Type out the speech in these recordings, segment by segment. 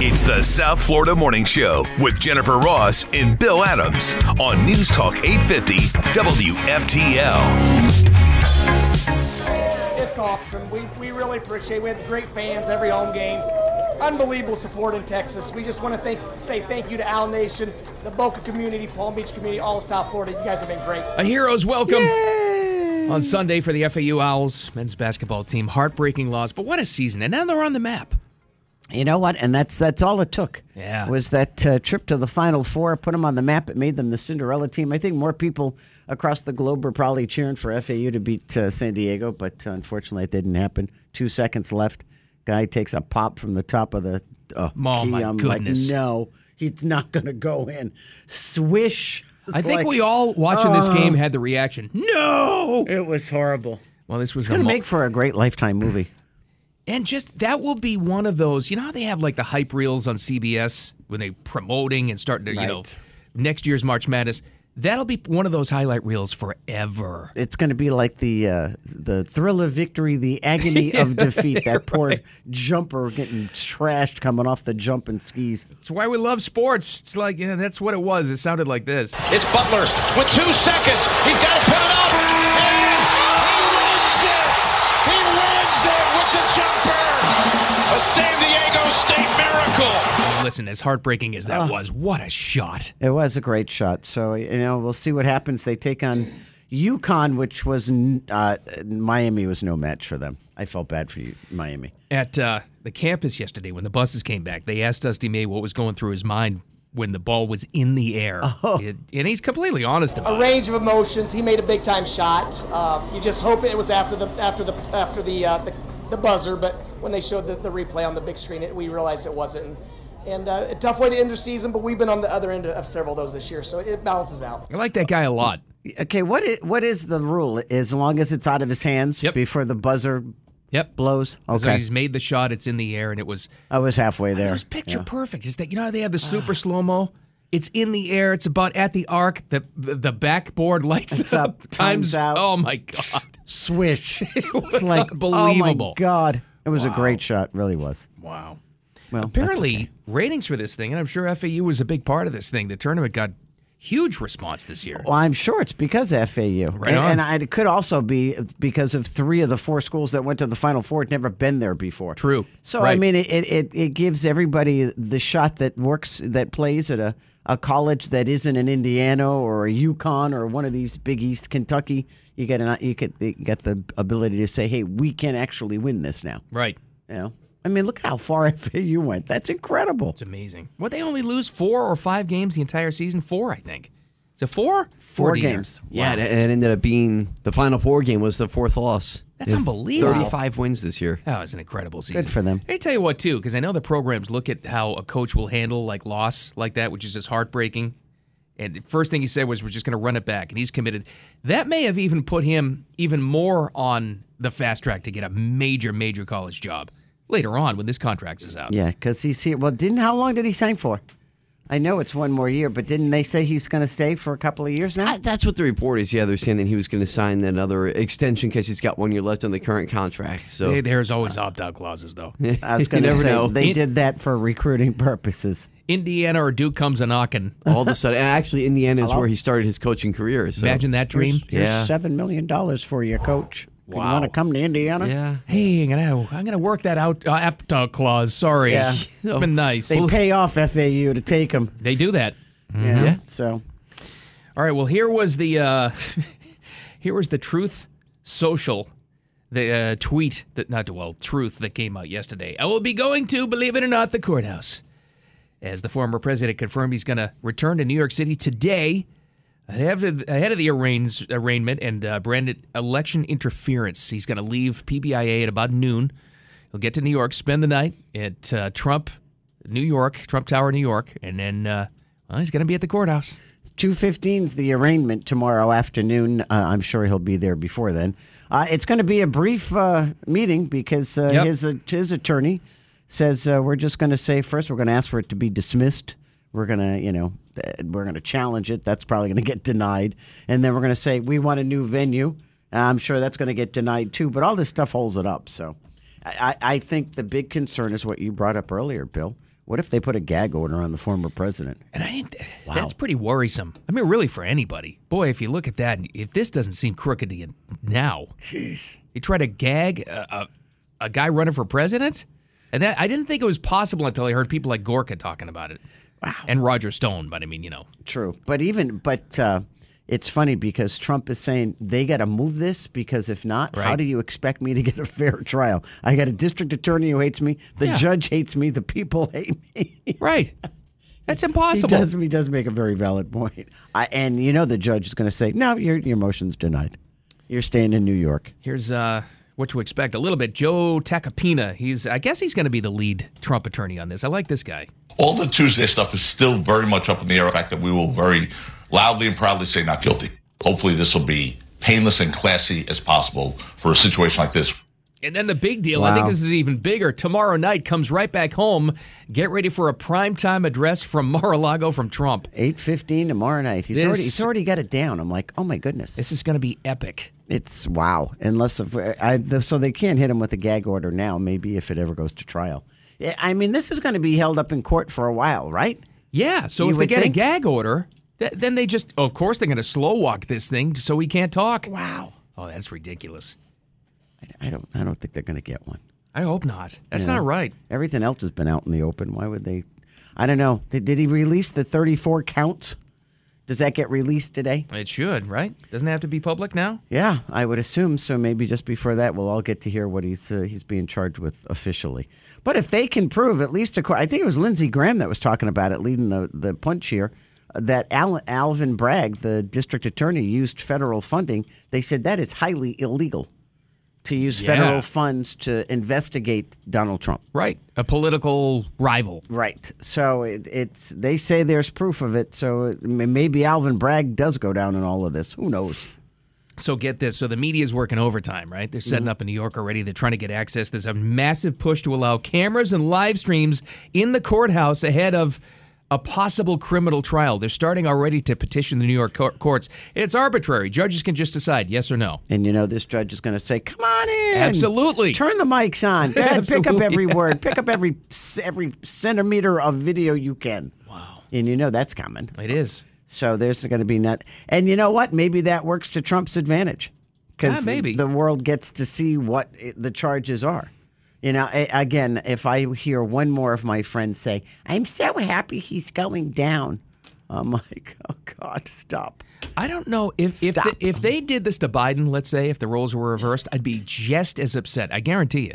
It's the South Florida Morning Show with Jennifer Ross and Bill Adams on News Talk 850 WFTL. It's awesome. We, we really appreciate it. We have great fans every home game. Unbelievable support in Texas. We just want to thank, say thank you to Al Nation, the Boca community, Palm Beach community, all of South Florida. You guys have been great. A hero's welcome on Sunday for the FAU Owls men's basketball team. Heartbreaking loss, but what a season! And now they're on the map. You know what? And that's that's all it took. Yeah. was that uh, trip to the Final Four put them on the map? It made them the Cinderella team. I think more people across the globe are probably cheering for FAU to beat uh, San Diego, but uh, unfortunately, it didn't happen. Two seconds left. Guy takes a pop from the top of the uh, Oh, key. my I'm goodness. like, no, he's not going to go in. Swish. I think Like, uh, we all watching this game had the reaction. No. It was horrible. Well, this was a Going to mo- make for a great lifetime movie. and just that will be one of those. You know how they have like the hype reels on CBS when they promoting and starting to you know Right. next year's March Madness. That'll be one of those highlight reels forever. it's going to be like the uh, the thrill of victory, the agony of defeat. That poor jumper getting trashed coming off the jump and skis. It's why we love sports. It's like yeah, that's what it was. It sounded like this. It's Butler with two seconds. He's got to put it up. And he wins it. He wins it with the jumper. A San Diego State miracle. Listen, as heartbreaking as Ah. that was, what a shot. It was a great shot. So you know we'll see what happens. They take on UConn, which was n- uh, Miami was no match for them. I felt bad for you, Miami. At uh, the campus yesterday, when the buses came back, they asked Dusty May what was going through his mind when the ball was in the air. Oh. It- and he's completely honest about A range of emotions. He made a big time shot. Um, you just hope it was after the after the after the uh, the, the buzzer, but when they showed the, the replay on the big screen, it, we realized it wasn't. And uh, a tough way to end the season, but we've been on the other end of several of those this year, so it balances out. it. I like that guy a lot. Okay, what is, what is the rule? As long as it's out of his hands Yep. before the buzzer Yep. blows. So Okay, he's made the shot, it's in the air, and it was I was halfway there. it was picture perfect. Is that you know how they have the Ah. super slow mo? It's in the air, it's about at the arc, the the backboard lights It's up, up, times out. Oh my god. Swish. It was Oh unbelievable. my god. It was a great shot, really was. Wow. Well, that's Apparently, okay. ratings for this thing, and I'm sure FAU was a big part of this thing. The tournament got huge response this year. Well, I'm sure it's because of FAU. Right and, on. and I- it could also be because of three of the four schools that went to the Final Four had never been there before. True. So, I Right. mean, it, it, it gives everybody the shot that works, that plays at a, a college that isn't in Indiana or a UConn or one of these Big East, Kentucky. You get, an, you get, you get the ability to say, hey, we can actually win this now. Right. You know? I mean, look at how far FAU went. That's incredible. It's amazing. Well, they only lose four or five games the entire season. Four, I think. Is it four? Four dear. games. Yeah, and it and it ended up being the final four game was the fourth loss. That's They have unbelievable. 35 wins this year. That was an incredible season. Good for them. I tell you what, too, because I know the programs look at how a coach will handle like loss like that, which is just heartbreaking. And the first thing he said was, "We're just going to run it back," and he's committed. That may have even put him even more on the fast track to get a major, major college job later on when this contract is out. Yeah, because he's here. Well, didn't how long did he sign for? I know it's one more year, but didn't they say he's going to stay for a couple of years now? I, that's what the report is. Yeah, they're saying that he was going to sign another extension because he's got one year left on the current contract. So Hey, There's always opt-out clauses, though. I was going to never say know. they It- did that for recruiting purposes. Indiana or Duke comes a knocking. all of a sudden, and actually, Indiana is where he started his coaching career. So. Imagine that dream. Here's Yeah. seven million dollars for you, coach. You want to come to Indiana? Yeah. Hey, I'm gonna, I'm gonna work that out. Uh, opt-out clause. Sorry, Yeah. it's been nice. They Well, pay off FAU to take him. they do that. Mm-hmm. Yeah. So All right. Well, here was the uh, here was the truth social the uh, tweet that not well truth that came out yesterday. I will be going to believe it or not the courthouse, as the former president confirmed he's going to return to New York City today. Ahead of, ahead of the arraigns, arraignment and uh, branded election interference. He's going to leave PBIA at about noon. He'll get to New York, spend the night at uh, Trump New York, Trump Tower, New York, and then uh, well, he's going to be at the courthouse. 2.15's the arraignment tomorrow afternoon. Uh, I'm sure he'll be there before then. Uh, it's going to be a brief uh, meeting because uh, Yep. his, his attorney says uh, we're just going to say first we're going to ask for it to be dismissed. We're going to, you know, uh, we're going to challenge it. That's probably going to get denied. And then we're going to say we want a new venue. Uh, I'm sure that's going to get denied too. But all this stuff holds it up. So I, I I think the big concern is what you brought up earlier, Bill. What if they put a gag order on the former president? And I didn't, that's pretty worrisome. I mean, really, for anybody. Boy, if you look at that, if this doesn't seem crooked to you now, jeez, they try to gag a, a, a guy running for president, and that I didn't think it was possible until I heard people like Gorka talking about it, wow. and Roger Stone. But I mean, you know, True, but even but uh, it's funny because Trump is saying they got to move this because if not, how Right. do you expect me to get a fair trial? I got a district attorney who hates me, the Yeah. judge hates me, the people hate me. right? That's he impossible. does he does make a very valid point. I, and you know the judge is going to say, no, your your motion's denied. You're staying in New York. Here's uh, what to expect a little bit. Joe Tacopina. He's I guess he's going to be the lead Trump attorney on this. I like this guy. All the Tuesday stuff is still very much up in the air. The fact that we will very loudly and proudly say not guilty. Hopefully, this will be painless and classy as possible for a situation like this. And then the big deal, I think Wow. this is even bigger. Tomorrow night comes right back home. Get ready for a primetime address from Mar-a-Lago from Trump. Eight fifteen tomorrow night. He's already he's This- already got it down. I'm like, oh my goodness. This is going to be epic. It's wow. Unless if, I, the, so, they can't hit him with a gag order now. Maybe if it ever goes to trial. Yeah, I mean, this is going to be held up in court for a while, right? Yeah. So You if they would get a think. gag order, th- then they just, of course, they're going to slow walk this thing so he can't talk. Wow. Oh, that's ridiculous. I, I don't. I don't think they're going to get one. I hope not. That's not right. Everything else has been out in the open. Why would they? I don't know. Did, did he release the thirty-four counts? Does that get released today? It should, right? Doesn't it have to be public now. Yeah, I would assume so. Maybe just before that, we'll all get to hear what he's uh, he's being charged with officially. But if they can prove, at least, acqu- I think it was Lindsey Graham that was talking about it, leading the the punch here, uh, that Al- Alvin Bragg, the district attorney, used federal funding. They said that is highly illegal to use Yeah. federal funds to investigate Donald Trump. Right. A political rival. Right. So it, it's they say there's proof of it. So it, maybe Alvin Bragg does go down in all of this. Who knows? So get this. So the media's working overtime, right? They're Mm-hmm. setting up in New York already. They're trying to get access. There's a massive push to allow cameras and live streams in the courthouse ahead of a possible criminal trial. They're starting already to petition the New York cour- courts. It's arbitrary. Judges can just decide yes or no. And you know this judge is going to say, "Come on in, Absolutely. turn the mics on, Dad, pick up Absolutely. every word, pick up every every centimeter of video you can." Wow. And you know that's coming. It is. So there's going to be not. And you know what? Maybe that works to Trump's advantage because Ah, maybe. the world gets to see what i- the charges are. You know, a- again, if I hear one more of my friends say, "I'm so happy he's going down," I'm like, "Oh God, stop!" I don't know if if, Stop. the, if they did this to Biden, let's say, if the roles were reversed, I'd be just as upset. I guarantee you.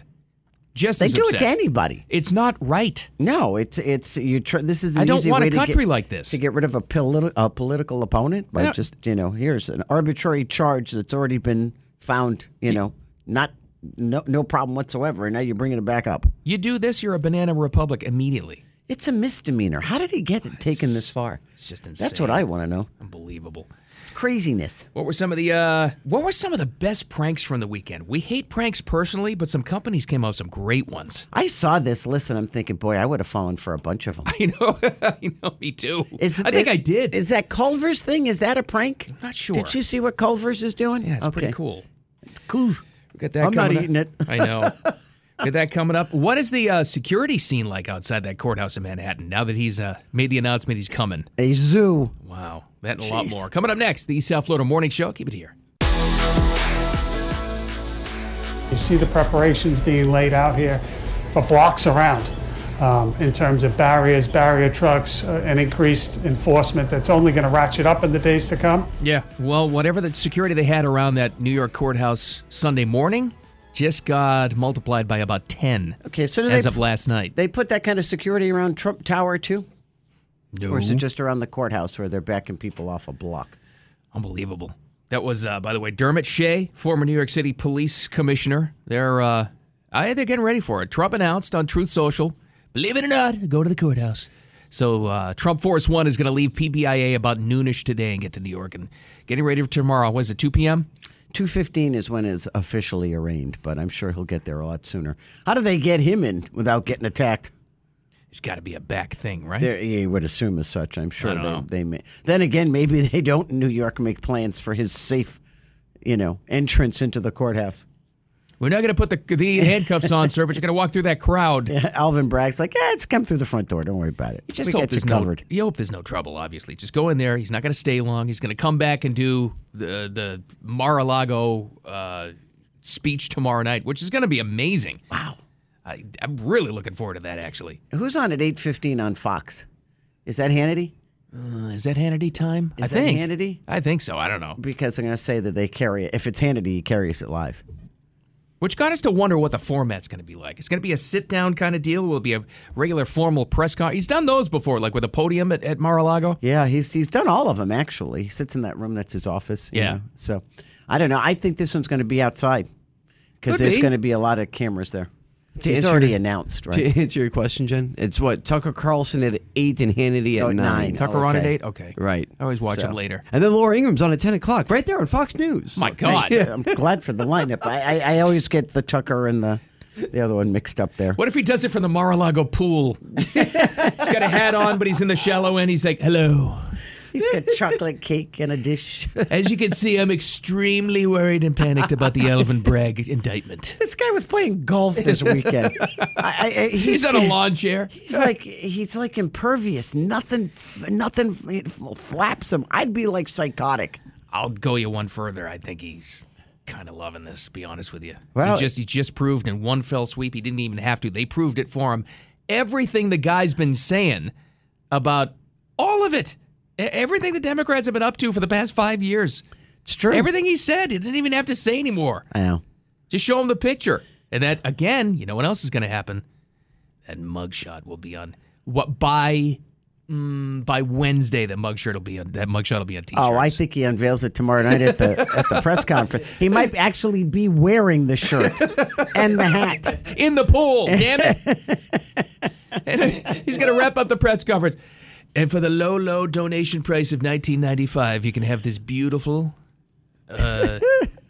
Just They as do upset. it to anybody. It's not right. No, it's it's you. Tr- this is an I don't easy want way a to get- country like this. to get rid of a, poli- a political opponent by don't- just you know here's an arbitrary charge that's already been found. You know, not no no problem whatsoever, and now you're bringing it back up. You do this, you're a banana republic immediately. It's a misdemeanor. How did he get it taken this far? It's just insane. That's what I want to know. Unbelievable. Craziness. What were some of the uh, What were some of the best pranks from the weekend? We hate pranks personally, but some companies came up with some great ones. I saw this list and I'm thinking, boy, I would have fallen for a bunch of them. You know, you know me too. Is- I think is- I did. Is that Culver's thing? Is that a prank? I'm not sure. Did you see what Culver's is doing? yeah, it's pretty Okay. cool. Cool. We got that. I'm not coming up. eating it. I know. Get that coming up. What is the uh, security scene like outside that courthouse in Manhattan now that he's uh, made the announcement he's coming? A zoo. Wow, that and a lot Jeez. more. Coming up next, the East South Florida Morning Show. Keep it here. You see the preparations being laid out here for blocks around um, in terms of barriers, barrier trucks, uh, and increased enforcement that's only going to ratchet up in the days to come. Yeah. Well, whatever the security they had around that New York courthouse Sunday morning just got multiplied by about 10 Okay, so do as they- of last night. They put that kind of security around Trump Tower too, No. or is it just around the courthouse where they're backing people off a block? Unbelievable. That was, uh, by the way, Dermot Shea, former New York City police commissioner. They're, uh, I, they're getting ready for it. Trump announced on Truth Social Believe it or not, go to the courthouse. So uh, Trump Force One is going to leave PPIA about noonish today and get to New York and getting ready for tomorrow. Was it 2 p.m.? 215 is when it's officially arraigned, but I'm sure he'll get there a lot sooner. How do they get him in without getting attacked? It's got to be a back thing, right? There, you would assume as such. I'm sure don't know. they, they may. Then again, maybe they don't in New York make plans for his safe, you know, entrance into the courthouse. We're not going to put the, the handcuffs on, sir, but you're going to walk through that crowd. Alvin Bragg's like, yeah, it's come through the front door. Don't worry about it. You just we hope got you there's no- covered. you hope there's no trouble. Obviously, just go in there. He's not going to stay long. He's going to come back and do the the Mar-a-Lago uh, speech tomorrow night, which is going to be amazing. Wow, I, I'm really looking forward to that. Actually, Who's on at 8.15 on Fox? Is that Hannity? Uh, is that Hannity time? Is I that think Hannity? I think so. I don't know. Because I'm going to say that they carry it. If it's Hannity, he carries it live. Which got us to wonder what the format's going to be like. It's going to be a sit down kind of deal. Will it be a regular formal press con? He's done those before, like with a podium at, at Mar-a-Lago. Yeah, he's he's done all of them actually. He sits in that room that's his office. you Yeah. know. So, I don't know. I think this one's going to be outside because Could there's be. going to be a lot of cameras there. To it's answer- already announced, right? To answer your question, Jen, it's what Tucker Carlson at eight and Hannity at Oh, nine. nine. Tucker on at Okay. eight. Okay, Right. I always watch So- him later. And then Laura Ingram's on at ten o'clock, right there on Fox News. My God. I'm glad for the lineup. I, I I always get the Tucker and the the other one mixed up there. What if he does it from the Mar-a-Lago pool? he's got a hat on, but he's in the shallow end. He's like, "Hello." He's got chocolate cake and a dish. As you can see, I'm extremely worried and panicked about the Alvin Bragg indictment. this guy was playing golf this weekend. I, I, I, He's on a lawn chair. He's like he's like impervious. Nothing, nothing flaps him. I'd be like psychotic. I'll go you one further. I think he's kind of loving this. to Be honest with you. Well- he just he just proved in one fell sweep. He didn't even have to. They proved it for him. Everything the guy's been saying about all of it, E- everything the Democrats have been up to for the past five years, It's true. everything he said, he didn't even have to say anymore. I know. Just show him the picture. And that again, you know what else is going to happen? That mugshot will be on what by mm, by Wednesday. That mugshot will be on that mugshot will be on t-shirts. Oh, I think he unveils it tomorrow night at the at the press conference. He might actually be wearing the shirt and the hat. in the pool. Damn it! and uh, he's going to wrap up the press conference. And for the low, low donation price of nineteen ninety five, you can have this beautiful uh,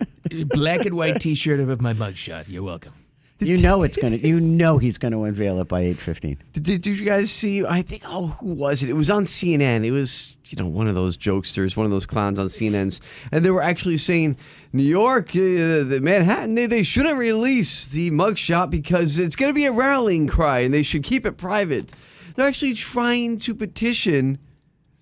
black and white T-shirt of my mugshot. You're welcome. You know it's gonna. You know he's gonna unveil it by eight fifteen. Did, did you guys see? I think, oh, who was it? It was on CNN. It was, you know, one of those jokesters, one of those clowns on CNN's. And they were actually saying New York, uh, the Manhattan, they, they shouldn't release the mugshot because it's going to be a rallying cry and they should keep it private. They're actually trying to petition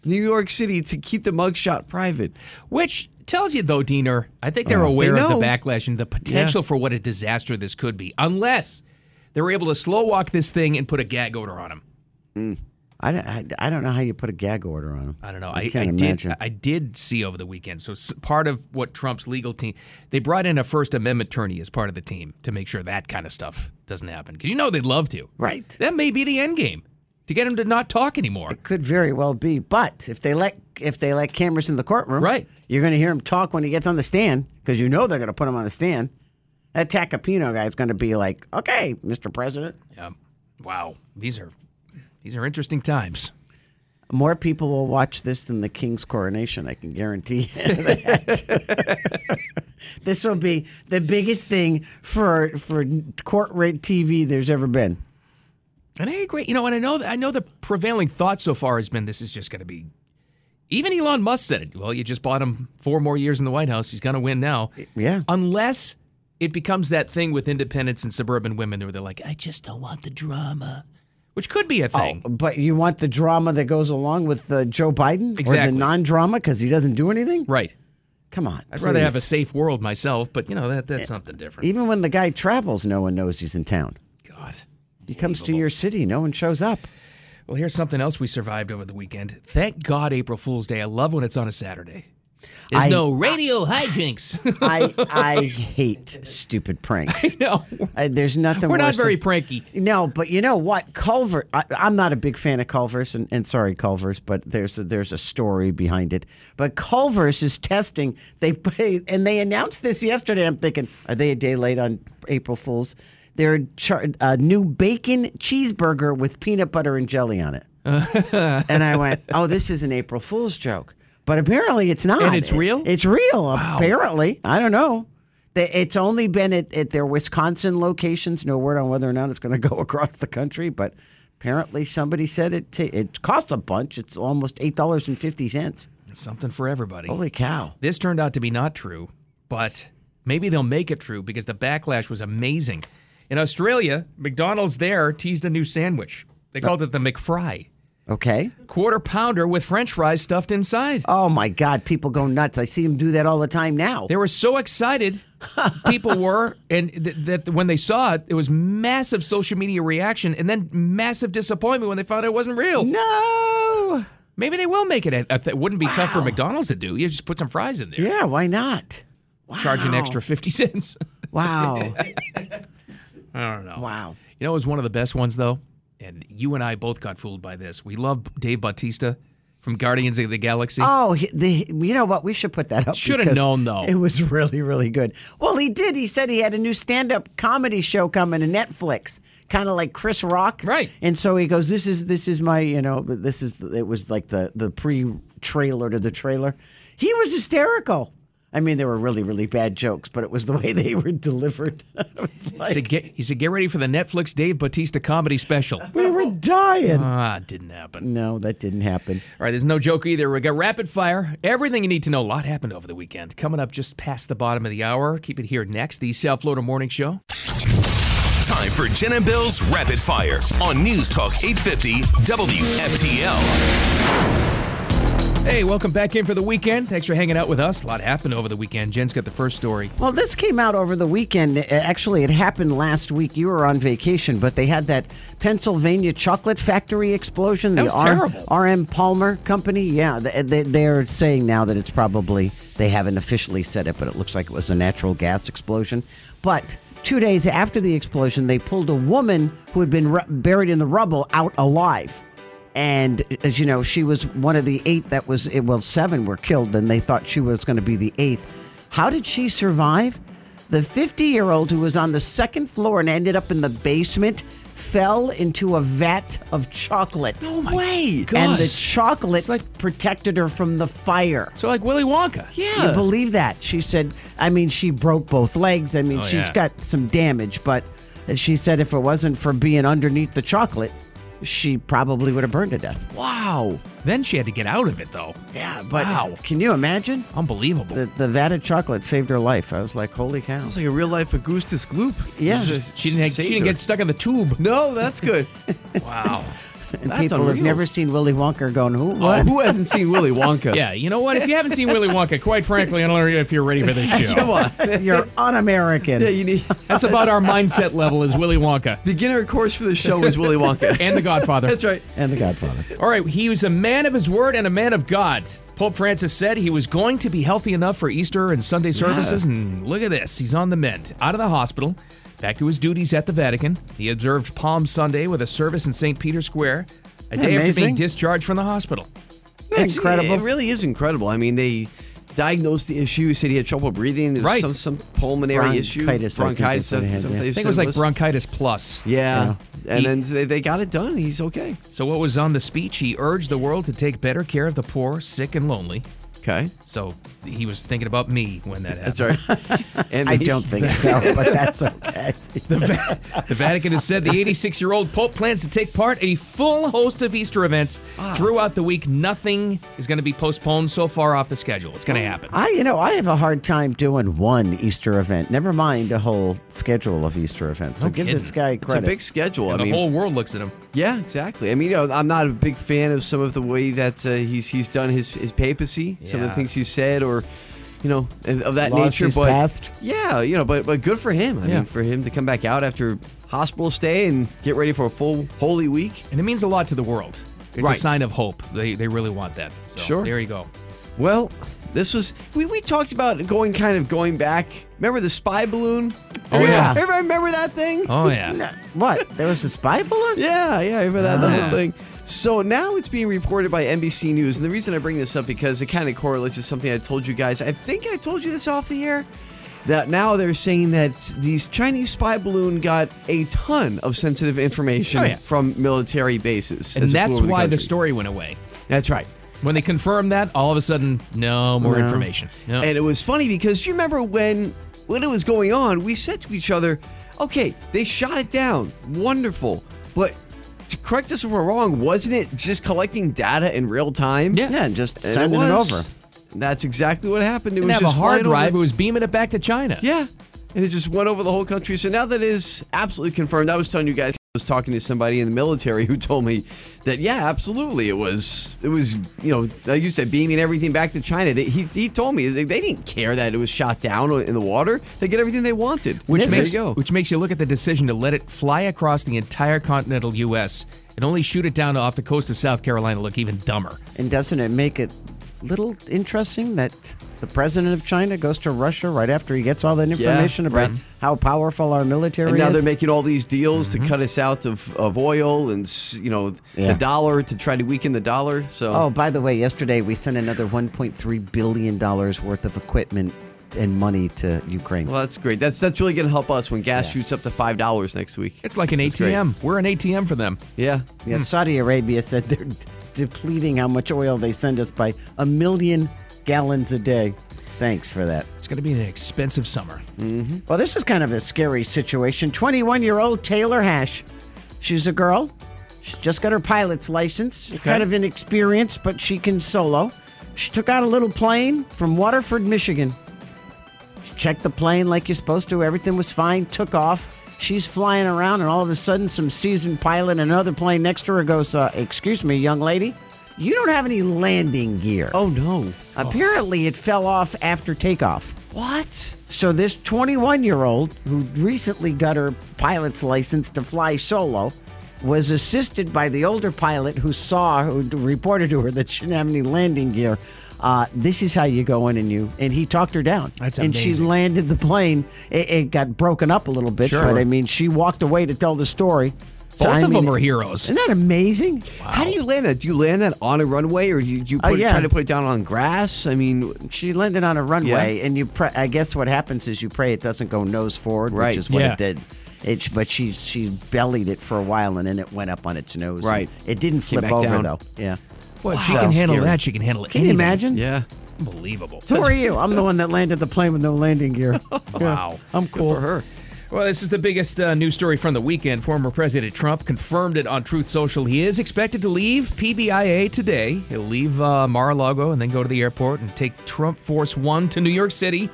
New York City to keep the mugshot private. Which tells you, though, Diener, I think Oh, they're aware They of the know. backlash and the potential for what a disaster this could be, unless they were able to slow walk this thing and put a gag order on him. I don't. I, I don't know how you put a gag order on him. I don't know. You I, can't I imagine. did. I did see over the weekend. So s- part of what Trump's legal team, they brought in a First Amendment attorney as part of the team to make sure that kind of stuff doesn't happen. Because you know they'd love to. Right. That may be the end game to get him to not talk anymore. Could very well be. But if they let if they let cameras in the courtroom, Right. You're gonna hear him talk when he gets on the stand because you know they're gonna put him on the stand. That Tacopino guy is gonna be like, okay, Mr. President. Um, wow. These are these are interesting times. More people will watch this than the king's coronation. I can guarantee you that. this will be the biggest thing for for court rate TV there's ever been. And I agree. You know, and I know that I know the prevailing thought so far has been this is just going to be. Even Elon Musk said it. Well, you just bought him four more years in the White House. He's going to win now. Yeah. Unless it becomes that thing with independents and suburban women where they're like, I just don't want the drama, which could be a Oh. thing. But you want the drama that goes along with uh, Joe Biden or Exactly. the non-drama because he doesn't do anything? Right. Come on. I'd rather have a please. safe world myself, but you know that that's something different. Even when the guy travels, no one knows he's in town. God. He comes to your city, no one shows up. Well, here's something else we survived over the weekend. Thank God April Fool's Day. I love when it's on a Saturday. There's I- no radio hijinks. I I hate stupid pranks. no, I, there's nothing. we're not worse than- very pranky. No, but you know what, Culver. I, I'm not a big fan of Culver's, and, and sorry, Culver's, but there's a, there's a story behind it. But Culver's is testing. They play, and they announced this yesterday. I'm thinking, are they a day late on April Fools? their char- uh, new bacon cheeseburger with peanut butter and jelly on it. and I went, oh, this is an April Fool's joke. But apparently it's not. And it's real? It's real, apparently. I don't know. They- It's only been at, at their Wisconsin locations. No word on whether or not it's going to go across the country, but apparently somebody said it, ta it cost a bunch. It's almost $8.50. Something for everybody. Holy cow. This turned out to be not true, but maybe they'll make it true because the backlash was amazing. In Australia, McDonald's there teased a new sandwich. They called it the McFry. Okay. Quarter pounder with french fries stuffed inside. Oh my God, people go nuts. I see them do that all the time now. They were so excited, people were, and th- that when they saw it, it was massive social media reaction and then massive disappointment when they found out it wasn't real. no. Maybe they will make it. a- a- It wouldn't be tough for McDonald's to do. You just put some fries in there, Yeah, why not? charge an Wow. extra 50 cents. Wow. I don't know. wow. You know, it was one of the best ones though, and you and I both got fooled by this. We love Dave Bautista from Guardians of the Galaxy. Oh, he- the, you know what? We should put that up. Should have because known, though. It was really, really good. Well, he did. He said he had a new stand-up comedy show coming to Netflix, kind of like Chris Rock, Right. And so he goes, "This is this is my you know this is it was like the the pre-trailer to the trailer." He was hysterical. I mean, they were really, really bad jokes, but it was the way they were delivered. I was he, like, said, get, he said, "Get ready for the Netflix Dave Bautista comedy special." we were dying. ah, it didn't happen. No, that didn't happen. All right, there's no joke either. We got rapid fire. Everything you need to know. A lot happened over the weekend. Coming up just past the bottom of the hour. Keep it here next. The South Florida Morning Show. Time for Jen and Bill's Rapid Fire on News Talk 850 WFTL. Hey, welcome back in for the weekend. Thanks for hanging out with us. A lot happened over the weekend. Jen's got the first story. Well, this came out over the weekend. Uh, Actually, it happened last week. You were on vacation, but they had that Pennsylvania chocolate factory explosion. That the was terrible. RM Palmer company. Yeah, they, they, they're saying now that it's probably, they haven't officially said it, but it looks like it was a natural gas explosion. But two days after the explosion, they pulled a woman who had been ru- buried in the rubble out alive. And as you know, she was one of the eight that was, eh, well, seven were killed, and they thought she was going to be the eighth. How did she survive? The 50 year old who was on the second floor and ended up in the basement fell into a vat of chocolate. No way. And the gosh. chocolate It's like- protected her from the fire. So, like Willy Wonka. You believe that? She said, I mean, she broke both legs. I mean, Oh, she's yeah. got some damage, but she said if it wasn't for being underneath the chocolate, she probably would have burned to death. Wow. Then she had to get out of it, though. Yeah, but Wow. can you imagine? Unbelievable. The, the vat of chocolate saved her life. I was like, holy cow. It's like a real life Augustus Gloop. Yeah. It just She didn't, she saved didn't her. get stuck in the tube. No, that's good. Wow. And that's people have unreal. never seen Willy Wonka going, who? Oh, What? who hasn't seen Willy Wonka? Yeah, you know what? If you haven't seen Willy Wonka, quite frankly, I don't know if you're ready for this Come show. on. You're un American. Yeah, you need That's about our mindset level is Willy Wonka beginner course for the show is Willy Wonka. and The Godfather. That's right. and the Godfather. All right, he was a man of his word and a man of God. Pope Francis said he was going to be healthy enough for Easter and Sunday services, and look at this. He's on the mend, out of the hospital, back to his duties at the Vatican. He observed Palm Sunday with a service in St. Peter's Square, a day after being amazing? discharged from the hospital. It's- Incredible. It really is increasable. I mean, they diagnosed the issue. Said he had trouble breathing. There's Right. Some, some pulmonary issue. Bronchitis, I think Bronchitis. is what he had, some- yeah. they I think said it was like was- bronchitis plus. Yeah. And He- then they, they got it done. He's okay. So, what was on the speech? He urged the world to take better care of the poor, sick, and lonely. Okay. So he was thinking about me when that happened. That's all right. And I he- don't think so, but that's okay. The, Va- the Vatican has said the 86 year old Pope plans to take part a full host of Easter events Ah. throughout the week. Nothing is going to be postponed so far off the schedule. It's going to happen. I, you know, I have a hard time doing one Easter event. Never mind a whole schedule of Easter events. So No give this kidding. guy It's a credit. big schedule. And I the mean, whole world looks at him. Yeah, exactly. I mean, you know, I'm not a big fan of some of the way that uh, he's he's done his his papacy, some of Yeah. the things he's said, or you know, and of that Laws nature. he's but passed. yeah, you know, but but good for him. I Yeah. mean, for him to come back out after hospital stay and get ready for a full holy week. And it means a lot to the world. It's Right. a sign of hope. They, they really want that. So Sure. There you go. Well, this was we, we talked about going kind of going back. Remember the spy balloon? Oh, Everybody- yeah. everybody remember that thing? Oh, yeah. What? There was a spy balloon? Yeah, yeah, I remember that Ah. little thing. So now it's being reported by NBC News, and the reason I bring this up because it kind of correlates to something I told you guys. I think I told you this off the air. that now they're saying that these Chinese spy balloon got a ton of sensitive information Oh, yeah. from military bases, And as it flew that's over why the country. story went away. That's right. When they confirmed that, all of a sudden, no more No. information. No. And it was funny because you remember when when it was going on, we said to each other, "Okay, they shot it down. Wonderful." But to correct us if we're wrong, wasn't it just collecting data in real time? Yeah. Yeah, and just And sending it, was. over. That's exactly what happened. It didn't was have a just hard flying over- drive. It was beaming it back to China. Yeah. And it just went over the whole country. So now that is absolutely confirmed. I was telling you guys I was talking to somebody in the military who told me that yeah, absolutely it was it was, you know, like you said beaming everything back to China. They, he he told me they, they didn't care that it was shot down in the water. They get everything they wanted. Which there makes you go. which makes you look at the decision to let it fly across the entire continental U.S. and only shoot it down off the coast of South Carolina look even dumber. And doesn't it make it little interesting that the president of China goes to Russia right after he gets all that information about right. how powerful our military and now is? Mm-hmm. they're making all these deals to cut us out of, of oil and s- you know Yeah. the dollar to try to weaken the dollar. So oh, by the way, yesterday we sent another 1.3 billion dollars worth of equipment and money to Ukraine. well, that's great. That's that's really going to help us when gas shoots up to five dollars next week. It's like an That's great. ATM. We're an ATM for them. Yeah. yeah, Saudi Arabia said they're depleting how much oil they send us by a million gallons a day. Thanks for that. It's going to be an expensive summer. Well, this is kind of a scary situation. 21 year old Taylor Hash. She's a girl. She just got her pilot's license. She's Kind of inexperienced, but she can solo. She took out a little plane from Waterford, Michigan. She checked the plane like you're supposed to. Everything was fine. Took off. She's flying around, and all of a sudden, some seasoned pilot in another plane next to her goes, uh, Excuse me, young lady, you don't have any landing gear. Oh no. Apparently, it fell off after takeoff. What? So this 21 year old who recently got her pilot's license to fly solo was assisted by the older pilot who saw who d- reported to her that she didn't have any landing gear. Uh, this is how you go in and you and he talked her down. That's and she amazing. landed the plane. It, it got broken up a little bit, but I mean she walked away to tell the story. So, Both I of mean, them are heroes. Isn't that amazing? How do you land that? Do you land that on a runway, or do you, do you Oh, put it- yeah. try to put it down on grass? I mean, She landed on a runway, and you. Pre- I guess what happens is you pray it doesn't go nose forward, Right. which is what Yeah. it did. It, but she she bellied it for a while, and then it went up on its nose. Right. It didn't Came flip back over down. though. Yeah. Well, if she Wow. can handle Scary. that. She can handle it. Can you imagine? yeah. Unbelievable. So are you? I'm the one that landed the plane with no landing gear. Wow. I'm cool. For her. Well, this is the biggest uh, news story from the weekend. Former President Trump confirmed it on Truth Social. He is expected to leave PBIA today. He'll leave uh, Mar-a-Lago and then go to the airport and take Trump Force One to New York City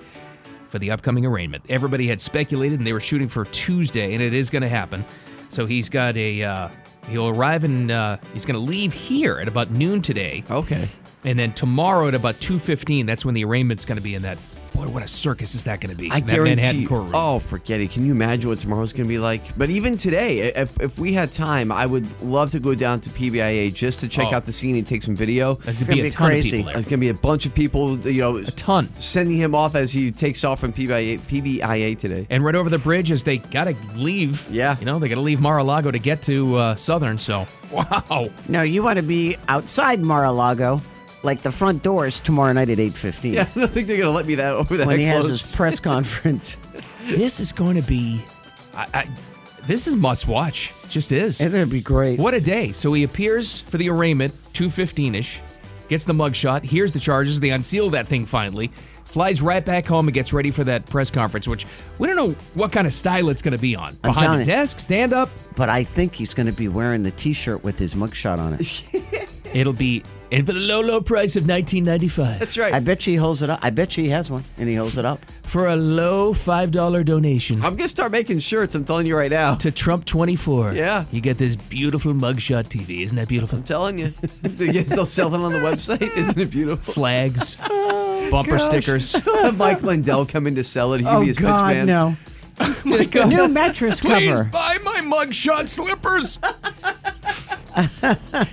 for the upcoming arraignment. Everybody had speculated, and they were shooting for Tuesday, and it is going to happen. So he's got a. Uh, he'll arrive and uh, he's going to leave here at about noon today. Okay. And then tomorrow at about 2.15, that's when the arraignment's going to be in that. Boy, what a circus is that going to be? I in that guarantee. Manhattan courtroom. Oh, forget it. Can you imagine what tomorrow's going to be like? But even today, i- if, if we had time, I would love to go down to PBIA just to check Oh. out the scene and take some video. There's gonna gonna be, be a ton crazy. of people there. There's going to be a bunch of people, you know, a ton. sending him off as he takes off from PBIA, PBIA today. And right over the bridge is they gotta leave. Yeah. You know, they gotta leave Mar-a-Lago to get to uh, Southern, so wow. No, you want to be outside Mar-a-Lago, like the front doors tomorrow night at 8:15 Yeah, I don't think they're going to let me that over that when he close. has his press conference. This is going to be I, I this is must watch. Just is. It's gonna be great. What a day. So he appears for the arraignment, 215-ish, gets the mugshot, hears the charges, they unseal that thing finally, flies right back home and gets ready for that press conference, which we don't know what kind of style it's gonna be on. I'm Behind telling the you. desk, stand up. But I think he's going to be wearing the T-shirt with his mugshot on it. It'll be and for the low, low price of nineteen ninety five. That's right. I bet you he holds it up. I bet you he has one, and he holds it up. for a low $5 donation I'm going to start making shirts. I'm telling you right now. to Trump 24. Yeah. You get this beautiful mugshot TV. Isn't that beautiful? telling you. They- They'll sell it on the website. Isn't it beautiful? Flags, bumper stickers. Have Mike Lindell come in to sell it. He can Oh be his God, pitch man. no! New mattress Please cover. buy my mugshot slippers.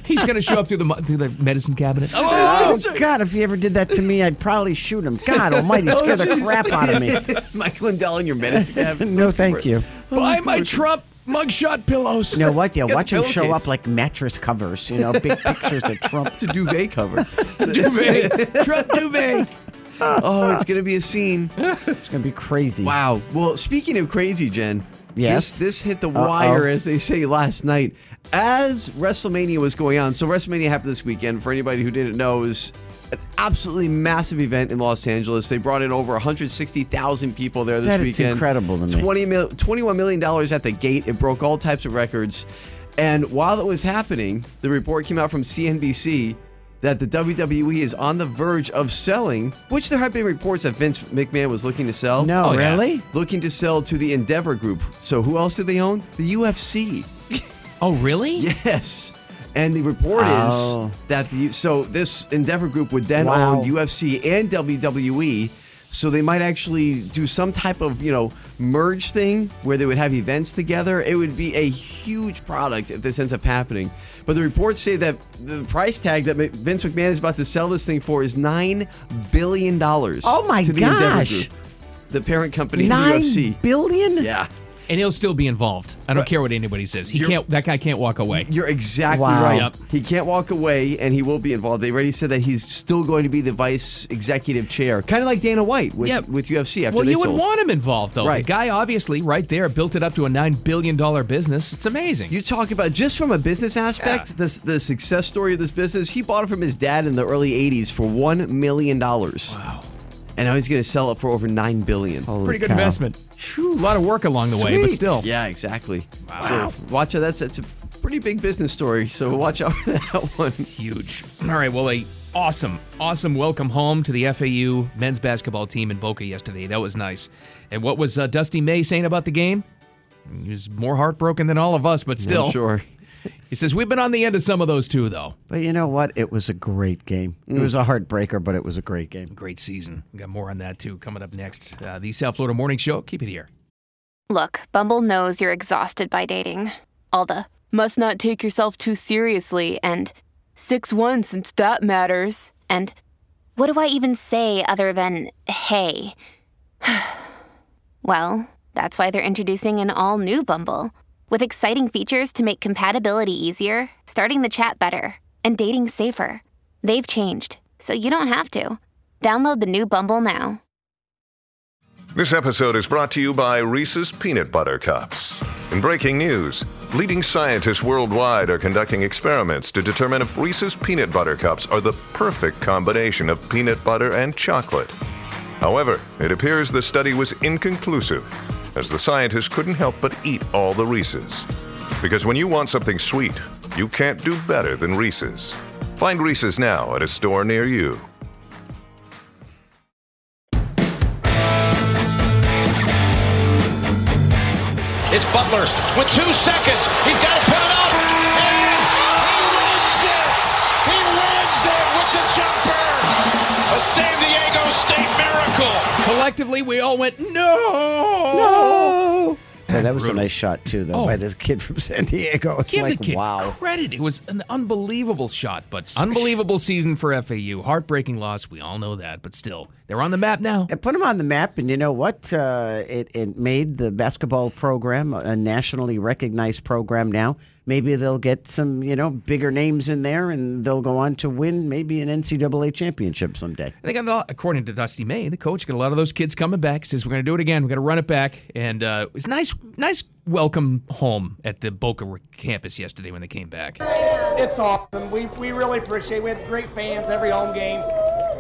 He's going to show up through the mu- through the medicine cabinet. Oh God! If he ever did that to me, I'd probably shoot him. God Almighty, scare the crap out of me. Oh, Mike Lindell in your medicine cabinet. No, Let's go thank for it. you. Oh, buy my Trump mugshot pillows. You know what? Yeah, Get the watch him show pillowcase. up like mattress covers. You know, big pictures of Trump. It's a duvet cover. Duvet. Trump duvet. oh, it's gonna be a scene. It's going to be crazy. Wow. Well, speaking of crazy, Jen. Yes? This, this hit the wire, as they say, last night as WrestleMania was going on. So WrestleMania happened this weekend. For anybody who didn't know, it was an absolutely massive event in Los Angeles. They brought in over 160,000 people there this That is weekend. incredible to me. 20 mil- 21 million dollars at the gate. It broke all types of records. And while that was happening, the report came out from CNBC that the WWE is on the verge of selling, which there have been reports that Vince McMahon was looking to sell No, Oh, yeah. really? looking to sell to the Endeavor Group. So who else did they own? The UFC. Oh, really? Yes. And the report Oh. is that the so this Endeavor Group would then Wow. own UFC and WWE. So they might actually do some type of you know merge thing where they would have events together. It would be a huge product if this ends up happening. But the reports say that the price tag that Vince McMahon is about to sell this thing for is nine billion dollars. Oh my to the Endeavor gosh. Group, the parent company, of the Nine UFC. billion? Yeah. And he'll still be involved. I don't care what anybody says. He You're- can't. That guy can't walk away. You're exactly Wow. right. Yep. He can't walk away and he will be involved. They already said that he's still going to be the vice executive chair. Kind of like Dana White with, Yeah. with UFC after Well, they you would sold. want him involved, though. Right. The guy obviously right there built it up to a nine billion dollar business. It's amazing. You talk about just from a business aspect, Yeah. this the success story of this business. He bought it from his dad in the early '80s for one million dollars, wow, and now he's going to sell it for over nine billion. Holy pretty good cow. investment. A lot of work along the way, but Sweet. still. Yeah, exactly. Wow. So watch out. That's that's a pretty big business story. So watch out for that one. huge. All right, well, a awesome, awesome welcome home to the FAU men's basketball team in Boca yesterday. That was nice. And what was uh, Dusty May saying about the game? He was more heartbroken than all of us, but still. I'm sure. He says we've been on the end of some of those too, though. But you know what? It was a great game. It was a heartbreaker, but it was a great game. Great season. We got more on that too coming up next. Uh, the South Florida Morning Show. Keep it here. Look, Bumble knows you're exhausted by dating. All the must not take yourself too seriously and 6 1 since that matters. And what do I even say other than hey? well, that's why they're introducing an all new Bumble with exciting features to make compatibility easier, starting the chat better, and dating safer. They've changed, so you don't have to. Download the new Bumble now. This episode is brought to you by Reese's Peanut Butter Cups. In breaking news, leading scientists worldwide are conducting experiments to determine if Reese's Peanut Butter Cups are the perfect combination of peanut butter and chocolate. However, it appears the study was inconclusive, as the scientists couldn't help but eat all the Reese's. Because when you want something sweet, you can't do better than Reese's. Find Reese's now at a store near you. It's Butler with two seconds. He's got to put it up. And he wins it. He wins it with the jumper. A San Diego State miracle. Collectively, we all went no. No. Yeah, that was a nice shot too, though, Oh. by this kid from San Diego. It's Give like, the kid wow. credit. It was an unbelievable shot, but unbelievable season for FAU. Heartbreaking loss. We all know that, but still, they're on the map now. It put him on the map, and you know what? Uh, it it made the basketball program a nationally recognized program. Now, maybe they'll get some you know bigger names in there, and they'll go on to win maybe an NCAA championship someday. I think I'm not- according to Dusty May, the coach, got a lot of those kids coming back. Says we're going to do it again. We're going to run it back, and uh, it was nice, nice welcome home at the Boca Ra- campus yesterday when they came back. It's awesome. We, we really appreciate it. We have great fans every home game.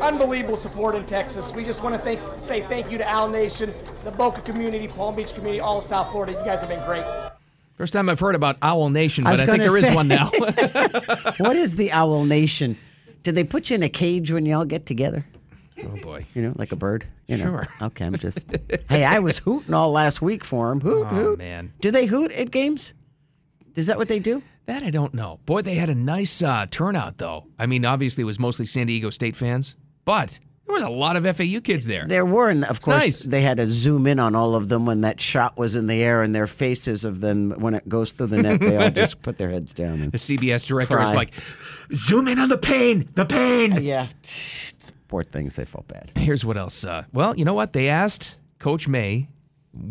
Unbelievable support in Texas. We just want to thank, say thank you to Al Nation, the Boca community, Palm Beach community, all of South Florida. You guys have been great. First time I've heard about Owl Nation, I but was I, think gonna there is say. one now. what is the Owl Nation? Did they put you in a cage when y'all get together? oh boy. You know, like a bird. You know. Sure. Okay, I'm just. hey, I was hooting all last week for him. Hoot, hoot. man. Do they hoot at games? Is that what they do? That I don't know. Boy, they had a nice uh, turnout, though. I mean, obviously, it was mostly San Diego State fans, but there was a lot of FAU kids there. There were, and of course, nice. they had to zoom in on all of them when that shot was in the air, and their faces of them when it goes through the net, they all just put their heads down. The And, CBS director is Cry. like, zoom in on the pain, the pain. yeah, it's poor things. They felt bad. Here's what else. Uh, well, you know what? They asked Coach May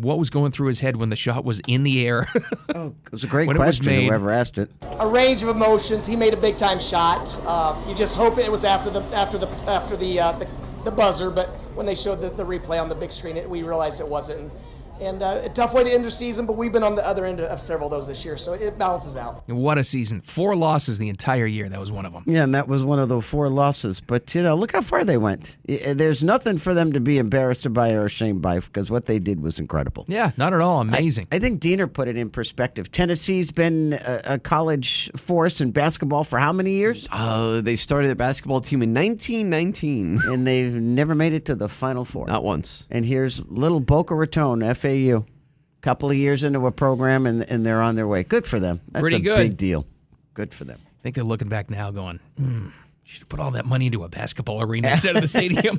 what was going through his head when the shot was in the air. It was a great When it was question. made- whoever asked it. a range of emotions. He made a big time shot. Um, you just hope it was after the after the after the uh, the, the buzzer, but when they showed the, the replay on the big screen, it, we realized it wasn't. And uh, a tough way to end the season, but we've been on the other end of several of those this year, so it balances out. And What a season. Four losses the entire year. That was one of them. Yeah, and that was one of the four losses. But, you know, look how far they went. Y- uh, There's nothing for them to be embarrassed by or ashamed by because what they did was incredible. Yeah, not at all. Amazing. I think Diener put it in perspective. Tennessee's been a, a college force in basketball for how many years? Uh, they started their basketball team in 1919. And they've never made it to the Final Four. Not once. And here's little Boca Raton, FAU. Couple of years into a program, and, and they're on their way. Good for them. That's Pretty a good. big deal. Good for them. I think they're looking back now going, hmm, should have put all that money into a basketball arena instead of the stadium.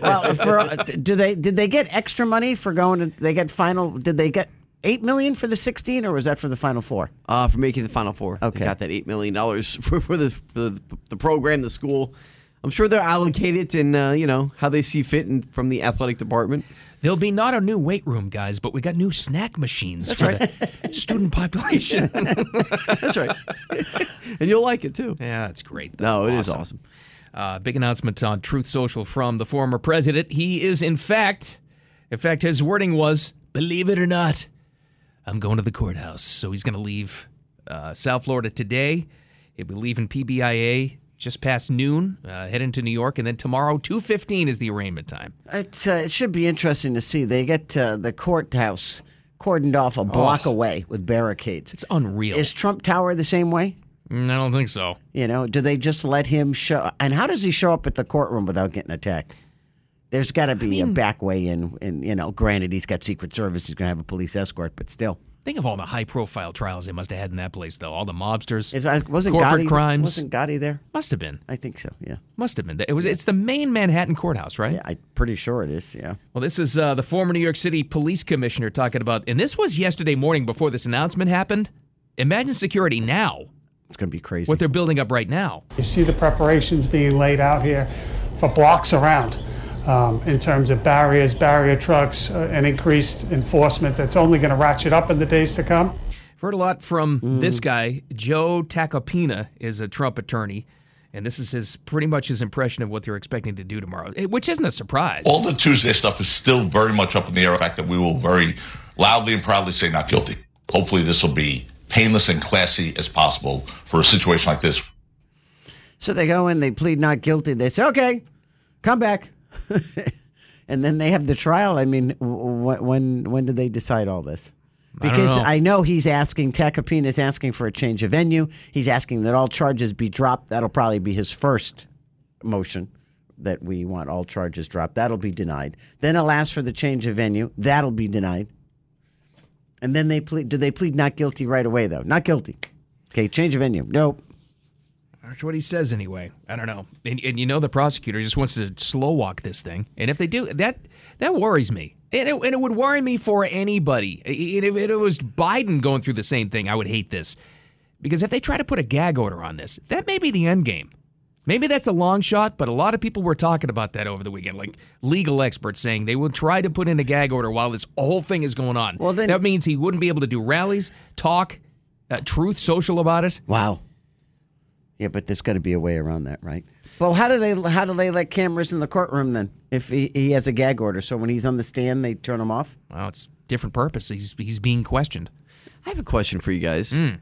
well, uh, for, do they did they get extra money for going? To, they get final. Did they get eight million for the sixteen, or was that for the final four? Uh, for making the Final Four. Okay. They got that $8 million for, for, the, for the, the program, the school. I'm sure they're allocated in, uh, you know, how they see fit in, from the athletic department. There'll be not a new weight room, guys, but we got new snack machines for the student population. That's right. and you'll like it, too. yeah, that's great. though. No, it is awesome. Uh, big announcement on Truth Social from the former president. He is, in fact, in fact, his wording was, "Believe it or not, I'm going to the courthouse." So he's going to leave uh, South Florida today. He'll be leaving PBIA just past noon, uh, heading to New York, and then tomorrow, two fifteen is the arraignment time. It's, uh, it should be interesting to see. They get uh, the courthouse cordoned off a block away with barricades. Oh. It's unreal. Is Trump Tower the same way? Mm, I don't think so. You know, do they just let him show? And how does he show up at the courtroom without getting attacked? There's got to be a back way in, and you know, granted he's got Secret Service, he's going to have a police escort, but still, Think of all the high-profile trials they must have had in that place, though. All the mobsters, If I- uh, wasn't corporate Gotti, crimes, Wasn't Gotti there? must have been, I think so. Yeah, must have been. It was. It's the main Manhattan courthouse, right? yeah, I'm pretty sure it is. Yeah. Well, this is uh, the former New York City police commissioner talking about, and this was yesterday morning before this announcement happened. Imagine security now, It's going to be crazy. what they're building up right now. You see the preparations being laid out here for blocks around um, in terms of barriers, barrier trucks, uh, and increased enforcement that's only going to ratchet up in the days to come. I've heard a lot from this guy, Joe Tacopina, is a Trump attorney, and this is his pretty much his impression of what they're expecting to do tomorrow, eh, which isn't a surprise. All the Tuesday stuff is still very much up in the air. The fact that we will very loudly and proudly say not guilty. Hopefully, this will be painless and classy as possible for a situation like this. so they go in, they plead not guilty. They say, okay, come back. and then they have the trial. I mean, wh- wh- when when did they decide all this? I don't Because know. I know he's asking, Tacopina is asking for a change of venue. He's asking that all charges be dropped. That'll probably be his first motion that we want all charges dropped. That'll be denied. Then he'll ask for the change of venue. That'll be denied. And then they plead, do they plead not guilty right away, though? Not guilty. Okay, change of venue. Nope. That's what he says anyway. I don't know. And, and you know the prosecutor just wants to slow walk this thing. And if they do, that that worries me. And it, and it would worry me for anybody. I- I- If it was Biden going through the same thing, I would hate this. Because if they try to put a gag order on this, that may be the end game. Maybe that's a long shot, but a lot of people were talking about that over the weekend, like legal experts saying they will try to put in a gag order while this whole thing is going on. Well, then- that means he wouldn't be able to do rallies, talk, uh, truth social about it. Wow. Yeah, but there's got to be a way around that, right? Well, how do they how do they let cameras in the courtroom then? If he, he has a gag order, so when he's on the stand, they turn him off. Well, it's different purpose. He's he's being questioned. I have a question for you guys. Hmm.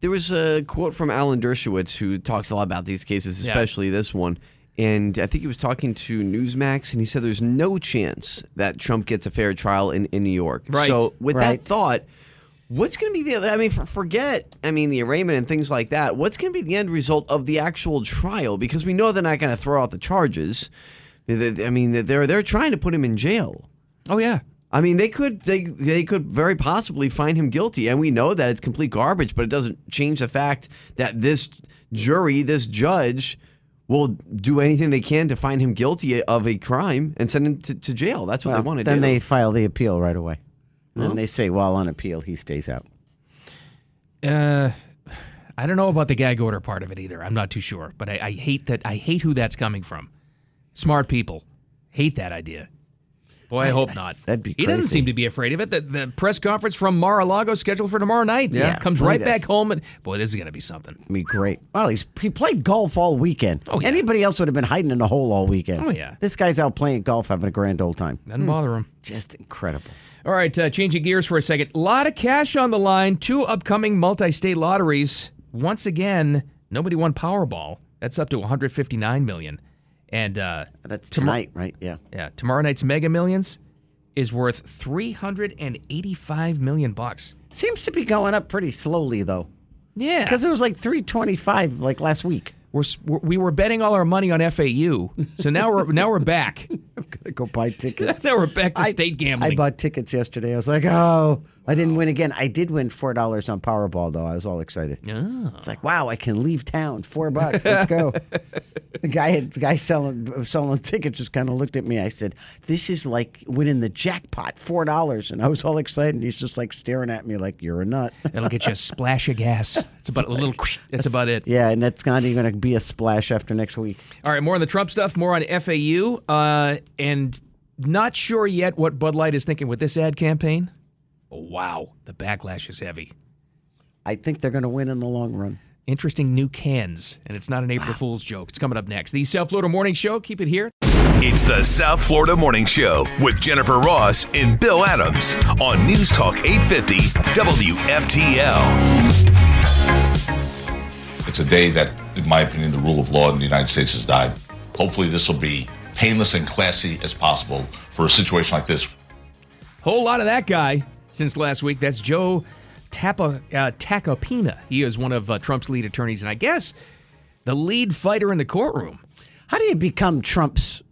There was a quote from Alan Dershowitz who talks a lot about these cases, Yeah. especially this one. And I think he was talking to Newsmax and he said there's no chance that Trump gets a fair trial in, in New York. Right. So, with Right. that thought, what's going to be the, I mean, for, forget, I mean, the arraignment and things like that. What's going to be the end result of the actual trial? Because we know they're not going to throw out the charges. They- they- I mean, they're, they're trying to put him in jail. Oh yeah. I mean, they could they they could very possibly find him guilty, and we know that it's complete garbage. But it doesn't change the fact that this jury, this judge, will do anything they can to find him guilty of a crime and send him to, to jail. That's what they want to then do. they file the appeal right away. And Then they say, "Well, on appeal, he stays out." Uh, I don't know about the gag order part of it either. I'm not too sure, but I, I hate that. I hate who that's coming from. Smart people hate that idea. Boy, I hope not. That'd be He doesn't crazy. seem to be afraid of it. The, the press conference from Mar-a-Lago scheduled for tomorrow night. Yeah. Comes Well, he right back does. home. and Boy, this is going to be something. be great. Well, he's he played golf all weekend. Oh, yeah. Anybody else would have been hiding in a hole all weekend. Oh, yeah. This guy's out playing golf, having a grand old time. Doesn't bother him. Just incredible. All right, uh, changing gears for a second. A lot of cash on the line. Two upcoming multi-state lotteries. Once again, nobody won Powerball. That's up to 159 million. And uh, That's tomo- tonight, right? Yeah. Yeah, tomorrow night's Mega Millions is worth 385 million bucks. Seems to be going up pretty slowly though, Yeah, because it was like three twenty-five like last week. we're, s- we're we were betting all our money on FAU, so now we're now we're back. Gotta go buy tickets. now we're back to I- state gambling. I bought tickets yesterday. I was like, oh, I didn't win again. I did win four dollars on Powerball though. I was all excited. Ah. It's like, wow, I can leave town. Four bucks. Let's go. the guy had the guy selling selling tickets just kind of looked at me. I said, this is like winning the jackpot, four dollars. And I was all excited. He's just like staring at me like you're a nut. That'll get you a splash of gas. It's about a little. That's about it. yeah, and that's not even gonna be a splash after next week. All right, more on the Trump stuff, more on FAU, uh, and not sure yet what Bud Light is thinking with this ad campaign. Oh, wow, the backlash is heavy. I think they're gonna win in the long run. Interesting new cans, and it's not an April Fool's joke. It's coming up next. The South Florida Morning Show. Keep it here. It's the South Florida Morning Show with Jennifer Ross and Bill Adams on News Talk 850 WFTL. It's a day that, in my opinion, the rule of law in the United States has died. Hopefully, this will be painless and classy as possible for a situation like this. Whole lot of that guy since last week. That's Joe Tapa, uh, Tacopina. He is one of uh, Trump's lead attorneys, and I guess the lead fighter in the courtroom. How do you become Trump's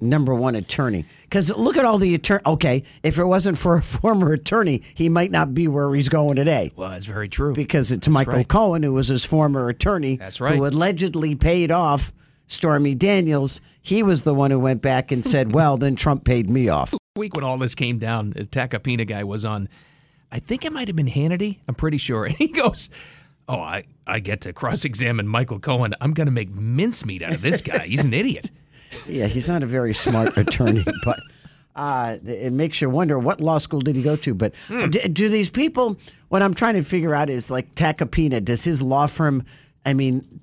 number one attorney? Because look at all the attorney. Okay, if it wasn't for a former attorney, he might not be where he's going today. Well, that's very true. Because it's Michael right. Cohen, who was his former attorney, That's right. who allegedly paid off Stormy Daniels. He was the one who went back and said, "Well, then Trump paid me off." week when all this came down, the Tacopina guy was on. I think it might have been Hannity. I'm pretty sure. And he goes, "Oh, I I get to cross-examine Michael Cohen. I'm going to make mincemeat out of this guy. He's an idiot." Yeah, he's not a very smart attorney, but uh, it makes you wonder what law school did he go to. But Hmm. do, do these people? What I'm trying to figure out is like Tacopina. Does his law firm? I mean,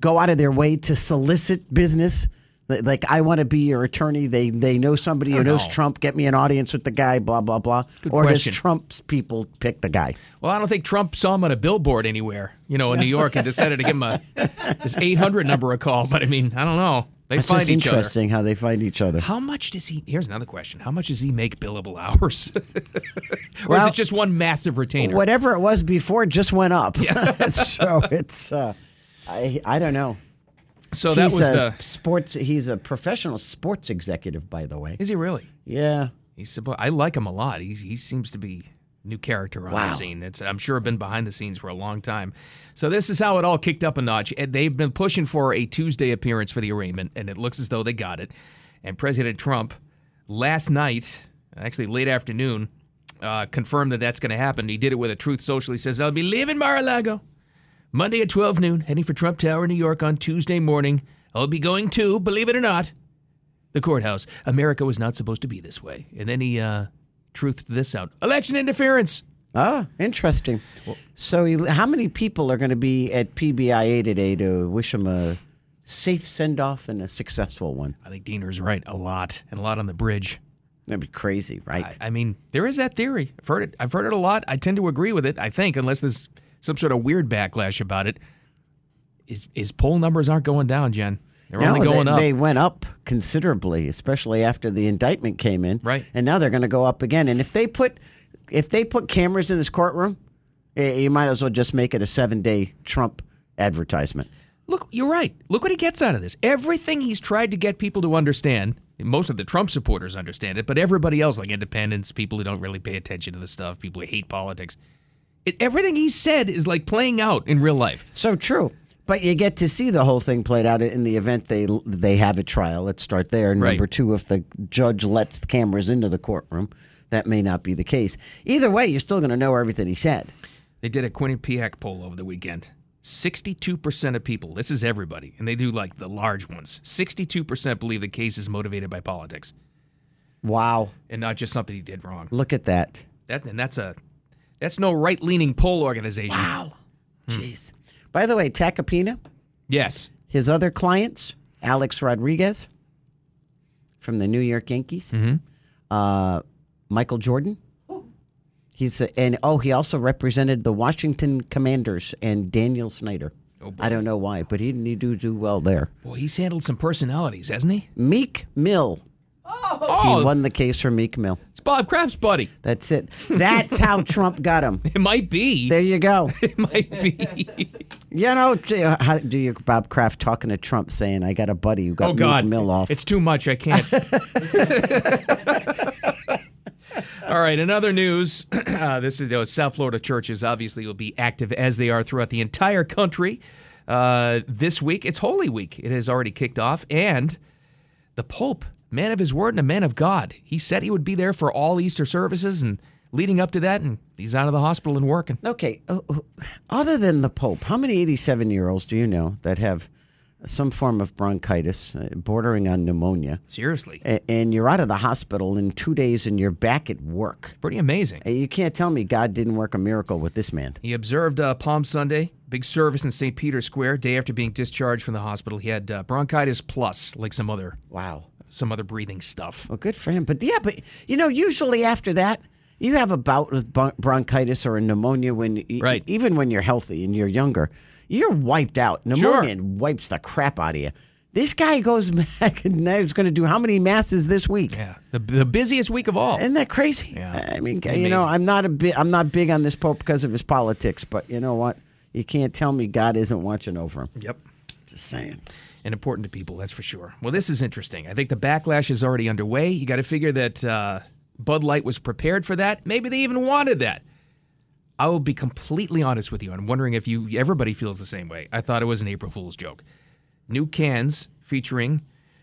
go out of their way to solicit business. Li- Like I want to be your attorney. They they know somebody who knows know. Trump. Get me an audience with the guy. Blah blah blah. Oh, Good or question. does Trump's people pick the guy? Well, I don't think Trump saw him on a billboard anywhere, you know, in New York, and decided to give him a this 800 number a call. But I mean, I don't know. They It's find just each other. interesting how they find each other. How much does he? Here's another question. How much does he make billable hours? or is Well- it just one massive retainer? whatever it was before just went up. so it's uh, I I don't know. so that he's was a the. sports. He's a professional sports executive, by the way. Is he really? Yeah, He's supposed. I like him a lot. He's, he seems to be new character on Wow. the scene. It's I'm sure been behind the scenes for a long time. So this is how it all kicked up a notch. And they've been pushing for a Tuesday appearance for the arraignment, and it looks as though they got it. And President Trump last night, actually late afternoon, uh, confirmed that that's going to happen. He did it with a Truth Social. He says, "I'll be leaving Mar-a-Lago." Monday at 12 noon, heading for Trump Tower, New York on Tuesday morning. I'll be going to, believe it or not, the courthouse. America was not supposed to be this way. And then he uh, truthed this out election interference. Ah, interesting. so, he, how many people are going to be at PBIA today to wish him a safe send off and a successful one? I think Diener's right. A lot, and a lot on the bridge. That'd be crazy, right? I, I mean, there is that theory. I've heard it. I've heard it a lot. I tend to agree with it. I think, unless there's some sort of weird backlash about it, is is poll numbers aren't going down, Jen. They're No, only they- going up. They went up considerably, especially after the indictment came in. Right. And now they're going to go up again. And if they put, if they put cameras in this courtroom, eh, you might as well just make it a seven day Trump advertisement. Look, you're right. Look what he gets out of this. Everything he's tried to get people to understand, most of the Trump supporters understand it, but everybody else, like independents, people who don't really pay attention to the stuff, people who hate politics, it, everything he said is like playing out in real life. So true. But you get to see the whole thing played out in the event they they have a trial. Let's start there. And Right. Number two, if the judge lets the cameras into the courtroom, that may not be the case. Either way, you're still going to know everything he said. They did a Quinnipiac poll over the weekend. 62% of people, this is everybody, and they do like the large ones, 62% believe the case is motivated by politics. Wow. and not just something he did wrong. Look at that. That and that's a that's no right leaning poll organization. Wow. Jeez. By the way, Tacopina, Yes. his other clients, Alex Rodriguez from the New York Yankees, uh, Michael Jordan. He's a, and oh, he also represented the Washington Commanders and Daniel Snyder. I don't know why, but he didn't do do well there. Well, he's handled some personalities, hasn't he? Meek Mill. He Oh, won the case for Meek Mill. it's Bob Kraft's buddy. That's it. That's how Trump got him. It might be. There you go. It might be. You know, do you- how do you Bob Kraft talking to Trump saying, "I got a buddy who got oh God, Meek Mill off." it's too much. I can't. All right. In other news, uh, this is those South Florida churches obviously will be active as they are throughout the entire country uh, this week. It's Holy Week. It has already kicked off, and the Pope, man of his word and a man of God, he said he would be there for all Easter services and leading up to that, and he's out of the hospital and working. Okay. oh, oh, Other than the Pope, how many 87 year olds do you know that have some form of bronchitis uh, bordering on pneumonia? Seriously, a- And you're out of the hospital in two days and you're back at work. pretty amazing. And You can't tell me God didn't work a miracle with this man. He observed uh, Palm Sunday, big service in St. Peter's Square. Day after being discharged from the hospital, he had uh, bronchitis plus, like some other Wow. some other breathing stuff. Well, good for him. But yeah, but you know, usually after that, you have a bout with bron- bronchitis or a pneumonia when, e- Right. even when you're healthy and you're younger, you're wiped out. Pneumonia wipes the crap out of you. This guy goes back and now he's going to do how many masses this week? Yeah, the, the busiest week of all. Isn't that crazy? Yeah. I mean, you Amazing. know, I'm not a big, I'm not big on this pope because of his politics, but you know what? You can't tell me God isn't watching over him. Yep. Just saying. and important to people, that's for sure. Well, this is interesting. I think the backlash is already underway. You got to figure that uh, Bud Light was prepared for that. Maybe they even wanted that. I will be completely honest with you. I'm wondering if you everybody feels the same way. I thought it was an April Fool's joke. New cans featuring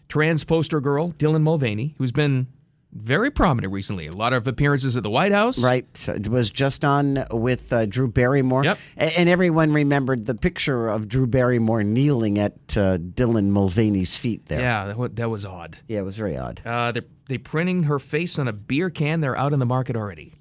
trans poster girl Dylan Mulvaney, who's been very prominent recently. A lot of appearances at the White House. Right. So It was just on with uh, Drew Barrymore. Yep. A- And, everyone remembered the picture of Drew Barrymore kneeling at uh, Dylan Mulvaney's feet there. Yeah, that, wa- that was odd. Yeah, it was very odd. Uh, they're, they're printing her face on a beer can. They're out in the market already.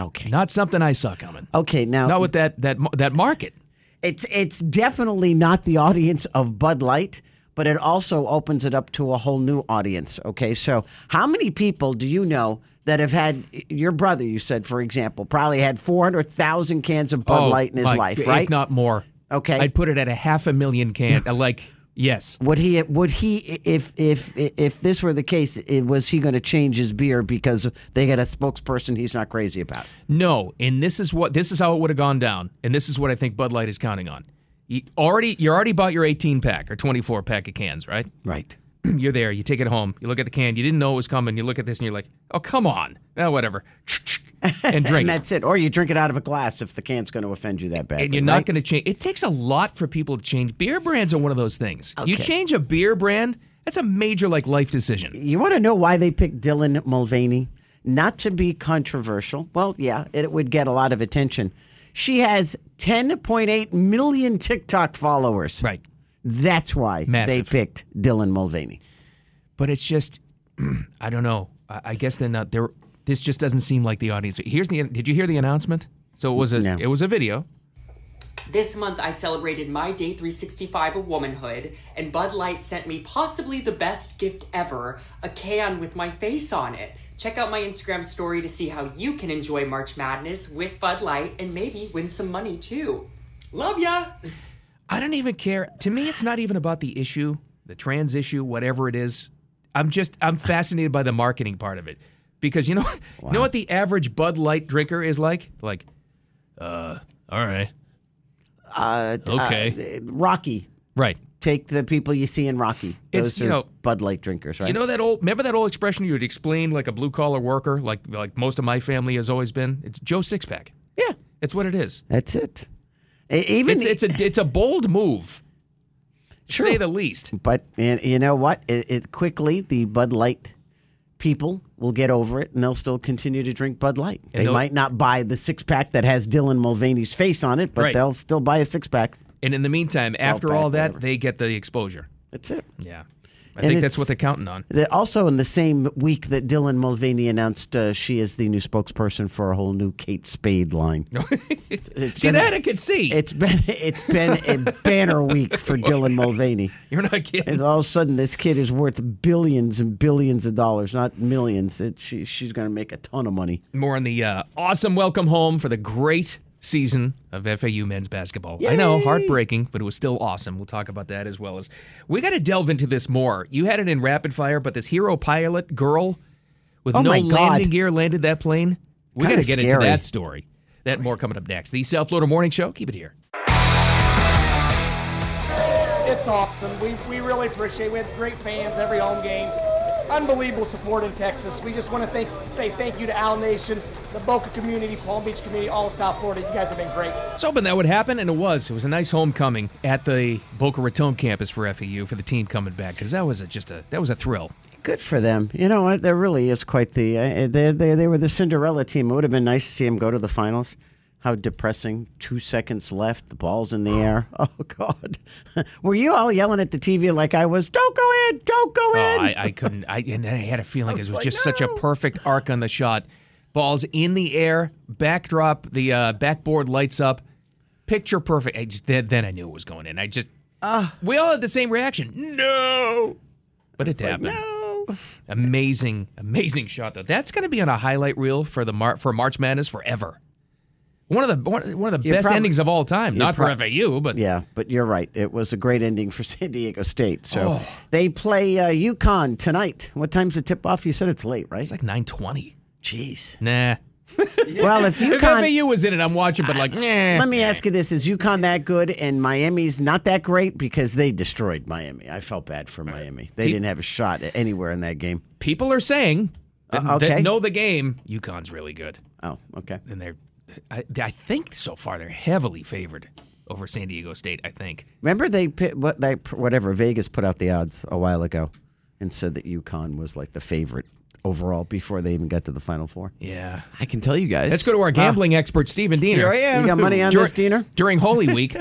Okay. Not something I saw coming. Okay, now Not with that that mar- that market. it's it's definitely not the audience of Bud Light, but it also opens it up to a whole new audience. Okay, so how many people do you know that have had your brother? You said, for example, probably had four hundred thousand cans of Bud Oh, Light in his my- life, right? If not more. Okay. I'd put it at a half a million can. uh, like yes. Would he? Would he? If if if this were the case, it, was he going to change his beer because they got a spokesperson he's not crazy about? No. And this is what this is how it would have gone down. And this is what I think Bud Light is counting on. You already you already bought your 18 pack or 24 pack of cans, right? Right. You're there. You take it home. You look at the can. You didn't know it was coming. You look at this and you're like, oh come on. Oh, whatever. And drink. And it. that's it. Or you drink it out of a glass if the can's going to offend you that bad. and you're not going to change. It takes a lot for people to change. Beer brands are one of those things. You Okay. change a beer brand, that's a major like life decision. You want to know why they picked Dylan Mulvaney? Not to be controversial. Well, yeah, it would get a lot of attention. She has 10.8 million TikTok followers. Right. That's why they Massive. picked Dylan Mulvaney. But it's just, I don't know. I, I guess they're not. They're, this just doesn't seem like the audience. Here's the. Did you hear the announcement? So it was a. No. It was a video. This month, I celebrated my day 365 of womanhood, and Bud Light sent me possibly the best gift ever a can with my face on it. Check out my Instagram story to see how you can enjoy March Madness with Bud Light and maybe win some money too. Love ya! I don't even care. To me, it's not even about the issue, the trans issue, whatever it is. I'm just I'm fascinated by the marketing part of it because you know you know what the average Bud Light drinker is like like, uh, all right, Uh, Okay. uh, Rocky. right. Take the people you see in Rocky. Those It's, are you know- Bud Light drinkers, right? You know that old remember that old expression you would explain like a blue collar worker, like like most of my family has always been? It's Joe Sixpack. yeah, It's what it is. that's it. E- Even It's the- it's a it's a bold move. to Sure. Say the least. But and you know what? It, it quickly the Bud Light people will get over it, and they'll still continue to drink Bud Light. they they'll- might not buy the six pack that has Dylan Mulvaney's face on it, but Right. they'll still buy a six pack. And in the meantime, after back, all that, whatever. they get the exposure. That's it. Yeah. I think And that's what it's- they're counting on. the- also, in the same week that Dylan Mulvaney announced uh, she is the new spokesperson for a whole new Kate Spade line. Oh, It's See been that a- I could see. It's been it's been a banner week Oh, for Dylan Mulvaney. You're not kidding. And all of a sudden, this kid is worth billions and billions of dollars, not millions. It, she, she's going to make a ton of money. More on the uh, awesome welcome home for the great season of FAU men's basketball. I know, heartbreaking, but it was still awesome. We'll talk about that as well as we got to delve into this more. You had it in rapid fire, but this hero pilot girl with Oh no my God. landing gear landed that plane. We got Kinda to get into scary. that story. That and more coming up next. The South Florida Morning Show. Keep it here. It's awesome. We, we really appreciate it. We have great fans every home game. Unbelievable support in Texas. We just want to thank, say thank you to Al Nation, the Boca community, Palm Beach community, all of South Florida. You guys have been great. I was hoping that would happen, and it was. It was a nice homecoming at the Boca Raton campus for FAU for the team coming back because that was a, just a that was a thrill. Good for them. You know what? There really is quite the. Uh, they, they, they were the Cinderella team. It would have been nice to see them go to the finals. How depressing. Two seconds left. The ball's in the air. Oh, God. were you all yelling at the TV like I was? Don't go in! Don't go Oh, in! I, I couldn't. I and then I had a feeling it was like, just such a no. perfect arc on the shot. Balls in the air, backdrop, the uh, backboard lights up, picture perfect. I just then, then I knew it was going in. I just Ah. we all had the same reaction. No, but it happened. no. Amazing, amazing shot though. That's going to be on a highlight reel for the Mar- for March Madness forever. One of the one, one of the You're best prob- endings of all time. Not prob- for FAU, but Yeah, but you're right. It was a great ending for San Diego State. So Oh. they play uh, UConn tonight. What time's the tip off? You said it's late, right? it's like nine twenty. Jeez. Nah. Well, if If UConn, FAU was in it, I'm watching, but like, nah. let me ask you this: Is UConn that good, and Miami's not that great because they destroyed Miami? I felt bad for Miami. They didn't have a shot at anywhere in that game. people are saying that, Uh, okay. that know the game. UConn's really good, Oh, okay. and they're. I, I think so far they're heavily favored over San Diego State. I think. Remember they pit, what they whatever Vegas put out the odds a while ago, and said that UConn was like the favorite overall before they even got to the Final Four. Yeah. I can tell you guys. Let's go Ah. to our gambling expert, Stephen Diener. Here I am. You got money on Dur- this, Diener? During Holy Week,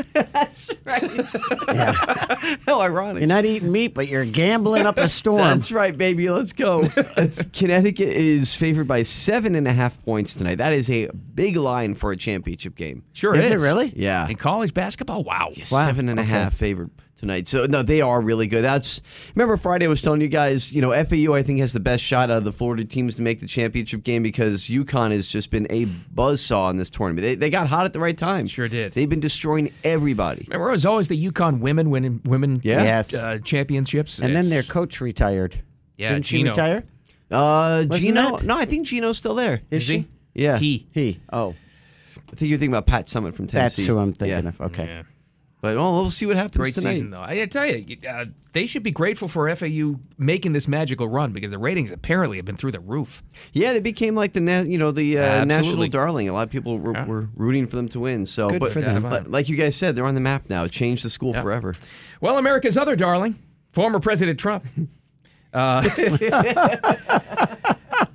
How ironic. You're not eating meat, but you're gambling up a storm. That's right, baby. Let's go. It's- Connecticut is favored by seven and a half points tonight. That is a big line for a championship game. sure Is is, it really? Yeah. In college basketball, wow. Seven and a half favored tonight. So no, they are really good. That's remember Friday I was telling you guys, you know, FAU I think has the best shot out of the Florida teams to make the championship game because UConn has just been a buzzsaw in this tournament. They, they got hot at the right time. Sure did. They've been destroying everybody. Remember, it was always the UConn women winning women Yeah. Yes. uh, championships, And then their It's- coach retired. Yeah, Didn't she Gino. retire? Uh Gino that- No, I think Gino's still there. Is is he? Yeah. He. He. Oh, I think you're thinking about Pat Summit from that's Tennessee. who I'm thinking Yeah. of. Okay. Yeah. But well, we'll see what happens Great tonight. season, though. I gotta tell you, uh, they should be grateful for FAU making this magical run because the ratings apparently have been through the roof. Yeah, they became like the na- you know the uh, national Absolutely. darling. A lot of people were, were rooting for them to win. So, Good but for them. li- like you guys said, they're on the map now. It Changed the school forever. Well, America's other darling, former President Trump, uh,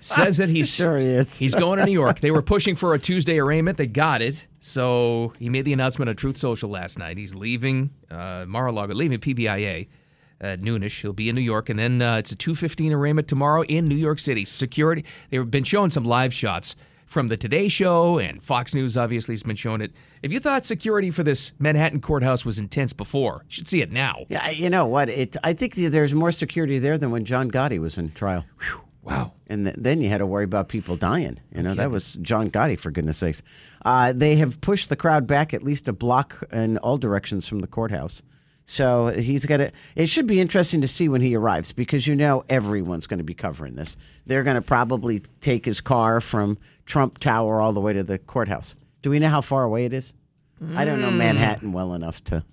says that he's Sure he is. He's going to New York. They were pushing for a Tuesday arraignment. They got it. So he made the announcement on Truth Social last night. He's leaving uh, Mar-a-Lago, leaving PBIA at noonish. He'll be in New York, and then uh, it's a 2:15 arraignment tomorrow in New York City. Security. They've been showing some live shots from the Today Show and Fox News. Obviously, has been showing it. If you thought security for this Manhattan courthouse was intense before, you should see it now. Yeah, I- you know what? It. I think that there's more security there than when John Gotti was in trial. Wow. And th- then you had to worry about people dying. You know, that was John Gotti, for goodness sakes. Uh, they have pushed the crowd back at least a block in all directions from the courthouse. So he's got to. It should be interesting to see when he arrives because you know everyone's going to be covering this. They're going to probably take his car from Trump Tower all the way to the courthouse. Do we know how far away it is? I don't know Manhattan well enough to.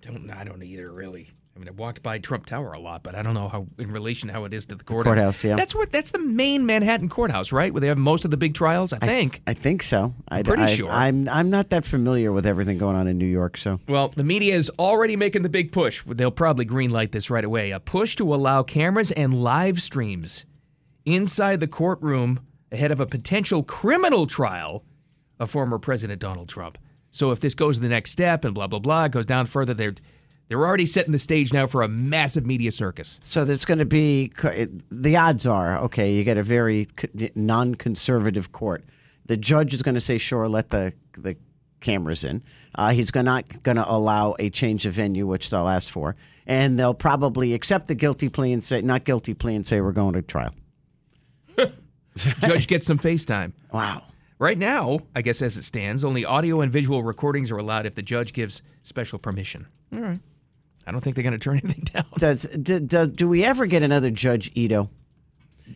Don't I don't either really. I mean, I walked by Trump Tower a lot, but I don't know how in relation to how it is to the courthouse. courthouse, yeah. That's what that's the main Manhattan courthouse, right? Where they have most of the big trials, I think. I think so. I, pretty I, sure. I'm I'm not that familiar with everything going on in New York, so well, the media is already making the big push. They'll probably greenlight this right away. A push to allow cameras and live streams inside the courtroom ahead of a potential criminal trial of former President Donald Trump. So if this goes to the next step and blah blah blah, it goes down further, they're They're already setting the stage now for a massive media circus. So there's going to be the odds are okay. You get a very non-conservative court. The judge is going to say, "Sure, let the the cameras in." Uh, he's gonna- not going to allow a change of venue, which they'll ask for, and they'll probably accept the guilty plea and say not guilty plea and say we're going to trial. Judge gets some FaceTime. Wow. Right now, I guess as it stands, only audio and visual recordings are allowed if the judge gives special permission. All right. I don't think they're going to turn anything down. Does do, do, do we ever get another Judge Ito?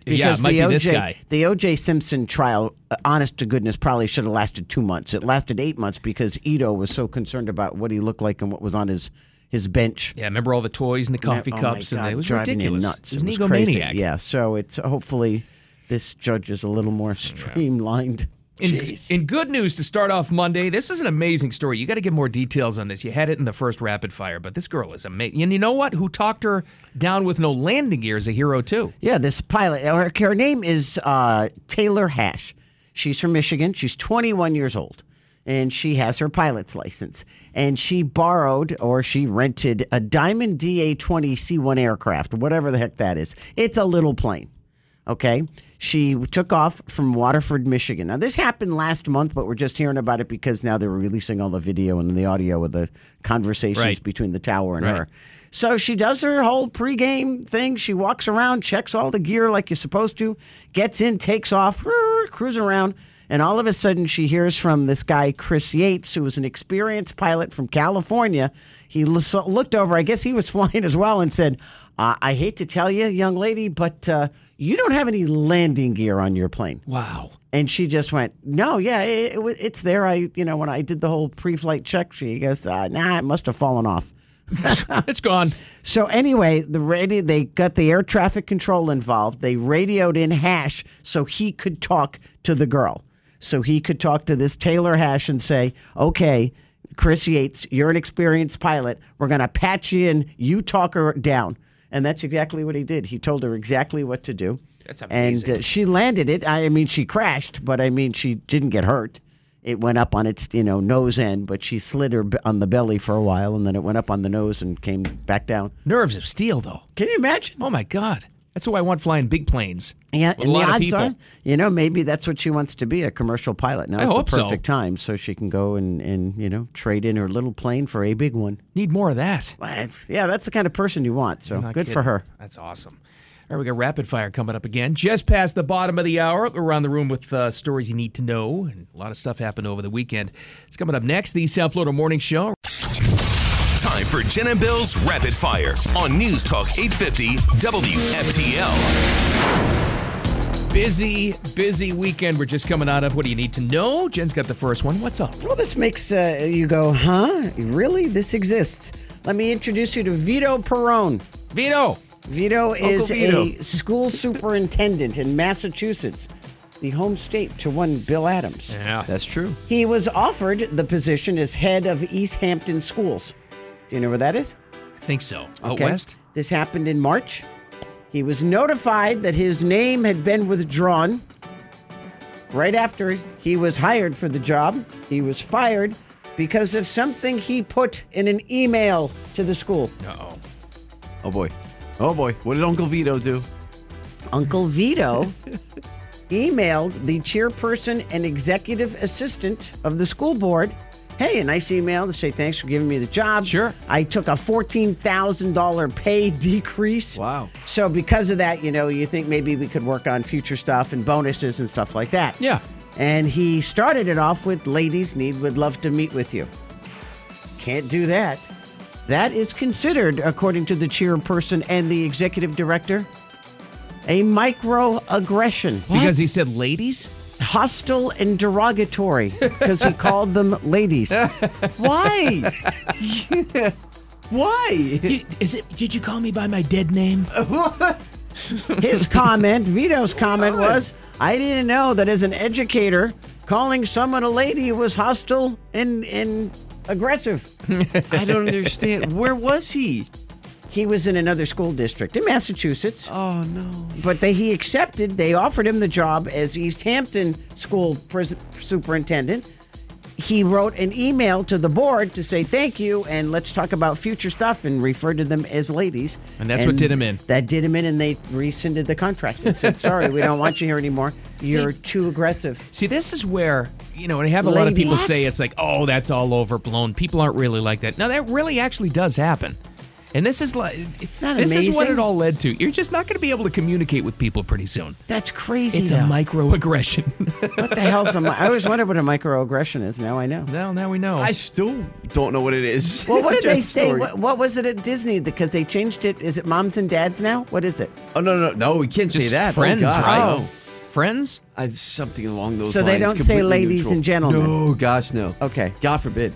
Yeah, it might the be OJ, this guy. the OJ Simpson trial, uh, honest to goodness, probably should have lasted two months. It lasted eight months because Ito was so concerned about what he looked like and what was on his his bench. Yeah, remember all the toys and the coffee Oh my cups, and God, it was driving you ridiculous. Nuts. It was an egomaniac. crazy. Yeah, so it's hopefully this judge is a little more streamlined. In, in good news to start off Monday, this is an amazing story. You got to give more details on this. You had it in the first rapid fire, but this girl is amazing. And you know what? Who talked her down with no landing gear is a hero too. Yeah, this pilot. Her, her name is uh, Taylor Hash. She's from Michigan. She's 21 years old, and she has her pilot's license. And she borrowed or she rented a Diamond DA-20 C-1 aircraft, whatever the heck that is. It's a little plane. Okay. She took off from Waterford, Michigan. Now, this happened last month, but we're just hearing about it because now they're releasing all the video and the audio of the conversations Right. between the tower and Right. her. So she does her whole pregame thing. She walks around, checks all the gear like you're supposed to, gets in, takes off, cruising around. And all of a sudden, she hears from this guy, Chris Yates, who was an experienced pilot from California. He l- so- looked over, I guess he was flying as well, and said, uh, I hate to tell you, young lady, but uh, you don't have any landing gear on your plane. Wow. And she just went, no, yeah, it, it, wa- it's there. I, you know, when I did the whole pre-flight check, she goes, uh, nah, it must have fallen off. Ah. it's gone. So anyway, the radio they got the air traffic control involved. They radioed in Hash so he could talk to the girl. So he could talk to this Taylor Hash and say, "Okay, Chris Yates, you're an experienced pilot. We're going to patch you in. You talk her down." And that's exactly what he did. He told her exactly what to do. That's And uh, she landed it. I mean, she crashed, but I mean, she didn't get hurt. It went up on its, you know, nose end, but she slid her b- on the belly for a while, and then it went up on the nose and came back down. Nerves of steel, though. Can you imagine? Oh my God, that's why I want flying big planes. Yeah, with and a lot the of odds people. are, you know, maybe that's what she wants to be, a commercial pilot. Now I is the hope so. perfect time, so she can go and, and you know trade in her little plane for a big one. Need more of that. Yeah, that's the kind of person you want. So Not good kidding. for her. That's awesome. All right, we got rapid fire coming up again. Just past the bottom of the hour, around the room with uh, stories you need to know, and a lot of stuff happened over the weekend. It's coming up next. The South Florida Morning Show. Time for Jen and Bill's Rapid Fire on News Talk 850 WFTL. Busy, busy weekend. We're just coming out of. What do you need to know? Jen's got the first one. What's up? Well, this makes uh, you go, huh? Really? This exists. Let me introduce you to Vito Perone. Vito. Vito is Vito. a school superintendent in Massachusetts, the home state to one Bill Adams. Yeah, that's true. He was offered the position as head of East Hampton Schools. Do you know where that is? I think so. Out west. This happened in March. He was notified that his name had been withdrawn. Right after he was hired for the job, he was fired because of something he put in an email to the school. Uh oh. Oh boy. Oh boy. What did Uncle Vito do? Uncle Vito emailed the chairperson and executive assistant of the school board. Hey, a nice email to say thanks for giving me the job. Sure. I took a fourteen thousand dollar pay decrease. Wow. So because of that, you know, you think maybe we could work on future stuff and bonuses and stuff like that. Yeah. And he started it off with ladies need would love to meet with you. Can't do that. That is considered, according to the chairperson and the executive director, a microaggression. Because he said ladies? Hostile and derogatory because he called them ladies. Why? Why? is it? Did you call me by my dead name? His comment, Vito's comment was, I didn't know that as an educator, calling someone a lady was hostile and, and aggressive. I don't understand. Where was he? He was in another school district in Massachusetts. Oh no. But they, he accepted. They offered him the job as East Hampton School pres- Superintendent. he wrote an email to the board to say thank you and let's talk about future stuff and referred to them as ladies. And that's what did him in. That did him in, and they rescinded the contract and said, sorry, we don't want you here anymore. You're too aggressive. See, this is where, you know, and I have a lot of Lady. people What? say it's like, oh, that's all overblown. People aren't really like that. Now, that really actually does happen. And this is like, that this is what amazing? it all led to. You're just not going to be able to communicate with people pretty soon. That's crazy. It's a though. microaggression. What the hell's a mi- I always wondered what a microaggression is. Now I know. well, now we know. I still don't know what it is. Well, what did they Jeff's say? story. What, what was it at Disney? Because they changed it. Is it moms and dads now? What is it? Oh no, no, no! We can't say Just that. friends, oh, God. right? Oh. Friends? I, something along those So lines. they don't say completely ladies neutral. and gentlemen? No, gosh, no. Okay. God forbid.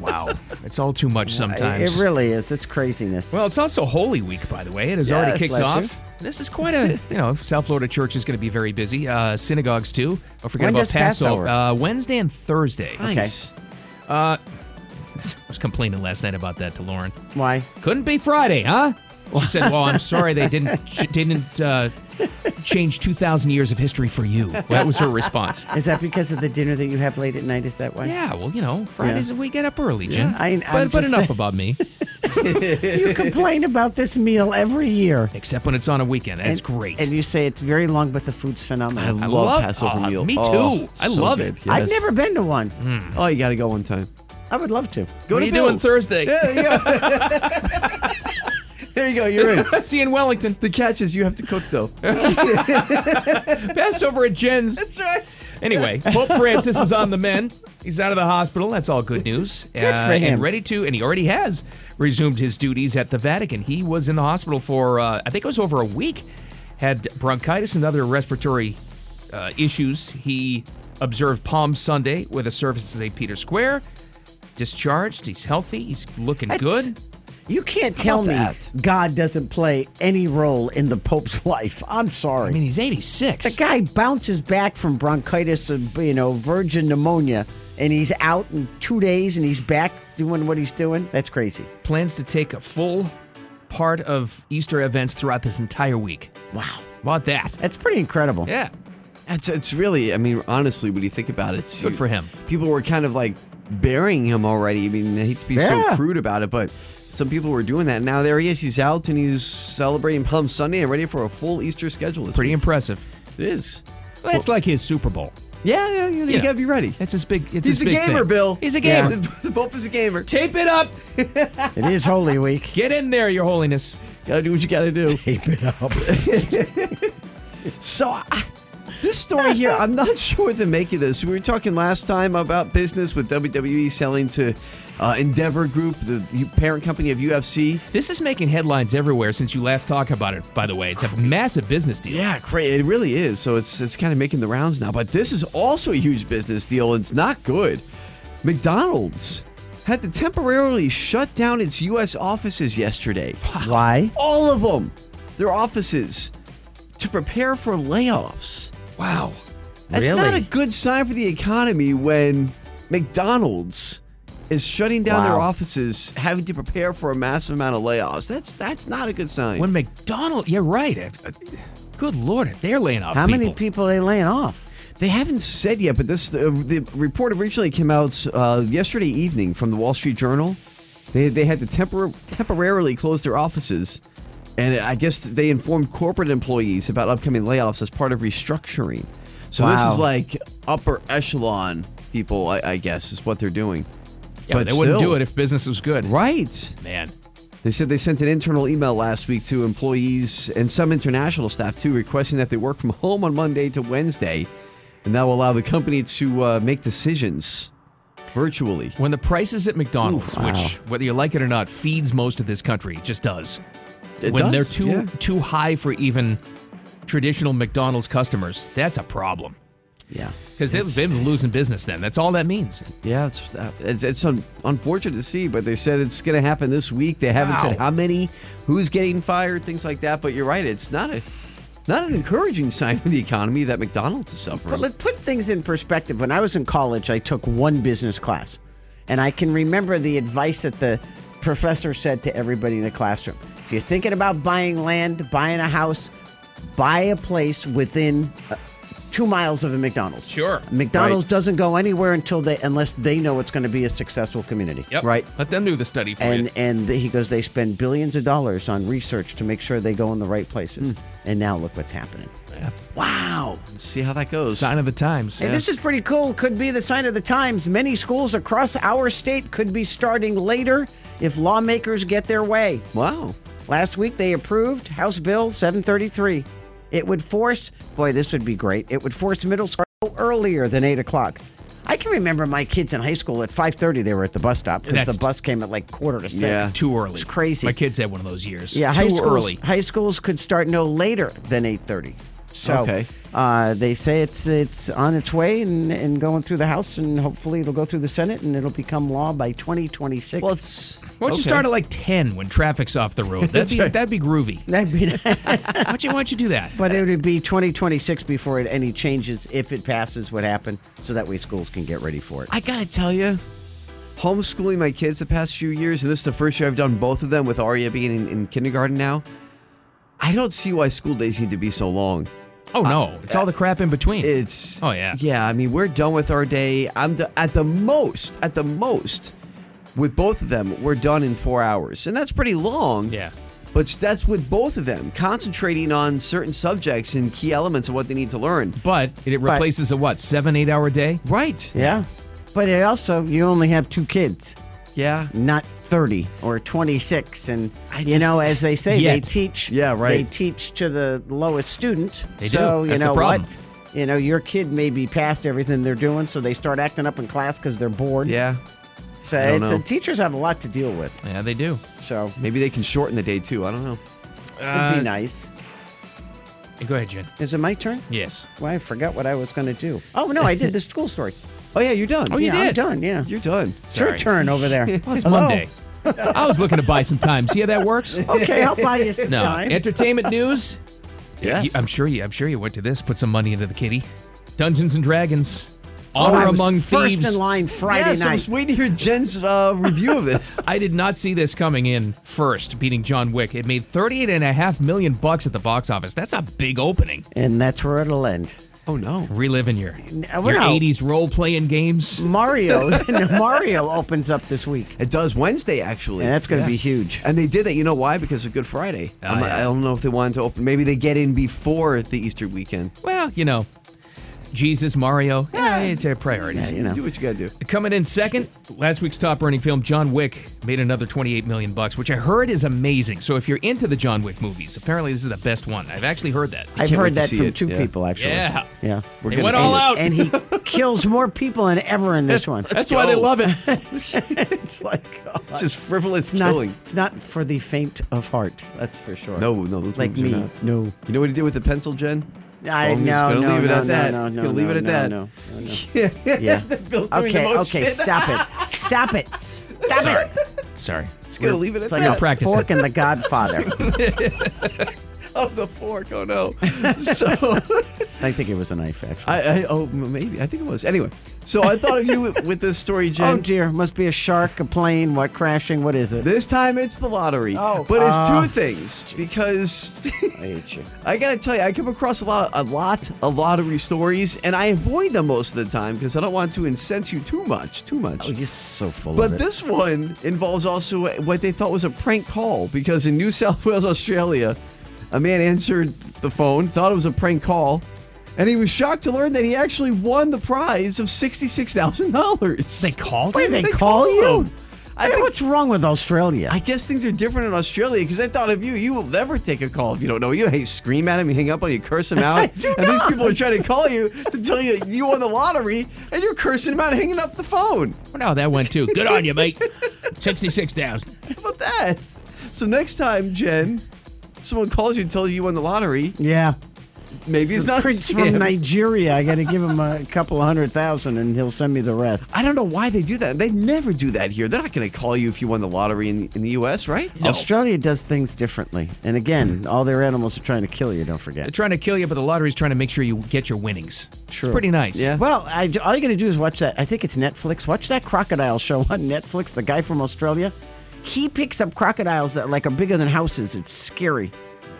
Wow. it's all too much I- sometimes. It really is. It's craziness. Well, it's also Holy Week, by the way. It has already Yes, kicked bless off. you. This is quite a, you know, South Florida church is going to be very busy. Uh, synagogues, too. Don't forget When about does Passover? Uh, Wednesday and Thursday. Nice. I was complaining last night about that to Lauren. Why? Couldn't be Friday, huh? She said, "Well, I'm sorry they didn't ch- didn't uh, change 2,000 years of history for you." Well, that was her response. Is that because of the dinner that you have late at night? Is that why? Yeah, well, you know, Fridays we get up early, Jim. I- I'm but but just enough saying. about me. You complain about this meal every year. Except when it's on a weekend, that's And- great. And you say it's very long, but the food's phenomenal. I love- Passover oh, meal. me Oh, too. I so love good. it. Yes. I've never been to one. Oh, you got to go one time. I would love to. Go What to are you doing Bill's. Thursday? Yeah, there you go. there you go. You're in. See you in Wellington. The catch is you have to cook though. Passover at Jen's. That's right. Anyway, Pope Francis is on the mend. He's out of the hospital. That's all good news. Good for him. And ready to, and he already has resumed his duties at the Vatican. He was in the hospital for, uh, I think it was over a week, had bronchitis and other respiratory uh, issues. He observed Palm Sunday with a service at St. Peter's Square. Discharged. He's healthy. He's looking good. You can't tell me that? God doesn't play any role in the Pope's life. I'm sorry. I mean, he's 86. The guy bounces back from bronchitis, and, you know, virgin pneumonia, and he's out in two days, and he's back doing what he's doing. That's crazy. plans to take a full part of Easter events throughout this entire week. Wow, About that. that's pretty incredible. Yeah. It's, it's really, I mean, honestly, when you think about it, it's Good for him. People were kind of like burying him already. I mean, I hate to be Yeah. so crude about it, but some people were doing that. Now there he is. He's out and he's celebrating Palm Sunday and ready for a full Easter schedule. This Pretty week. impressive. It is. Well, that's like his Super Bowl. Yeah, yeah, you, Yeah. you gotta be ready. That's his big. It's his He's a big gamer, thing. Bill. He's a gamer. the Pope is a gamer. Tape it up. It is Holy Week. Get in there, Your Holiness. Gotta do what you gotta do. Tape it up. So I, this story here, I'm not sure what to make of this. We were talking last time about business with WWE selling to uh, Endeavor Group, the u- parent company of UFC. This is making headlines everywhere since you last talked about it. By the way, it's a massive business deal. Yeah, crazy. It really is. So it's it's kind of making the rounds now. But this is also a huge business deal. and It's not good. McDonald's had to temporarily shut down its U.S. offices yesterday. Why? All of them, their offices, to prepare for layoffs. Wow. That's not Really? a good sign for the economy when McDonald's is shutting down their Wow. offices, having to prepare for a massive amount of layoffs. That's that's not a good sign. When McDonald, yeah, right. Uh, uh, Good Lord, they're laying off. How people. many people are they laying off? They haven't said yet, but this the, the report originally came out uh, yesterday evening from the Wall Street Journal. They, they had to tempor- temporarily close their offices, and I guess they informed corporate employees about upcoming layoffs as part of restructuring. So this Wow. is like upper echelon people, I, I guess, is what they're doing. Yeah, but but they wouldn't still. do it if business was good. Right. Man. They said they sent an internal email last week to employees and some international staff too, requesting that they work from home on Monday to Wednesday, and that will allow the company to uh, make decisions virtually. When the prices at McDonald's, Ooh, wow. which whether you like it or not, feeds most of this country, it just does. It when they're does, too yeah. too high for even traditional McDonald's customers, that's a problem. yeah, Because they've been losing business then. That's all that means. yeah, it's uh, it's, it's un- unfortunate to see, but they said it's going to happen this week. They haven't said Wow. how many, who's getting fired, things like that. But you're right, it's not a not an encouraging sign for the economy that McDonald's is suffering. But let's put things in perspective. When I was in college, I took one business class, and I can remember the advice that the professor said to everybody in the classroom. If you're thinking about buying land, buying a house, buy a place within uh, two miles of a McDonald's. Sure. McDonald's doesn't go anywhere until they unless they know it's going to be a successful community. Yep. Right. Let them do the study for And you. and he goes, they spend billions of dollars on research to make sure they go in the right places. Hmm. And now look what's happening. Wow. See how that goes. Sign of the times. And this is pretty cool. Could be the sign of the times. Many schools across our state could be starting later if lawmakers get their way. Wow. Last week they approved House Bill 733. It would force, boy, this would be great. It would force middle school earlier than eight o'clock. I can remember my kids in high school at 5:30 they were at the bus stop because That's- the bus came at like quarter to six. Yeah. too early. It's crazy. My kids had one of those years. Yeah, too high schools, early. High schools could start no later than eight thirty. So Okay. uh, they say it's it's on its way and, and going through the House and hopefully it'll go through the Senate and it'll become law by twenty twenty six. Well, it's, Why don't you okay. start at like ten when traffic's off the road? That'd be that'd be groovy. That'd be, Why don't you why don't you do that? but it would be twenty twenty six before it, any changes, if it passes, would happen, so that way schools can get ready for it. I gotta tell you, homeschooling my kids the past few years, and this is the first year I've done both of them with Aria being in, in kindergarten now. I don't see why school days need to be so long. Oh no, it's all the crap in between. uh, It's Oh, yeah. yeah. I mean, we're done with our day. I'm d- at the most, at the most, with both of them, we're done in four hours, and that's pretty long. Yeah. But that's with both of them concentrating on certain subjects and key elements of what they need to learn. but it replaces a what seven eight hour day? Right. yeah, but it also you only have two kids. Yeah. not 30 or 26 and I you just- know as they say they Yet. teach Yeah, right. they teach to the lowest student They so do. you That's the know problem. what you know your kid may be past everything they're doing so they start acting up in class because they're bored Yeah. so I don't it's know. uh, teachers have a lot to deal with Yeah, they do. so Maybe they can shorten the day too. I don't know. Uh, it'd be nice Go ahead, Jen. is it my turn Yes. well i forgot what i was going to do oh no i did the school story Oh yeah, you're done. Oh, you yeah i'm did. done yeah You're done. it's your Sorry. turn over there Well, it's Hello? Monday. I was looking to buy some time. See how that works? okay i'll buy you some No. time Entertainment news. Yes. You- I'm sure you. I'm sure you went to this. Put some money into the kitty. Dungeons and Dragons. Oh, I Honor was among first thieves. in line friday yes, night I was waiting to hear Jen's uh, review of this. I did not see this coming in first, beating John Wick. It made 38 and a half million bucks at the box office. That's a big opening. and that's where it'll end oh no. Reliving your, No, your no. 80s role playing games. Mario Mario opens up this week. It does Wednesday actually. And that's gonna Yeah. be huge. And they did that. You know why? Because of Good Friday. Oh, I'm- yeah. I don't know if they wanted to open. Maybe they get in before the Easter weekend. Well, you know, Jesus, Mario. Yeah, it's their priorities. You know. Do what you gotta do. Coming in second, last week's top earning film, John Wick, made another 28 million bucks, which I heard is amazing. So if you're into the John Wick movies, apparently this is the best one. I've actually heard that. I've can't wait heard to that see from it, two yeah. people actually. Yeah. Yeah. We're It gonna went see all it. out. And he kills more people than ever in this one. That's why they love it. it's like oh, Just frivolous it's not, killing. it's not for the faint of heart, that's for sure. No, no, those Like movies are me. not. No. You know what he did with the pencil, Jen? I So I'm just no, gonna no, leave it no, at no, that. no, Just no, gonna leave no, it at no, that. No, no, no. Yeah. Bill's doing the okay, most okay, shit. stop it. Stop it. Stop Sorry. it. Sorry. Just gonna leave it at It's like that. a practice fork it. in the Godfather. Oh, the fork. Oh no. so I think it was a knife, actually. I, I oh m- maybe I think it was. Anyway, so I thought of you with, with this story, Jen. oh dear, must be a shark, a plane, what crashing? What is it? This time it's the lottery. Oh. but it's Ah. two things because I hate you. I gotta tell you, I come across a lot, a lot of lottery stories, and I avoid them most of the time because I don't want to incense you too much, too much. Oh, you're so full of But it. this one involves also what they thought was a prank call because in New South Wales, Australia, a man answered the phone, thought it was a prank call, and he was shocked to learn that he actually won the prize of sixty-six thousand dollars. They called Wait, him? they call you? I Hey, think what's wrong with Australia? I guess things are different in Australia because I thought of you. You will never take a call if you don't know you. Hey, scream at him, you hang up on you, curse him out. do and these not. people are trying to call you to tell you you won the lottery, and you're cursing him out, and hanging up the phone. Well, no, that went too. Good on you, mate. 66,000. How about that? So next time, Jen, someone calls you and tells you you won the lottery, yeah. maybe it's not Prince scam. from Nigeria. I got to give him a couple of hundred thousand and he'll send me the rest. I don't know why they do that. They never do that here. They're not going to call you if you won the lottery in, in the U.S., right? Australia does things differently. And Mm-hmm. again, all their animals are trying to kill you, don't They're forget. trying to kill you, but the lottery's trying to make sure you get your winnings. True. It's pretty nice. Yeah. Well, I, all you got to do is watch that. I think it's Netflix. Watch that crocodile show on Netflix. The guy from Australia, he picks up crocodiles that like are bigger than houses. It's scary.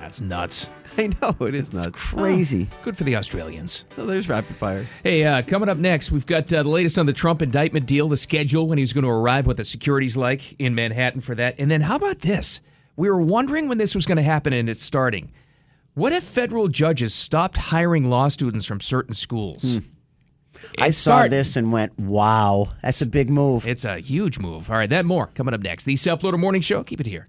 That's nuts. I know it is nuts. crazy. Good for the Australians. So there's rapid fire. Hey, uh, coming up next, we've got uh, the latest on the Trump indictment deal, the schedule, when he's going to arrive, what the security's like in Manhattan for that. And then how about this? We were wondering when this was going to happen, and it's starting. What if federal judges stopped hiring law students from certain schools? I It's saw starting. this and went, wow, that's a big move. It's a huge move. All right, that and more coming up next. The South Florida Morning Show. Keep it here.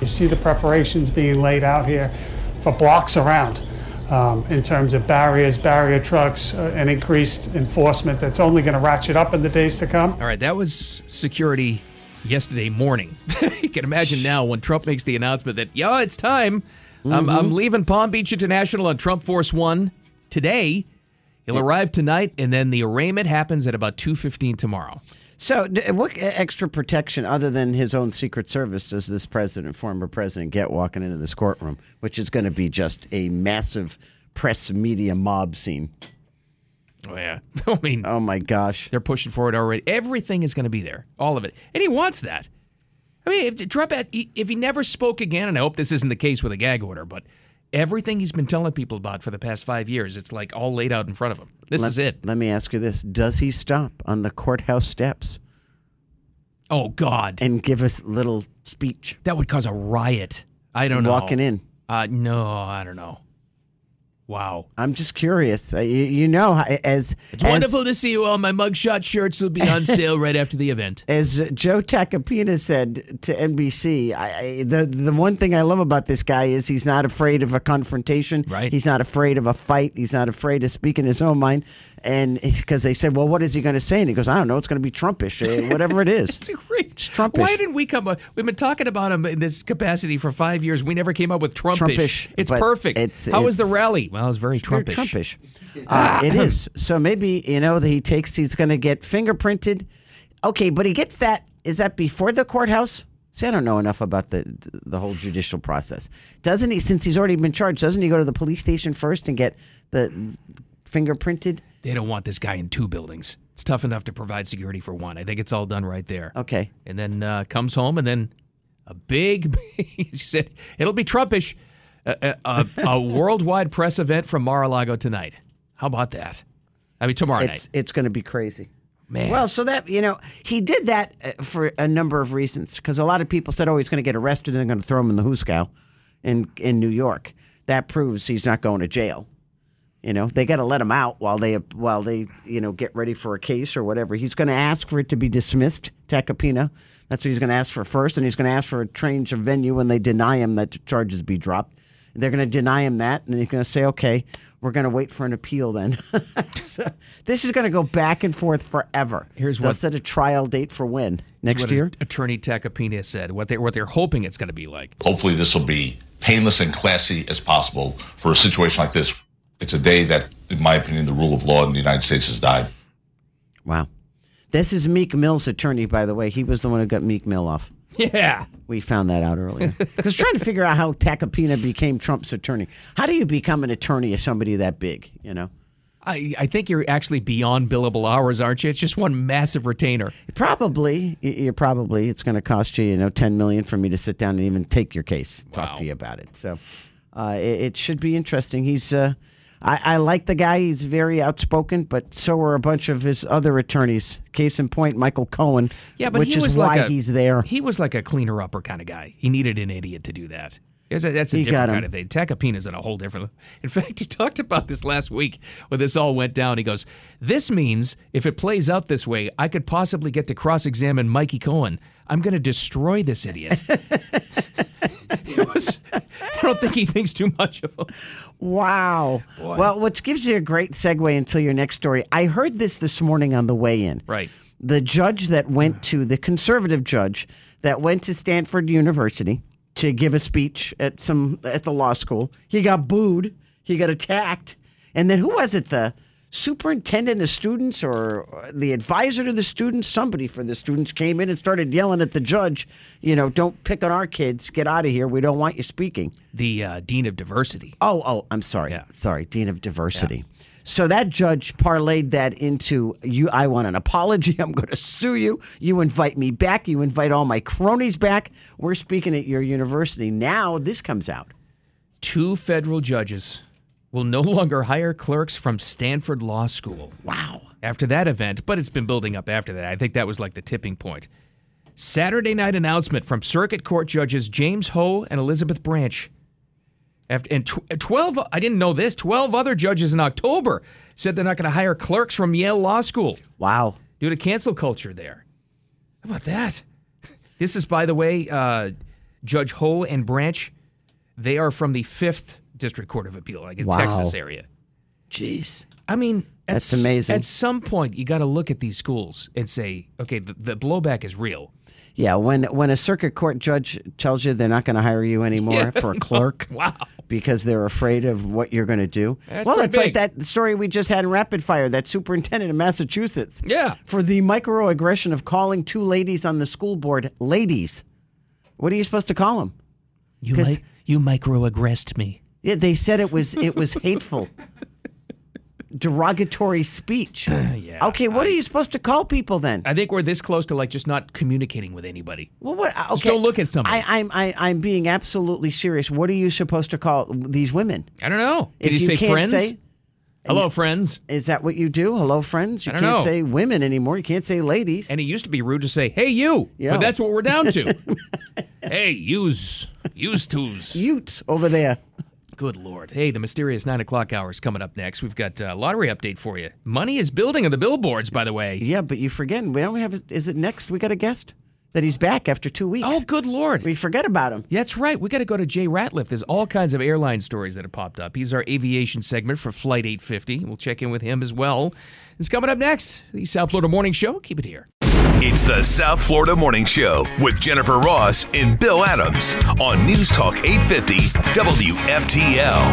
You see the preparations being laid out here for blocks around um, in terms of barriers, barrier trucks, uh, and increased enforcement that's only going to ratchet up in the days to come. All right, that was security yesterday morning. you can imagine now when Trump makes the announcement that, yeah, it's time. I'm, I'm leaving Palm Beach International on Trump Force One today. He'll arrive tonight, and then the arraignment happens at about 2.15 tomorrow. So, d- what e, extra protection other than his own Secret Service does this president, former president, get walking into this courtroom, which is going to be just a massive press media mob scene? Oh, yeah. I mean, oh, my gosh. They're pushing forward already. Everything is going to be there, all of it. And he wants that. I mean, if Trump, had, if he never spoke again, and I hope this isn't the case with a gag order, but everything he's been telling people about for the past five years, it's like all laid out in front of him. This Let- is it. Let me ask you this: Does he stop on the courthouse steps? Oh God! And give a little speech. That would cause a riot. I don't know. Walking in. Uh, no, I don't know. Wow. I'm just curious. Uh, You, you know, I- as It's as- wonderful to see you all. My mugshot shirts will be on sale right after the event. As Joe Tacopina said to NBC, I, I, the the one thing I love about this guy is he's not afraid of a confrontation. Right. He's not afraid of a fight. He's not afraid of speaking his own mind. And because they said, "Well, what is he going to say?" and he goes, "I don't know. It's going to be Trumpish, eh, whatever it is." it's great. Trumpish. Why didn't we come up? We've been talking about him in this capacity for five years. We never came up with Trumpish. Trumpish, it's but perfect. it's- How was the it's- rally? Well, it was very Very Trumpish. Trumpish. Uh, it is. So maybe you know that he takes. He's going to get fingerprinted. Okay, but he gets that. Is that before the courthouse? See, I don't know enough about the the whole judicial process. Doesn't he? Since he's already been charged, doesn't he go to the police station first and get the fingerprinted? They don't want this guy in two buildings. It's tough enough to provide security for one. I think it's all done right there. Okay. And then uh, comes home, and then a big, he said, it'll be Trumpish, a, a, a worldwide press event from Mar a Lago tonight. How about that? I mean, tomorrow It's night. it's going to be crazy. Man. Well, so that you know, he did that uh, for a number of reasons because a lot of people said, "Oh, he's going to get arrested and they're going to throw him in the hooscow in in New York." That proves he's not going to jail. You know, they got to let him out while they while they you know get ready for a case or whatever. He's going to ask for it to be dismissed. Tacopina, that's what he's going to ask for first, and he's going to ask for a change of venue when they deny him that the charges be dropped. They're going to deny him that, and then he's going to say, "Okay, we're going to wait for an appeal." Then So this is going to go back and forth forever. Here's They'll what- set a trial date for when next What year. Attorney Tacopina said what they what they're hoping it's going to be like. Hopefully, this will be painless and classy as possible for a situation like this. It's a day that, in my opinion, the rule of law in the United States has died. Wow, this is Meek Mill's attorney, by the way. He was the one who got Meek Mill off. Yeah. We found that out earlier. I was trying to figure out how Tacopina became Trump's attorney. How do you become an attorney of somebody that big? You know, I, I think you're actually beyond billable hours, aren't you? It's just one massive retainer. probably y- you're probably it's going to cost you you know ten million for me to sit down and even take your case, talk to you about it. So uh, it, it should be interesting. He's uh, I, I like the guy. He's very outspoken, but so are a bunch of his other attorneys. Case in point, Michael Cohen, Yeah, but which he is was why like a, he's there. He was like a cleaner upper kind of guy. He needed an idiot to do that. That's a, that's a He got different him. kind of thing. Tacopina's in a whole different. In fact, he talked about this last week when this all went down. He goes, "This means if it plays out this way, I could possibly get to cross-examine Mikey Cohen. I'm going to destroy this idiot." it was. I don't think he thinks too much of him. Wow. Boy. Well, which gives you a great segue into your next story. I heard this this morning on the way in. Right. The judge that went to, the conservative judge that went to Stanford University to give a speech at some at the law school, he got booed, he got attacked. And then who was it? The superintendent of students or the advisor to the students, somebody for the students came in and started yelling at the judge, you know, don't pick on our kids, get out of here, we don't want you speaking. The uh, dean of diversity. Oh, oh, I'm sorry. Sorry, dean of diversity. So that judge parlayed that into you. I want an apology. I'm going to sue you. You invite me back. You invite all my cronies back. We're speaking at your university. Now this comes out. Two federal judges will no longer hire clerks from Stanford Law School. Wow. After that event, but it's been building up after that. I think that was like the tipping point. Saturday night announcement from Circuit Court judges James Ho and Elizabeth Branch. After, and tw- 12, I didn't know this, 12 other judges in October said they're not going to hire clerks from Yale Law School. Wow. Due to cancel culture there. How about that? This is, by the way, uh, Judge Ho and Branch. They are from the 5th District Court of Appeal, like in Wow. Texas area. Jeez. I mean, at That's s- amazing. At some point, you got to look at these schools and say, okay, the, the blowback is real. Yeah. When when a circuit court judge tells you they're not going to hire you anymore Yeah, for a no. clerk. Wow. Because they're afraid of what you're going to do. That's well, pretty it's like that story we just had in Rapid Fire, that superintendent in Massachusetts. Yeah. For the microaggression of calling two ladies on the school board ladies. What are you supposed to call them? You, 'Cause- mi- you microaggressed me. Yeah, they said it was it was hateful. Derogatory speech. yeah, okay, what are you supposed to call people then? I think we're this close to like just not communicating with anybody. Well, what? uh, Okay. Just don't look at somebody. I, I'm I, I'm being absolutely serious. What are you supposed to call these women? I don't know. Did If you, you say can't friends? say- Hello, friends. Is that what you do? Hello, friends. You I don't can't know. say women anymore. You can't say ladies. And it used to be rude to say, hey, you. Yeah. But that's what we're down to. hey, yous. Yous twos. Utes over there. Good Lord. Hey, the mysterious 9 o'clock hour is coming up next. We've got a lottery update for you. Money is building on the billboards, by the way. Yeah, but you forget. We don't have. Is it next? We got a guest that he's back after two weeks. Oh, good Lord. We forget about him. That's right. We got to go to Jay Ratliff. There's all kinds of airline stories that have popped up. He's our aviation segment for Flight 850. We'll check in with him as well. It's coming up next. The South Florida Morning Show. Keep it here. It's the South Florida Morning Show with Jennifer Ross and Bill Adams on News Talk 850 WFTL.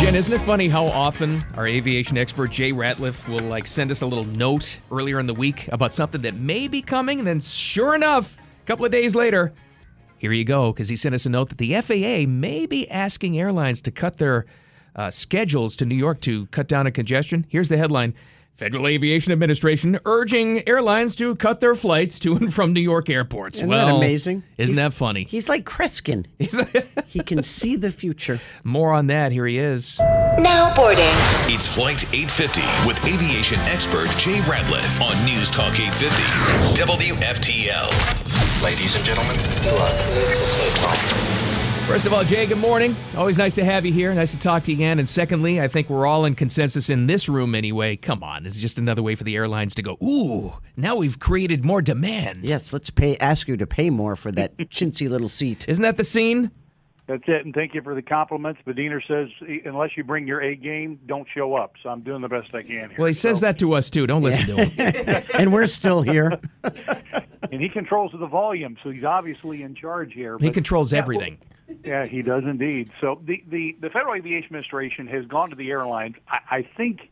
Jen, isn't it funny how often our aviation expert Jay Ratliff will like send us a little note earlier in the week about something that may be coming, and then sure enough, a couple of days later, here you go, because he sent us a note that the FAA may be asking airlines to cut their uh, schedules to New York to cut down on congestion. Here's the headline. Federal Aviation Administration urging airlines to cut their flights to and from New York airports. Isn't well, that amazing? Isn't He's- that funny? He's like Kreskin. he can see the future. More on that. Here he is. Now boarding. It's Flight 850 with aviation expert Jay Ratliff on News Talk 850 WFTL. Ladies and gentlemen, First of all, Jay, good morning. Always nice to have you here. Nice to talk to you again. And secondly, I think we're all in consensus in this room anyway. Come on, this is just another way for the airlines to go, ooh, now we've created more demand. Yes, let's pay. Ask you to pay more for that chintzy little seat. Isn't that the scene? That's it, and thank you for the compliments. Medina says, unless you bring your A game, don't show up. So I'm doing the best I can here. Well, he says that to us too. Don't listen to him. and we're still here. And he controls the volume, so he's obviously in charge here. He but- controls Yeah, everything. well, Yeah, he does indeed. So the, the, the Federal Aviation Administration has gone to the airlines, I, I think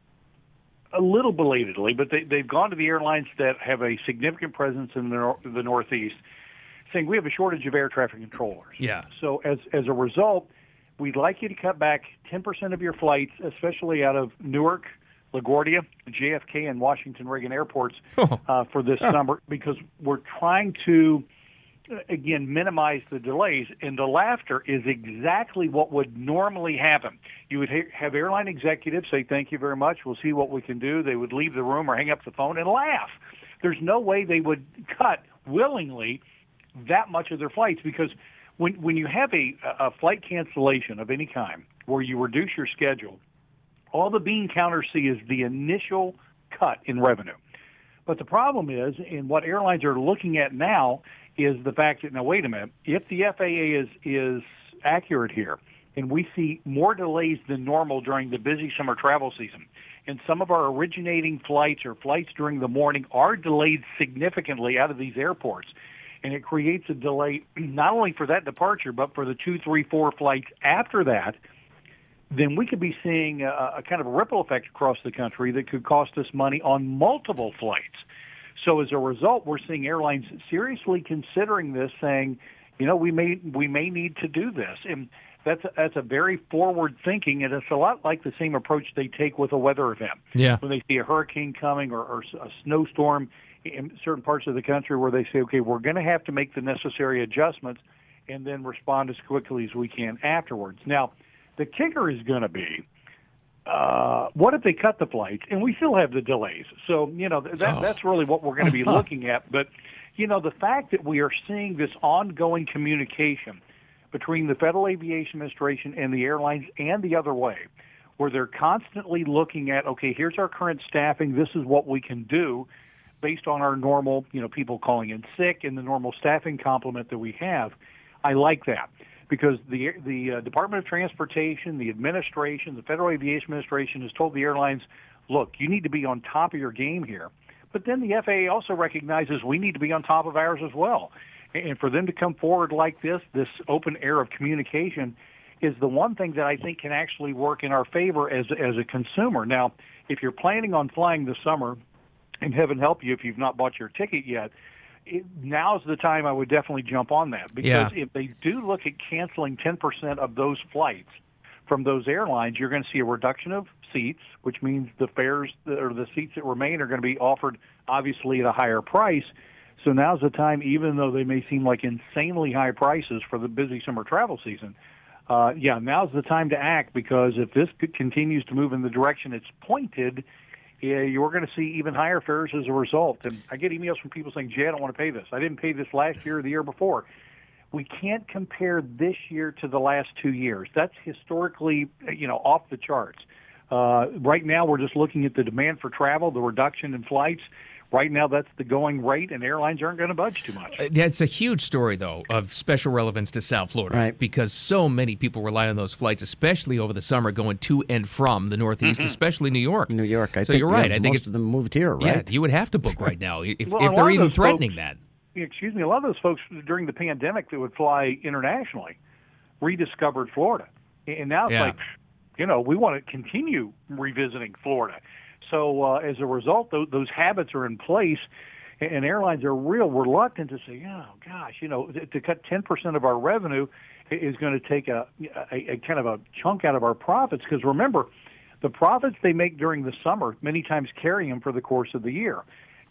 a little belatedly, but they, they've gone to the airlines that have a significant presence in the, nor- the Northeast, saying we have a shortage of air traffic controllers. Yeah. So as, as a result, we'd like you to cut back 10% of your flights, especially out of Newark, LaGuardia, JFK, and Washington Reagan airports uh, for this summer, because we're trying to again minimize the delays and the laughter is exactly what would normally happen you would ha- have airline executives say thank you very much we'll see what we can do they would leave the room or hang up the phone and laugh there's no way they would cut willingly that much of their flights because when when you have a a flight cancellation of any kind where you reduce your schedule all the bean counters see is the initial cut in revenue but the problem is, and what airlines are looking at now is the fact that now wait a minute, if the FAA is is accurate here, and we see more delays than normal during the busy summer travel season, and some of our originating flights or flights during the morning are delayed significantly out of these airports. And it creates a delay not only for that departure, but for the two, three, four flights after that then we could be seeing a, a kind of a ripple effect across the country that could cost us money on multiple flights. So as a result, we're seeing airlines seriously considering this, saying, you know, we may we may need to do this, and that's a, that's a very forward thinking, and it's a lot like the same approach they take with a weather event. Yeah. when they see a hurricane coming or, or a snowstorm in certain parts of the country, where they say, okay, we're going to have to make the necessary adjustments, and then respond as quickly as we can afterwards. Now. The kicker is going to be uh, what if they cut the flights and we still have the delays? So, you know, th- that, Oh. that's really what we're going to be looking at. But, you know, the fact that we are seeing this ongoing communication between the Federal Aviation Administration and the airlines and the other way, where they're constantly looking at, okay, here's our current staffing, this is what we can do based on our normal, you know, people calling in sick and the normal staffing complement that we have. I like that because the the uh, Department of Transportation, the administration, the Federal Aviation Administration has told the airlines, look, you need to be on top of your game here. But then the FAA also recognizes we need to be on top of ours as well. And for them to come forward like this, this open air of communication is the one thing that I think can actually work in our favor as as a consumer. Now, if you're planning on flying this summer, and heaven help you if you've not bought your ticket yet, it, now's the time I would definitely jump on that because Yeah. if they do look at canceling 10% of those flights from those airlines, you're going to see a reduction of seats, which means the fares that, or the seats that remain are going to be offered obviously at a higher price. So now's the time, even though they may seem like insanely high prices for the busy summer travel season. Uh, yeah, now's the time to act because if this c- continues to move in the direction it's pointed, yeah, you're going to see even higher fares as a result. And I get emails from people saying, Jay, I don't want to pay this. I didn't pay this last year or the year before. We can't compare this year to the last two years. That's historically, you know, off the charts. Uh, right now, we're just looking at the demand for travel, the reduction in flights. Right now, that's the going rate, and airlines aren't going to budge too much. Uh, That's a huge story, though, of special relevance to South Florida, Right. Because so many people rely on those flights, especially over the summer, going to and from the Northeast, Mm-hmm. Mhm. especially New York. New York, I so think, you're right. yeah, I think most it's of them moved here, yeah. right? You would have to book right now if, Well, if a lot they're of even those threatening folks- that. excuse me, a lot of those folks during the pandemic that would fly internationally rediscovered Florida. And now it's Yeah. like, you know, we want to continue revisiting Florida. So uh, as a result, those, those habits are in place, and- and airlines are real reluctant to say, oh, gosh, you know, to, to cut 10% of our revenue i- is going to take a, a, a kind of a chunk out of our profits. Because remember, the profits they make during the summer many times carry them for the course of the year.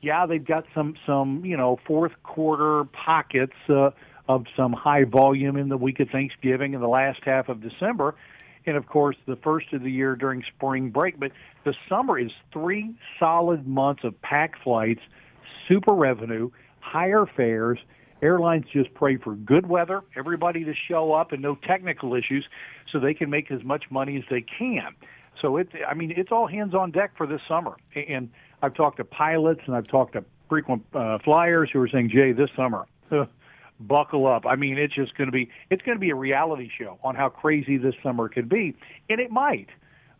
Yeah, they've got some some you know fourth quarter pockets uh, of some high volume in the week of Thanksgiving and the last half of December, and of course the first of the year during spring break. But the summer is three solid months of packed flights, super revenue, higher fares. Airlines just pray for good weather, everybody to show up, and no technical issues, so they can make as much money as they can. So it, I mean, it's all hands on deck for this summer. And I've talked to pilots and I've talked to frequent uh, flyers who are saying, Jay, this summer, buckle up. I mean, it's just going to be, it's going to be a reality show on how crazy this summer could be, and it might.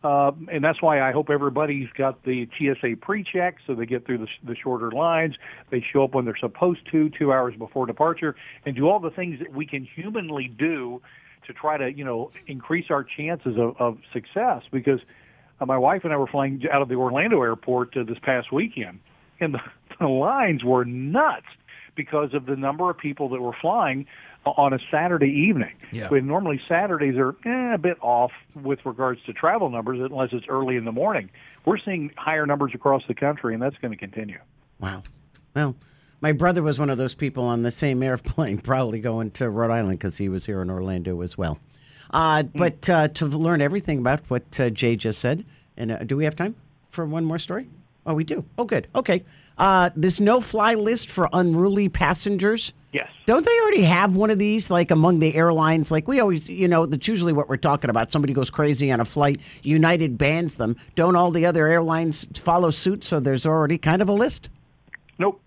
Uh, and that's why I hope everybody's got the TSA pre-check, so they get through the, the shorter lines. They show up when they're supposed to, two hours before departure, and do all the things that we can humanly do to try to you know increase our chances of, of success because uh, my wife and I were flying out of the Orlando airport uh, this past weekend, and the, the lines were nuts because of the number of people that were flying o- on a Saturday evening. Yeah. When normally Saturdays are eh, a bit off with regards to travel numbers, unless it's early in the morning. We're seeing higher numbers across the country, and that's going to continue. Wow. Well, My brother was one of those people on the same airplane, probably going to Rhode Island because he was here in Orlando as well. Uh, but uh, to learn everything about what uh, Jay just said, and uh, do we have time for one more story? Oh, we do. Oh, good. Okay. Uh, this no fly list for unruly passengers. Yes. Don't they already have one of these, like among the airlines? Like we always, you know, that's usually what we're talking about. Somebody goes crazy on a flight, United bans them. Don't all the other airlines follow suit? So there's already kind of a list. Nope.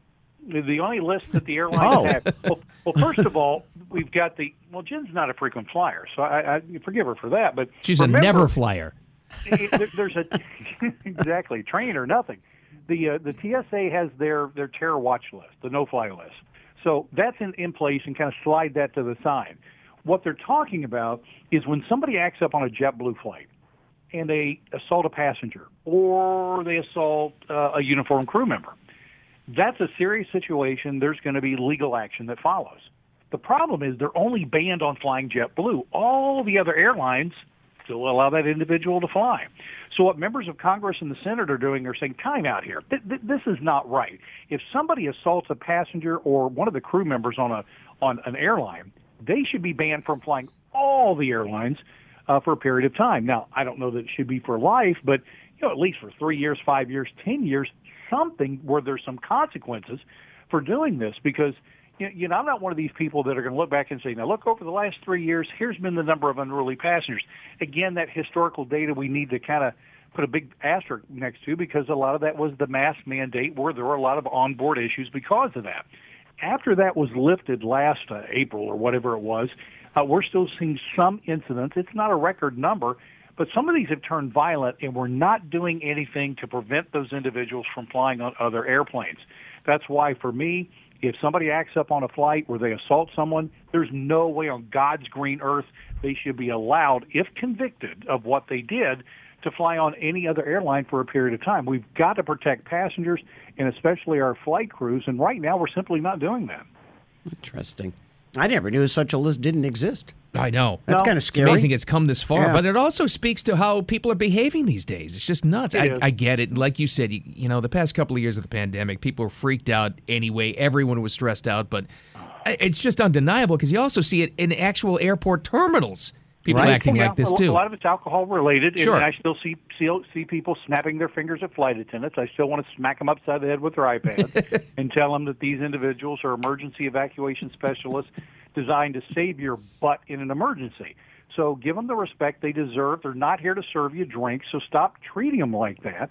The only list that the airlines Oh. have. Well, well, first of all, we've got the. Well, Jen's not a frequent flyer, so I, I forgive her for that. But She's remember- a never flyer. it- there- there's a exactly train or nothing. The uh, the TSA has their their terror watch list, the no fly list. So that's in, in place and kind of slide that to the side. What they're talking about is when somebody acts up on a JetBlue flight and they assault a passenger or they assault uh, a uniformed crew member. That's a serious situation. There's going to be legal action that follows. The problem is they're only banned on flying JetBlue. All the other airlines still allow that individual to fly. So what members of Congress and the Senate are doing are saying, time out here. Th- th- this is not right. If somebody assaults a passenger or one of the crew members on a on an airline, they should be banned from flying all the airlines uh, for a period of time. Now, I don't know that it should be for life, but you know, at least for three years, five years, ten years, something where there's some consequences for doing this because you you know, I'm not one of these people that are going to look back and say, now look, over the last three years, here's been the number of unruly passengers. Again, that historical data we need to kind of put a big asterisk next to because a lot of that was the mask mandate where there were a lot of onboard issues because of that. After that was lifted last uh, April or whatever it was, uh, we're still seeing some incidents. It's not a record number, but some of these have turned violent, and we're not doing anything to prevent those individuals from flying on other airplanes. That's why, for me, if somebody acts up on a flight where they assault someone, there's no way on God's green earth they should be allowed, if convicted of what they did, to fly on any other airline for a period of time. We've got to protect passengers and especially our flight crews, and right now we're simply not doing that. Interesting. I never knew such a list didn't exist. I know. That's No. kind of It's scary. amazing it's come this far, Yeah. but it also speaks to how people are behaving these days. It's just nuts. It I, is. I get it. Like you said, you, you know, the past couple of years of the pandemic, people were freaked out anyway. Everyone was stressed out, but I- it's just undeniable because you also see it in actual airport terminals. People acting Yeah, like this a- too. A lot of it's alcohol related, Sure. and I still see, see see people snapping their fingers at flight attendants. I still want to smack them upside the head with their iPads and tell them that these individuals are emergency evacuation specialists designed to save your butt in an emergency. So give them the respect they deserve. They're not here to serve you drinks, so stop treating them like that.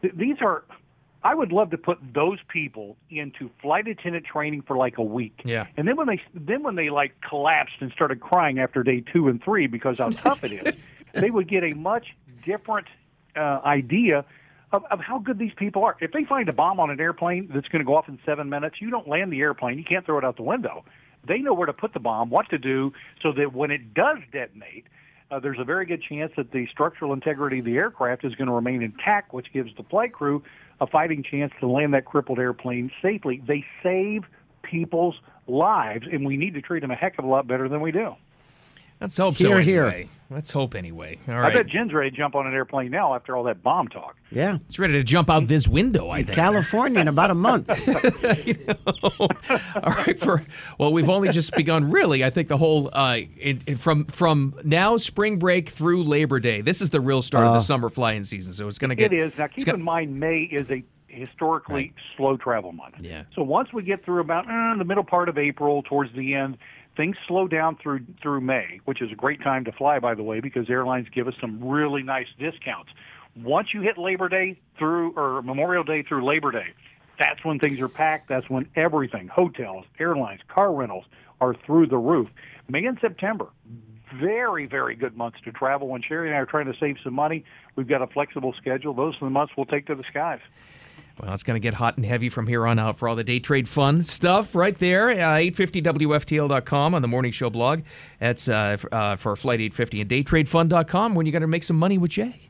Th- these are. I would love to put those people into flight attendant training for like a week. Yeah. And then when they then when they like collapsed and started crying after day two and three because how tough it is, they would get a much different uh, idea of, of how good these people are. If they find a bomb on an airplane that's going to go off in seven minutes, you don't land the airplane. You can't throw it out the window. They know where to put the bomb, what to do, so that when it does detonate, uh, there's a very good chance that the structural integrity of the aircraft is going to remain intact, which gives the flight crew a fighting chance to land that crippled airplane safely. They save people's lives, and we need to treat them a heck of a lot better than we do. Let's hope so. Here, here. Anyway. Let's hope anyway. All I right. bet Jen's ready to jump on an airplane now after all that bomb talk. Yeah. It's ready to jump out this window, I think. California in about a month. All right, for well, we've only just begun. Really, I think the whole uh, in, in- from from now spring break through Labor Day. This is the real start of Uh, the summer flying season. So it's going to get it is. Now, keep gonna- in mind, May is a historically slow travel month. Yeah. So once we get through about eh, the middle part of April, towards the end, things slow down through through May, which is a great time to fly, by the way, because airlines give us some really nice discounts. Once you hit Labor Day through or Memorial Day through Labor Day, that's when things are packed. That's when everything, hotels, airlines, car rentals, are through the roof. May and September, very, very good months to travel. When Sherry and I are trying to save some money, we've got a flexible schedule. Those are the months we'll take to the skies. Well, it's going to get hot and heavy from here on out for all the day trade fun stuff right there. Uh, 850wftl.com on the morning show blog. That's uh, f- uh, for flight 850 and daytradefun.com when you're going to make some money with Jay.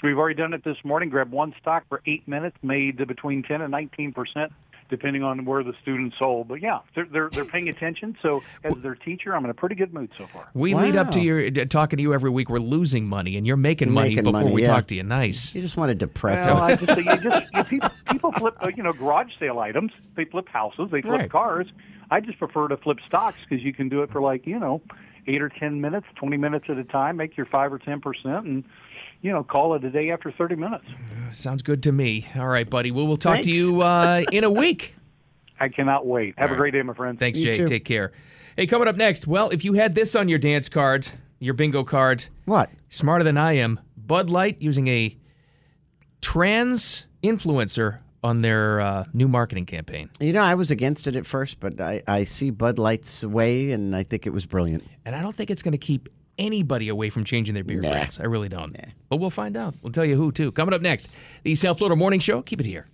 We've already done it this morning. Grabbed one stock for eight minutes, made between 10 and 19 percent. depending on where the students sold. But yeah, they're they're, they're paying attention. So as their teacher, I'm in a pretty good mood so far. We lead up to your d- talking to you every week. We're losing money, and you're making money Making before money, we yeah. talk to you. Nice. You just want to depress Well, uh, I us. just, you just you, people, people flip, uh, you know, garage sale items. They flip houses. They flip Right. cars. I just prefer to flip stocks because you can do it for like you know, eight or ten minutes, twenty minutes at a time. Make your five or ten percent, and you know, call it a day after thirty minutes. Sounds good to me. All right, buddy. Well, we'll talk to Thanks. you uh, in a week. I cannot wait. Have a great day, my friend. Thanks, You Jay. too. Take care. Hey, coming up next. Well, if you had this on your dance card, your bingo card, what? Smarter than I am. Bud Light using a trans influencer on their uh, new marketing campaign. You know, I was against it at first, but I, I see Bud Light's way, and I think it was brilliant. And I don't think it's going to keep anybody away from changing their beer brands. I really don't. But we'll find out. We'll tell you who, too. Coming up next, the South Florida Morning Show. Keep it here.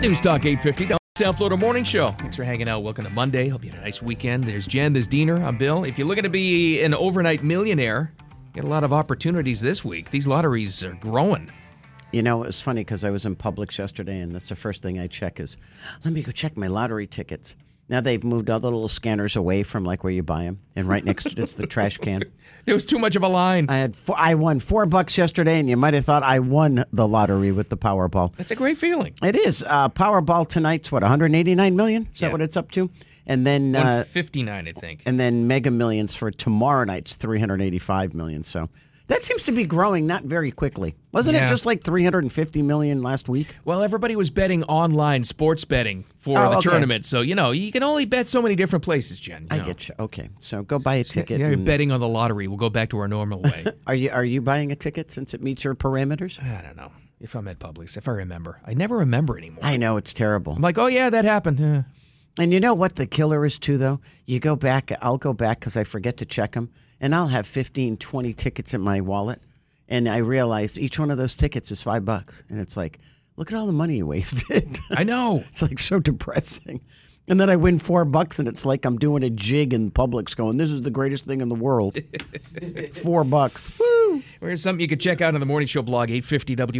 News Talk 850, the South Florida Morning Show. Thanks for hanging out. Welcome to Monday. Hope you had a nice weekend. There's Jen, there's Diener. I'm Bill. If you're looking to be an overnight millionaire, you got a lot of opportunities this week. These lotteries are growing. You know, it was funny because I was in Publix yesterday, and that's the first thing I check is, let me go check my lottery tickets. Now they've moved all the little scanners away from like where you buy them, and right next to it's the trash can. There was too much of a line. I had four, I won four bucks yesterday, and you might have thought I won the lottery with the Powerball. That's a great feeling. It is uh, Powerball tonight's what 189 million. Is Yeah. that what it's up to? And then uh, 159, I think. and then Mega Millions for tomorrow night's 385 million. So that seems to be growing not very quickly. Wasn't Yeah. it just like 350 million last week? Well, everybody was betting online sports betting for Oh, the okay. tournament. So, you know, you can only bet so many different places, Jen. I get you. Okay, so go buy a ticket. Yeah, you're and- betting on the lottery. We'll go back to our normal way. Are you are you buying a ticket since it meets your parameters? I don't know. If I'm at Publix, if I remember. I never remember anymore. I know it's terrible. I'm like, oh yeah, that happened. Yeah. And you know what the killer is too, though. You go back. I'll go back because I forget to check them, and I'll have 15, 20 tickets in my wallet, and I realize each one of those tickets is five bucks, and it's like, look at all the money you wasted. I know. it's like so depressing. And then I win four bucks, and it's like I'm doing a jig in Publix, going, "This is the greatest thing in the world." four bucks. Woo! Here's something you could check out on the Morning Show blog,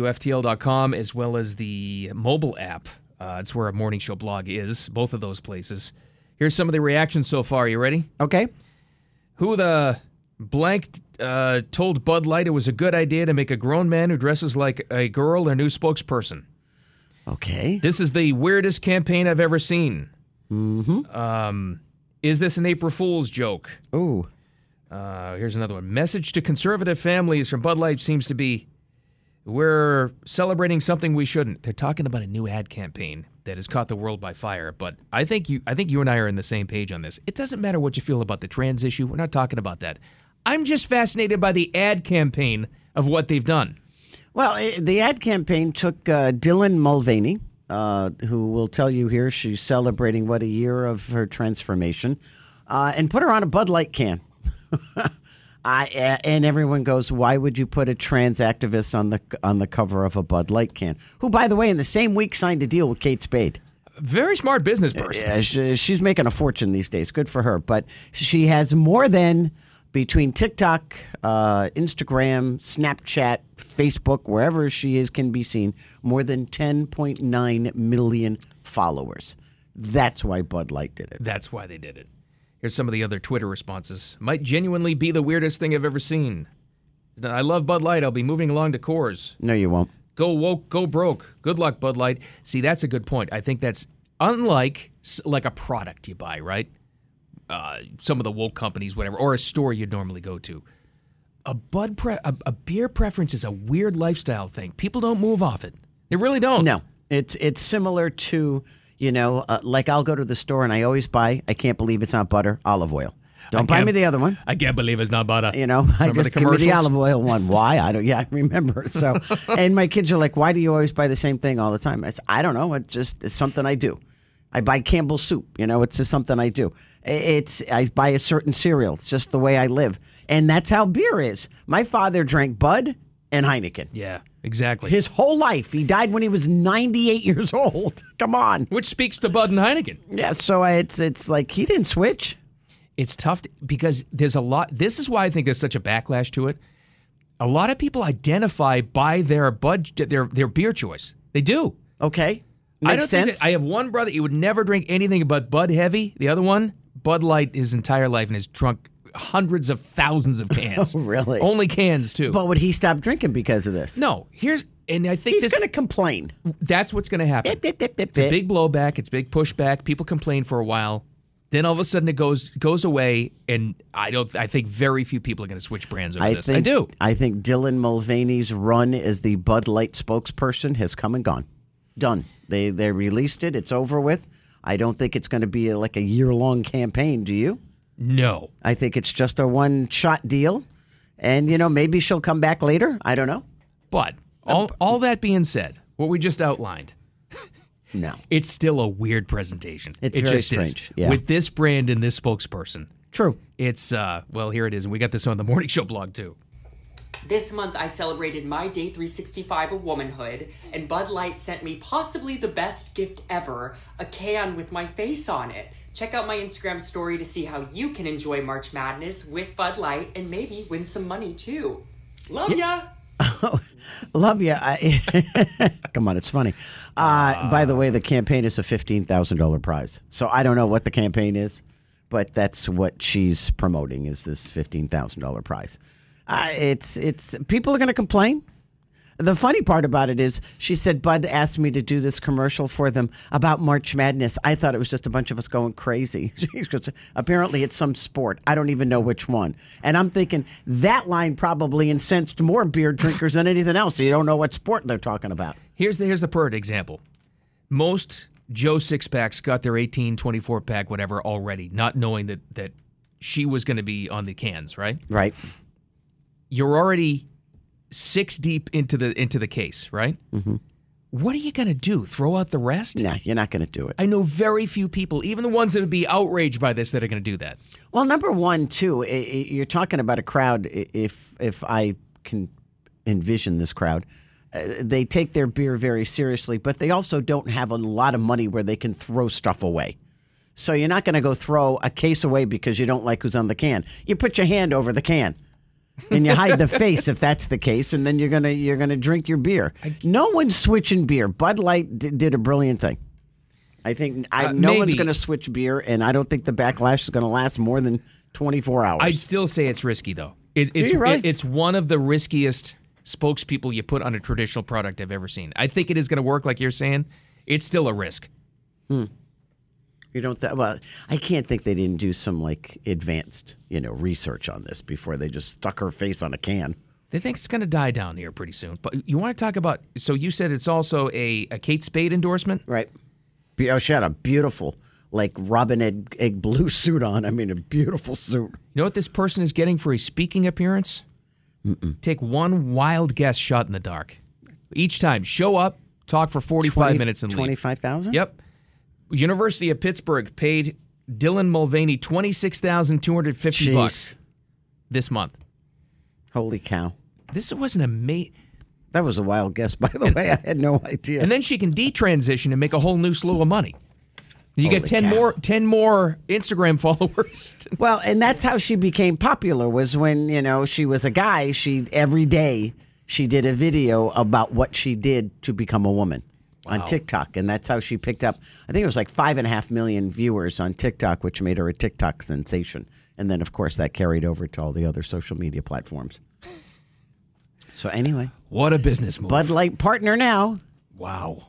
850WFTL.com, as well as the mobile app. Uh, it's where our Morning Show blog is, both of those places. Here's some of the reactions so far. You ready? Okay. Who the blank uh, told Bud Light it was a good idea to make a grown man who dresses like a girl their new spokesperson? Okay. This is the weirdest campaign I've ever seen. Mm-hmm. Um, is this an April Fool's joke? Ooh. Uh, here's another one. Message to conservative families from Bud Light seems to be we're celebrating something we shouldn't. They're talking about a new ad campaign that has caught the world by fire, but I think you I think you and I are on the same page on this. It doesn't matter what you feel about the trans issue. We're not talking about that. I'm just fascinated by the ad campaign of what they've done. Well, i the ad campaign took uh, Dylan Mulvaney, uh, who will tell you here she's celebrating what a year of her transformation, uh, and put her on a Bud Light can. I, a- and everyone goes, "Why would you put a trans activist on the on the cover of a Bud Light can?" Who, by the way, in the same week signed a deal with Kate Spade. Very smart business person. Yeah, she, she's making a fortune these days. Good for her. But she has more than between TikTok, uh, Instagram, Snapchat, Facebook, wherever she is can be seen, more than 10.9 million followers. That's why Bud Light did it. That's why they did it. Here's some of the other Twitter responses. Might genuinely be the weirdest thing I've ever seen. I love Bud Light. I'll be moving along to Coors. No, you won't. Go woke, go broke. Good luck, Bud Light. See, that's a good point. I think that's unlike s- like a product you buy, right? Uh, some of the woke companies, whatever, or a store you'd normally go to. A Bud pre- a, a beer preference is a weird lifestyle thing. People don't move off it. They really don't. No, it's it's similar to you know, uh, like I'll go to the store and I always buy. I can't believe it's not butter, olive oil. Don't buy can't- me the other one. I can't believe it's not butter. You know, I Remember just the give me the commercials? olive oil one. Why? I don't. Yeah, I remember. So, and my kids are like, "Why do you always buy the same thing all the time?" I said, "I don't know. It just it's something I do. I buy Campbell's soup. You know, it's just something I do. I- It's I buy a certain cereal. It's just the way I live, and that's how beer is. My father drank Bud and Heineken. Yeah, exactly. His whole life. He died when he was 98 years old. Come on. Which speaks to Bud and Heineken. Yeah, so I- it's it's like he didn't switch. It's tough to- because there's a lot. This is why I think there's such a backlash to it. A lot of people identify by their bud, their their beer choice. They do. Okay. I Makes don't think sense. that- I have one brother. He would never drink anything but Bud Heavy. The other one, Bud Light, his entire life, and has drunk hundreds of thousands of cans. Oh, really? Only cans too. But would he stop drinking because of this? No, here's and I think He's this going to complain. That's what's going to happen. it's a big blowback. It's big pushback. People complain for a while. Then all of a sudden it goes goes away, and I don't. I think very few people are going to switch brands over I this. think, I do. I think Dylan Mulvaney's run as the Bud Light spokesperson has come and gone. Done. They they released it. It's over with. I don't think it's going to be like a year long campaign. Do you? No. I think it's just a one shot deal, and you know maybe she'll come back later. I don't know. But all all that being said, what we just outlined, no, it's still a weird presentation. It's it very just is. strange, yeah. With this brand and this spokesperson, true. It's uh, well, here it is, and we got this on the morning show blog too. This month, I celebrated my day 365 of womanhood, and Bud Light sent me possibly the best gift ever a can with my face on it. Check out my Instagram story to see how you can enjoy March Madness with Bud Light and maybe win some money too. Love ya! Love you. I, come on, it's funny. Uh, by the way, the campaign is a fifteen thousand dollar prize. So I don't know what the campaign is, but that's what she's promoting is this fifteen thousand dollar prize. Uh, it's it's people are going to complain. The funny part about it is she said Bud asked me to do this commercial for them about March Madness. I thought it was just a bunch of us going crazy. She goes, Apparently, it's some sport. I don't even know which one. And I'm thinking that line probably incensed more beer drinkers than anything else. So you don't know what sport they're talking about. Here's the here's the Perd example. Most Joe six packs got their 18, 24 pack, whatever, already, not knowing that that she was going to be on the cans, right? Right. You're already six deep into the into the case, right? Mm-hmm. What are you going to do? Throw out the rest? Nah, you're not going to do it. I know very few people, even the ones that would be outraged by this, that are going to do that. Well, number one, too, i- i- you're talking about a crowd. i- If if I can envision this crowd, uh, they take their beer very seriously, but they also don't have a lot of money where they can throw stuff away. So you're not going to go throw a case away because you don't like who's on the can. You put your hand over the can. and you hide the face if that's the case, and then you're gonna you're gonna drink your beer. No one's switching beer. Bud Light d- did a brilliant thing. I think I, Uh, no one's maybe. going to switch beer, and I don't think the backlash is going to last more than 24 hours. I'd still say it's risky, though. It, Yeah, it's you're right. it- it's one of the riskiest spokespeople you put on a traditional product I've ever seen. I think it is going to work, like you're saying. It's still a risk. Hmm. You don't. Th- well, I can't think they didn't do some like advanced, you know, research on this before they just stuck her face on a can. They think it's going to die down here pretty soon. But you want to talk about? So you said it's also a, a Kate Spade endorsement, right? Be- Oh, she had a beautiful like robin egg, egg blue suit on. I mean, a beautiful suit. You know what this person is getting for a speaking appearance? Take one wild guess shot in the dark. Each time, show up, talk for 45 minutes and leave. Twenty-five thousand. Yep. University of Pittsburgh paid Dylan Mulvaney 26,250 bucks this month. Holy cow! This wasn't a mate. That was a wild guess, by the way. I had no idea. And then she can detransition and make a whole new slew of money. You Holy get 10 cow. more 10 more Instagram followers. Well, and that's how she became popular was when, you know, she was a guy, she every day she did a video about what she did to become a woman on TikTok. And that's how she picked up I think it was like five and a half million viewers on TikTok, which made her a TikTok sensation. And then of course that carried over to all the other social media platforms. So anyway. What a business move. Bud Light partner now. Wow.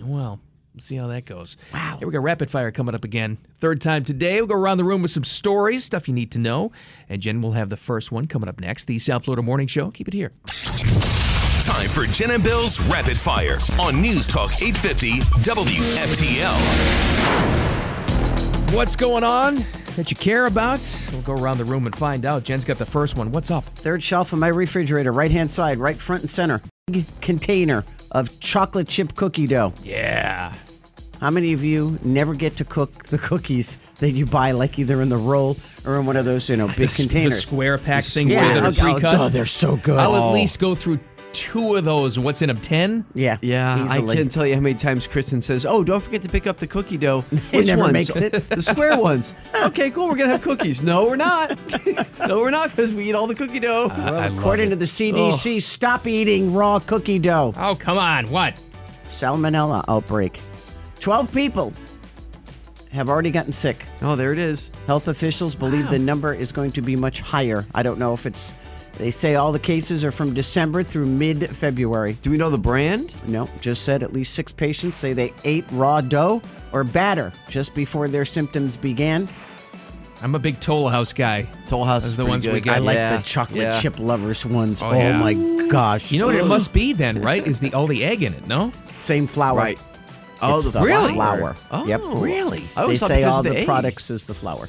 Well, let's see how that goes. Wow. Here we go. Rapid fire coming up again. Third time today. We'll go around the room with some stories, stuff you need to know. And Jen will have the first one coming up next. The South Florida Morning Show. Keep it here. Time for Jen and Bill's Rapid Fire on News Talk 850 WFTL. What's going on that you care about? We'll go around the room and find out. Jen's got the first one. What's up? Third shelf of my refrigerator, right hand side, right front and center. Big container of chocolate chip cookie dough. Yeah. How many of you never get to cook the cookies that you buy, like either in the roll or in one of those, you know, big The s- the containers? square pack things yeah. too that are oh, pre-cut. Oh, they're so good. I'll at least go through two of those. What's in them? Ten? Yeah. Yeah, Easily. I can't tell you how many times Kristen says, "Oh, don't forget to pick up the cookie dough." It Which never ones? makes it. the square ones. Okay, cool. We're gonna have cookies. No, we're not. no, we're not because we eat all the cookie dough. Well, according to the CDC, Ah. stop eating raw cookie dough. Oh, come on. What? Salmonella outbreak. 12 people have already gotten sick. Oh, there it is. Health officials believe the number is going to be much higher. I don't know if it's. They say all the cases are from December through mid February. Do we know the brand? No, just said at least six patients say they ate raw dough or batter just before their symptoms began. I'm a big Toll House guy. Toll House is the ones we get. I like the chocolate chip lovers ones. Oh, Oh, yeah. my gosh! You know what it must be then, right? Is the all the egg in it? No. Same flour. Right. Oh, the really? flour. Yep. Oh, Really? They say all the products is the flour.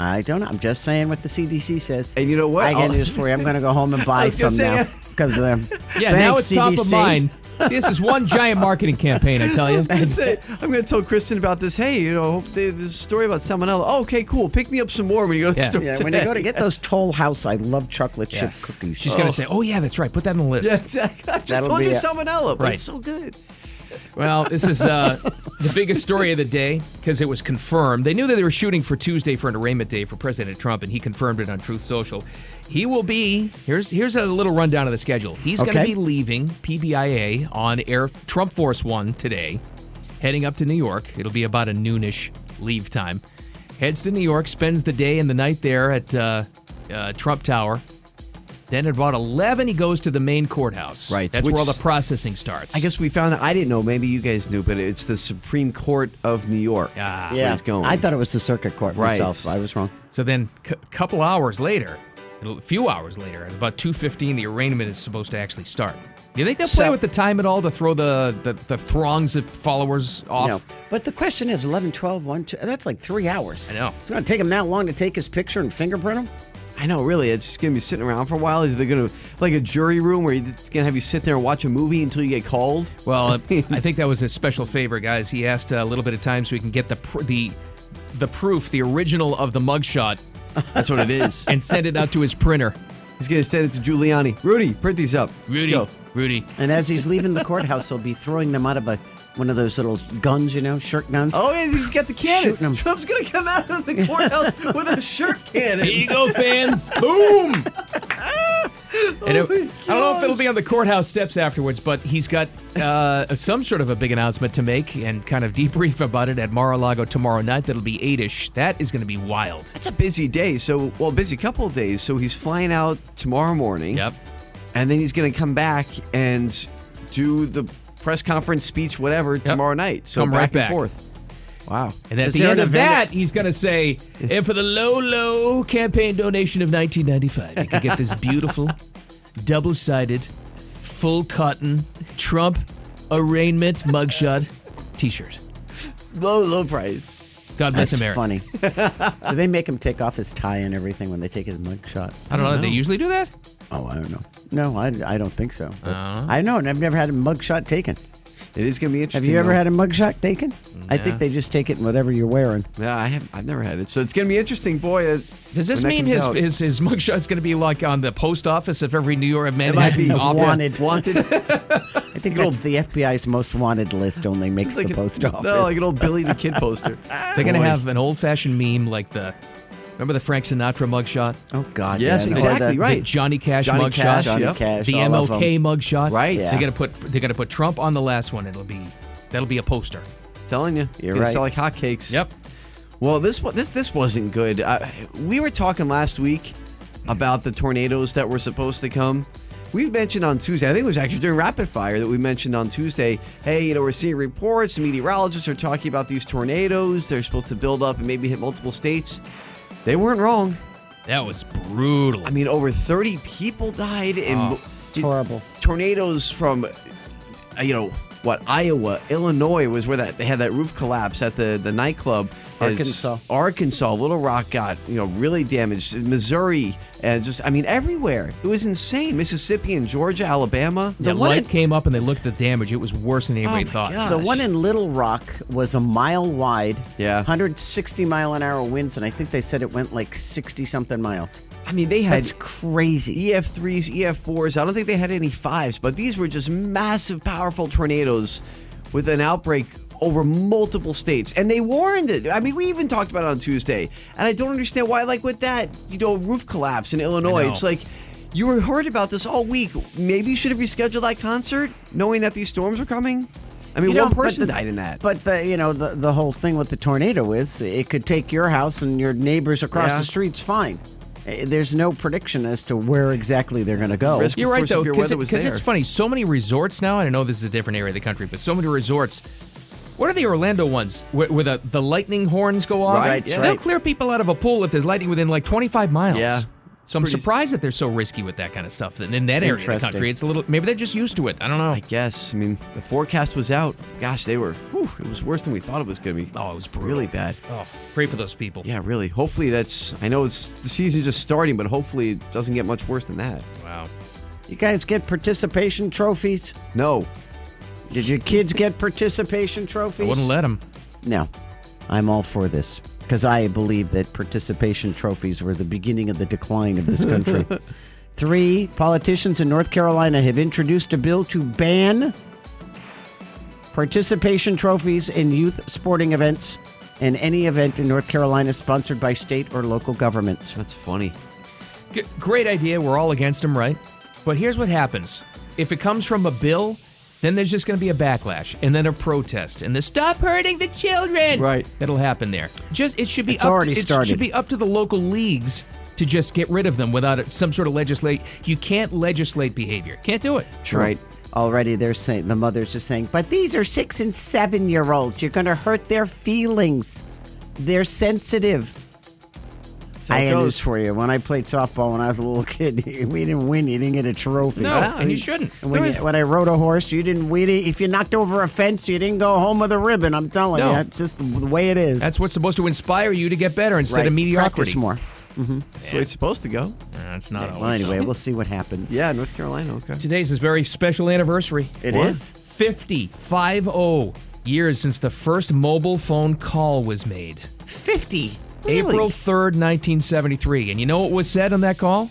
I don't know. I'm just saying what the CDC says. And you know what? I got I'll- news for you. I'm going to go home and I buy was gonna some say, now yeah. because of them. Yeah. Thanks, now it's top of CDC. mind. This is one giant marketing campaign. I tell I you. was gonna say, I'm going to tell Kristen about this. Hey, you know, hope they, this story about salmonella. Oh, okay, cool. Pick me up some more when you go to the store. Yeah, when you go to get today. those Toll House, I love chocolate chip cookies. She's gonna say, "Oh yeah, that's right. Put that on the list." Yeah, exactly. I just That'll told be you it. salmonella, but Right. it's so good. Well, this is uh, the biggest story of the day because it was confirmed. They knew that they were shooting for Tuesday for an arraignment day for President Trump, and he confirmed it on Truth Social. He will be here's here's a little rundown of the schedule. He's going Okay. to be leaving PBIA on Air Trump Force One today, heading up to New York. It'll be about a noonish leave time. Heads to New York, spends the day and the night there at uh, uh, Trump Tower. Then at about 11, he goes to the main courthouse. Right, That's where which- all the processing starts. I guess we found that. I didn't know. Maybe you guys knew, but it's the Supreme Court of New York. Ah. where he's going. I thought it was the circuit court Right. myself. I was wrong. So then, a couple hours later, a few hours later, at about two fifteen, the arraignment is supposed to actually start. Do you think they'll play So- with the time at all to throw the the, the throngs of followers off? No. But the question is 11, 12, 1, 2, that's like three hours. I know. It's going to take him that long to take his picture and fingerprint him? I know, really. It's just going to be sitting around for a while. Is they going to, like a jury room where it's going to have you sit there and watch a movie until you get called? Well, uh, I think that was his special favor, guys. He asked uh, a little bit of time so he can get the pr- the the proof, the original of the mugshot, That's what it is. and send it out to his printer. He's going to send it to Giuliani. Rudy, print these up. Rudy, Let's go. Rudy. And as he's leaving the courthouse, he'll be throwing them out of a one of those little guns, you know, shirt guns. Oh, yeah, he's got the cannon. Shooting 'em. Trump's going to come out of the courthouse with a shirt cannon. Here you go, fans. Boom! And Oh it- I don't know if it'll be on the courthouse steps afterwards, but he's got uh, some sort of a big announcement to make and kind of debrief about it at Mar-a-Lago tomorrow night. That'll be eight-ish. That is going to be wild. It's a busy day. So, well, busy couple of days. So he's flying out tomorrow morning. Yep. And then he's going to come back and do the press conference speech, whatever, tomorrow night. So Come back right and back. forth. Wow. And at Is the there end an of event- that, he's going to say, and for the low, low campaign donation of 1995, you can get this beautiful, double-sided, full cotton Trump arraignment mugshot t-shirt. Low, low price. God bless That's America. funny. Do they make him take off his tie and everything when they take his mugshot? I don't know. They usually do that? Oh, I don't know. No, I, I don't think so. But Uh-huh. I know, and I've never had a mugshot taken. It is going to be Have interesting. you ever though. had a mugshot taken? I think they just take it in whatever you're wearing. No, I have. I've never had it. So it's gonna be interesting, boy. uh, Does this when that mean comes his, out. his his mugshot's going to be like on the post office of every New York might be Manhattan office? wanted. wanted? It's I think that's the FBI's most wanted list only makes like the an- post office. No, like an old Billy the Kid poster. They're going to Boy. have an old fashioned meme like the remember the Frank Sinatra mugshot, oh, God. Yes, yeah, no. exactly Or the- right. the Johnny Cash Johnny mugshot, Cash, Johnny yep. Cash, the all of MLK them. mugshot. Right. They're going to put they're going to put Trump on the last one. It'll be that'll be a poster. Telling you, it's You're gonna right. sell like hotcakes. Yep. Well, this wa- this this wasn't good. I, we were talking last week about the tornadoes that were supposed to come. We mentioned on Tuesday, I think it was actually during rapid fire that we mentioned on Tuesday. Hey, you know, we're seeing reports. Meteorologists are talking about these tornadoes. They're supposed to build up and maybe hit multiple states. They weren't wrong. That was brutal. I mean, over 30 people died in Oh, It's horrible. tornadoes from, uh, you know, what Iowa, Illinois was where that they had that roof collapse at the the nightclub. As Arkansas. Arkansas, Little Rock got you know really damaged. Missouri and just I mean everywhere. It was insane. Mississippi and Georgia, Alabama. the one light in- came up and they looked at the damage. It was worse than anybody Oh my thought. God. The one in Little Rock was a mile wide. Yeah. 160 mile an hour winds, and I think they said it went like 60 something miles. I mean they had That's crazy. EF E threes, EF fours. I don't think they had any fives, but these were just massive, powerful tornadoes with an outbreak over multiple states. And they warned it. I mean, we even talked about it on Tuesday. And I don't understand why, like with that, you know, roof collapse in Illinois. know. It's like you were heard about this all week. Maybe you should have rescheduled that concert, knowing that these storms were coming. I I mean, You one don't- but person the- died in that. But the you know the the whole thing with the tornado is it could take your house and your neighbors across Yeah. the streets fine. Eh, There's no prediction as to where exactly they're going to go. You're right though, because it's funny. So many resorts now. and I know this is a different area of the country, but so many resorts. What are the Orlando ones where, where the, the lightning horns go off? Right, yeah. They'll right. clear people out of a pool if there's lightning within like 25 miles. Yeah. So I'm Pretty- surprised that they're so risky with that kind of stuff. And in that area of the Interesting. country, it's a little. Maybe they're just used to it. I don't know. I guess. I mean, the forecast was out. Gosh, they were. Whew, it was worse than we thought it was going to be. Oh, it was really bad. Oh, pray for those people. Yeah, really. Hopefully, that's. I know it's the season just starting, but hopefully, it doesn't get much worse than that. Wow. You guys get participation trophies? No. Did your kids get participation trophies? I wouldn't let them. No, I'm all for this because I believe that participation trophies were the beginning of the decline of this country. Three politicians in North Carolina have introduced a bill to ban participation trophies in youth sporting events and any event in North Carolina sponsored by state or local governments. That's funny. G- great idea. We're all against them, right? But here's what happens if it comes from a bill, then there's just going to be a backlash and then a protest and the stop hurting the children. Right. That'll happen there. Just it should be It's up already to, It started. should be up to the local leagues to just get rid of them without it- some sort of legislate. You can't legislate behavior. Can't do it. Right. Already they're saying the mother's just saying, but these are six and seven year olds. You're gonna hurt their feelings. They're sensitive. how I it had goes. news for you. When I played softball when I was a little kid, we didn't win. You didn't get a trophy. No, Wow. and you shouldn't. And When, There you- was- when I rode a horse, you didn't. We didn't, if you knocked over a fence, you didn't go home with a ribbon. I'm telling No. you, that's just the way it is. That's what's supposed to inspire you to get better instead Right. of mediocrity. Practice more. Mm-hmm. That's the way it's supposed to go. That's not Well, always. anyway, we'll see what happens. Yeah, North Carolina. Okay. Today's his very special anniversary. It It is is. 50, 50 years since the first mobile phone call was made. 50. April 3rd, 1973. And you know what was said on that call?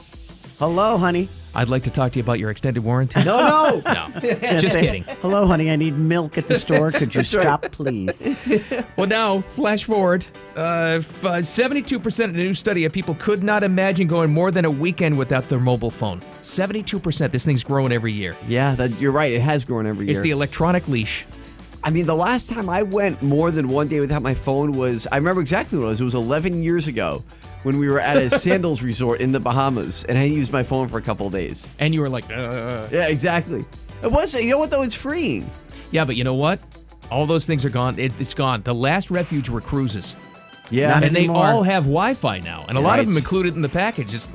Hello, honey. I'd like to talk to you about your extended warranty. No, no. no. Just say, kidding. Hello, honey. I need milk at the store. Could you That's right. stop, please? Well, now, flash forward. Uh, f- uh, 72% of the new study of people could not imagine going more than a weekend without their mobile phone. 72%. This thing's growing every year. Yeah, that, you're right. It has grown every year. It's the electronic leash. I mean, the last time I went more than one day without my phone was, I remember exactly what it was. It was 11 years ago when we were at a sandals resort in the Bahamas, and I used my phone for a couple of days. And you were like, uh. Yeah, exactly. It was, you know what, though? It's freeing. Yeah, but you know what? All those things are gone. It, it's gone. The last refuge were cruises. Yeah. and they all have Wi-Fi now, and a lot of Right. them included in the package. It's,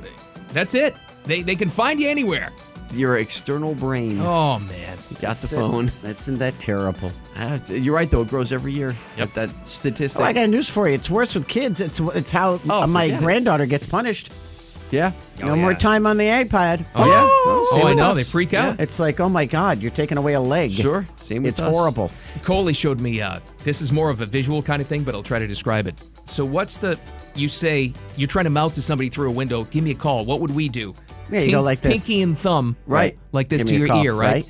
that's it. They they can find you anywhere. Your external brain. Oh man, You got the That's it. phone. Isn't that terrible? Ah, it's- You're right, though. It grows every year. Yep. That, that statistic. Oh, I got news for you. It's worse with kids. It's it's how Oh, my forget it. granddaughter gets punished. yeah. No more time on the iPad. Oh, yeah. Oh, same I with know. us. They freak out. It's like, oh my God, you're taking away a leg. Sure. Same with It's us. horrible. Coley showed me. Uh, this is more of a visual kind of thing, but I'll try to describe it. So what's the? You say you're trying to mouth to somebody through a window. Give me a call. What would we do? Yeah, you go like this. Pinky and thumb. Right. Like this Give to me a your call, ear. Right. right?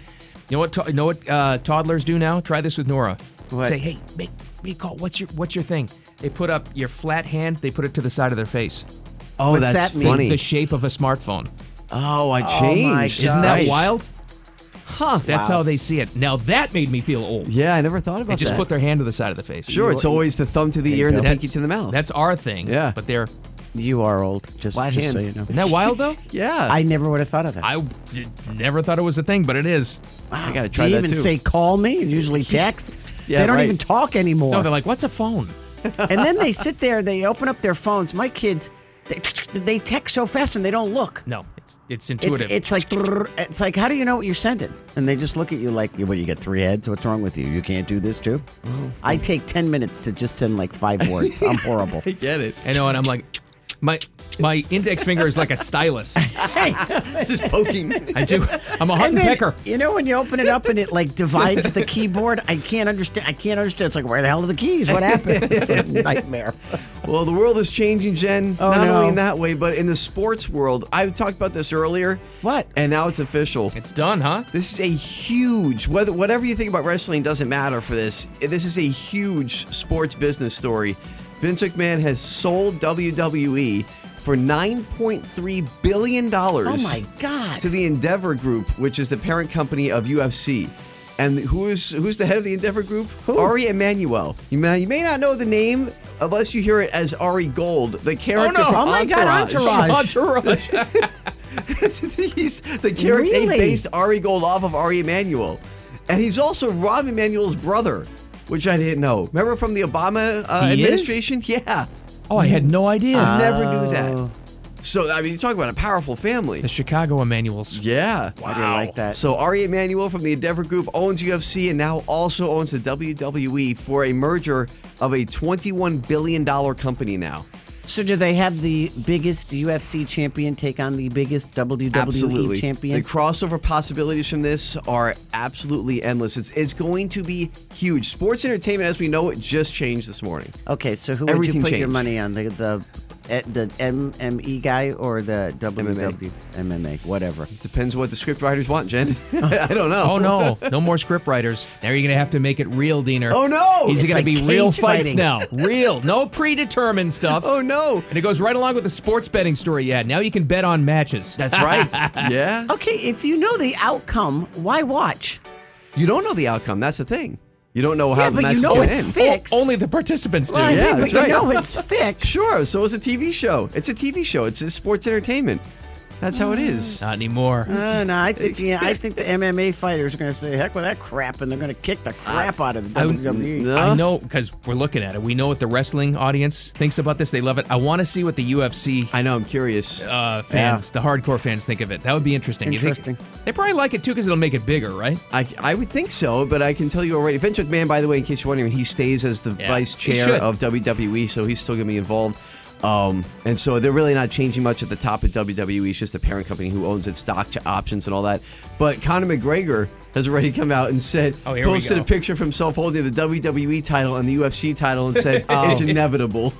You know what? To, you know what uh, toddlers do now? Try this with Nora. What? Say, hey, make me a call. What's your What's your thing? They put up your flat hand. They put it to the side of their face. Oh, What's that's that mean? funny. The shape of a smartphone. oh, I my changed. God. Isn't that Right. wild? Huh. That's how they see it. Now that made me feel old. Yeah, I never thought about They just that. put their hand to the side of the face. Sure, it's always the thumb to the ear and the That's- pinky to the mouth. That's our thing. Yeah. But they're You are old. Just, Flat just hand. so you know. isn't that wild though? yeah. I never would have thought of that. I d- never thought it was a thing, but it is. I gotta Do try you that even too. say call me? You usually text. Yeah, they don't right. even talk anymore. No, they're like, what's a phone? and then they sit there. They open up their phones. My kids, they, they text so fast and they don't look. No, it's it's It's, intuitive. it's like it's like how do you know what you're sending? And they just look at you like, "You- "What? You get three heads? What's wrong with you? You can't do this too." Oh, I take ten minutes to just send like five words. I'm horrible. get it. I know, and I'm like, my my index finger is like a stylus. This is poking. I do. I'm a And hunting then, pecker. You know when you open it up and it like divides the keyboard? I can't understand. I can't understand. It's like where the hell are the keys? What happened? It's a nightmare. well, the world is changing, Jen. Oh, Not no. only in that way, but in the sports world. I talked about this earlier. What? And now it's official. It's done, huh? This is a huge whether whatever you think about wrestling doesn't matter for this. This is a huge sports business story. Vince McMahon has sold WWE for 9.3 billion dollars. Oh my God. To the Endeavor Group, which is the parent company of UFC. And who is who's the head of the Endeavor Group? Ari Emanuel. You may, you may not know the name unless you hear it as Ari Gold, the character oh no! from Oh, Entourage. he's the character they Really? based Ari Gold off of Ari Emanuel, and he's also Rob Emanuel's brother, which I didn't know. Remember from the Obama uh, He is? administration? Yeah. Oh, I had no idea. I Uh, never knew Oh. that. So I mean, you talk about a powerful family. The Chicago Emanuels. Yeah. I didn't like that. So Ari Emanuel from the Endeavor Group owns UFC and now also owns the WWE for a merger of a twenty-one billion dollar company now. So do they have the biggest UFC champion take on the biggest WWE absolutely. E champion? The crossover possibilities from this are absolutely endless. It's it's going to be huge. Sports entertainment as we know it just changed this morning. okay, so who would you Everything put your changed. money on? The the eh, the MME guy or the E? WWE MMA, whatever. Depends what the script writers want, Jen. I don't know. Oh no! No more script writers. Now you're gonna have to make it real, Diener. Oh, no! He's It's gonna like be cage real fights fighting. now. Real, no predetermined stuff. Oh no! And it goes right along with the sports betting story. Yeah, now you can bet on matches. That's Okay, if you know the outcome, why watch? You don't know the outcome. That's the thing. You don't know how Yeah, the but you match know going it's in. fixed. only the participants do. Well, I yeah, think, but that's you right. know it's fixed. Sure. So it's a TV show. It's a TV show. It's a sports entertainment. That's how it is. Not anymore. Uh, No, no, I think yeah, I think the MMA fighters are going to say, "Heck with that crap," and they're going to kick the crap out of the E. I, WWE. I know because we're looking at it. We know what the wrestling audience thinks about this. They love it. I want to see what the UFC. I know. I'm curious. Uh, fans, the hardcore fans, think of it. That would be interesting. You think- Interesting. they probably like it too because it'll make it bigger, right? I, I would think so, but I can tell you already. Vince McMahon, by the way, in case you're wondering, he stays as the vice he chair should. of WWE, so he's still going to be involved. Um, and so they're really not changing much at the top of WWE. It's just the parent company who owns its stock to options and all that. But Conor McGregor has already come out and said, Oh, here we posted go. a picture of himself holding the WWE title and the UFC title and said, Oh. it's inevitable.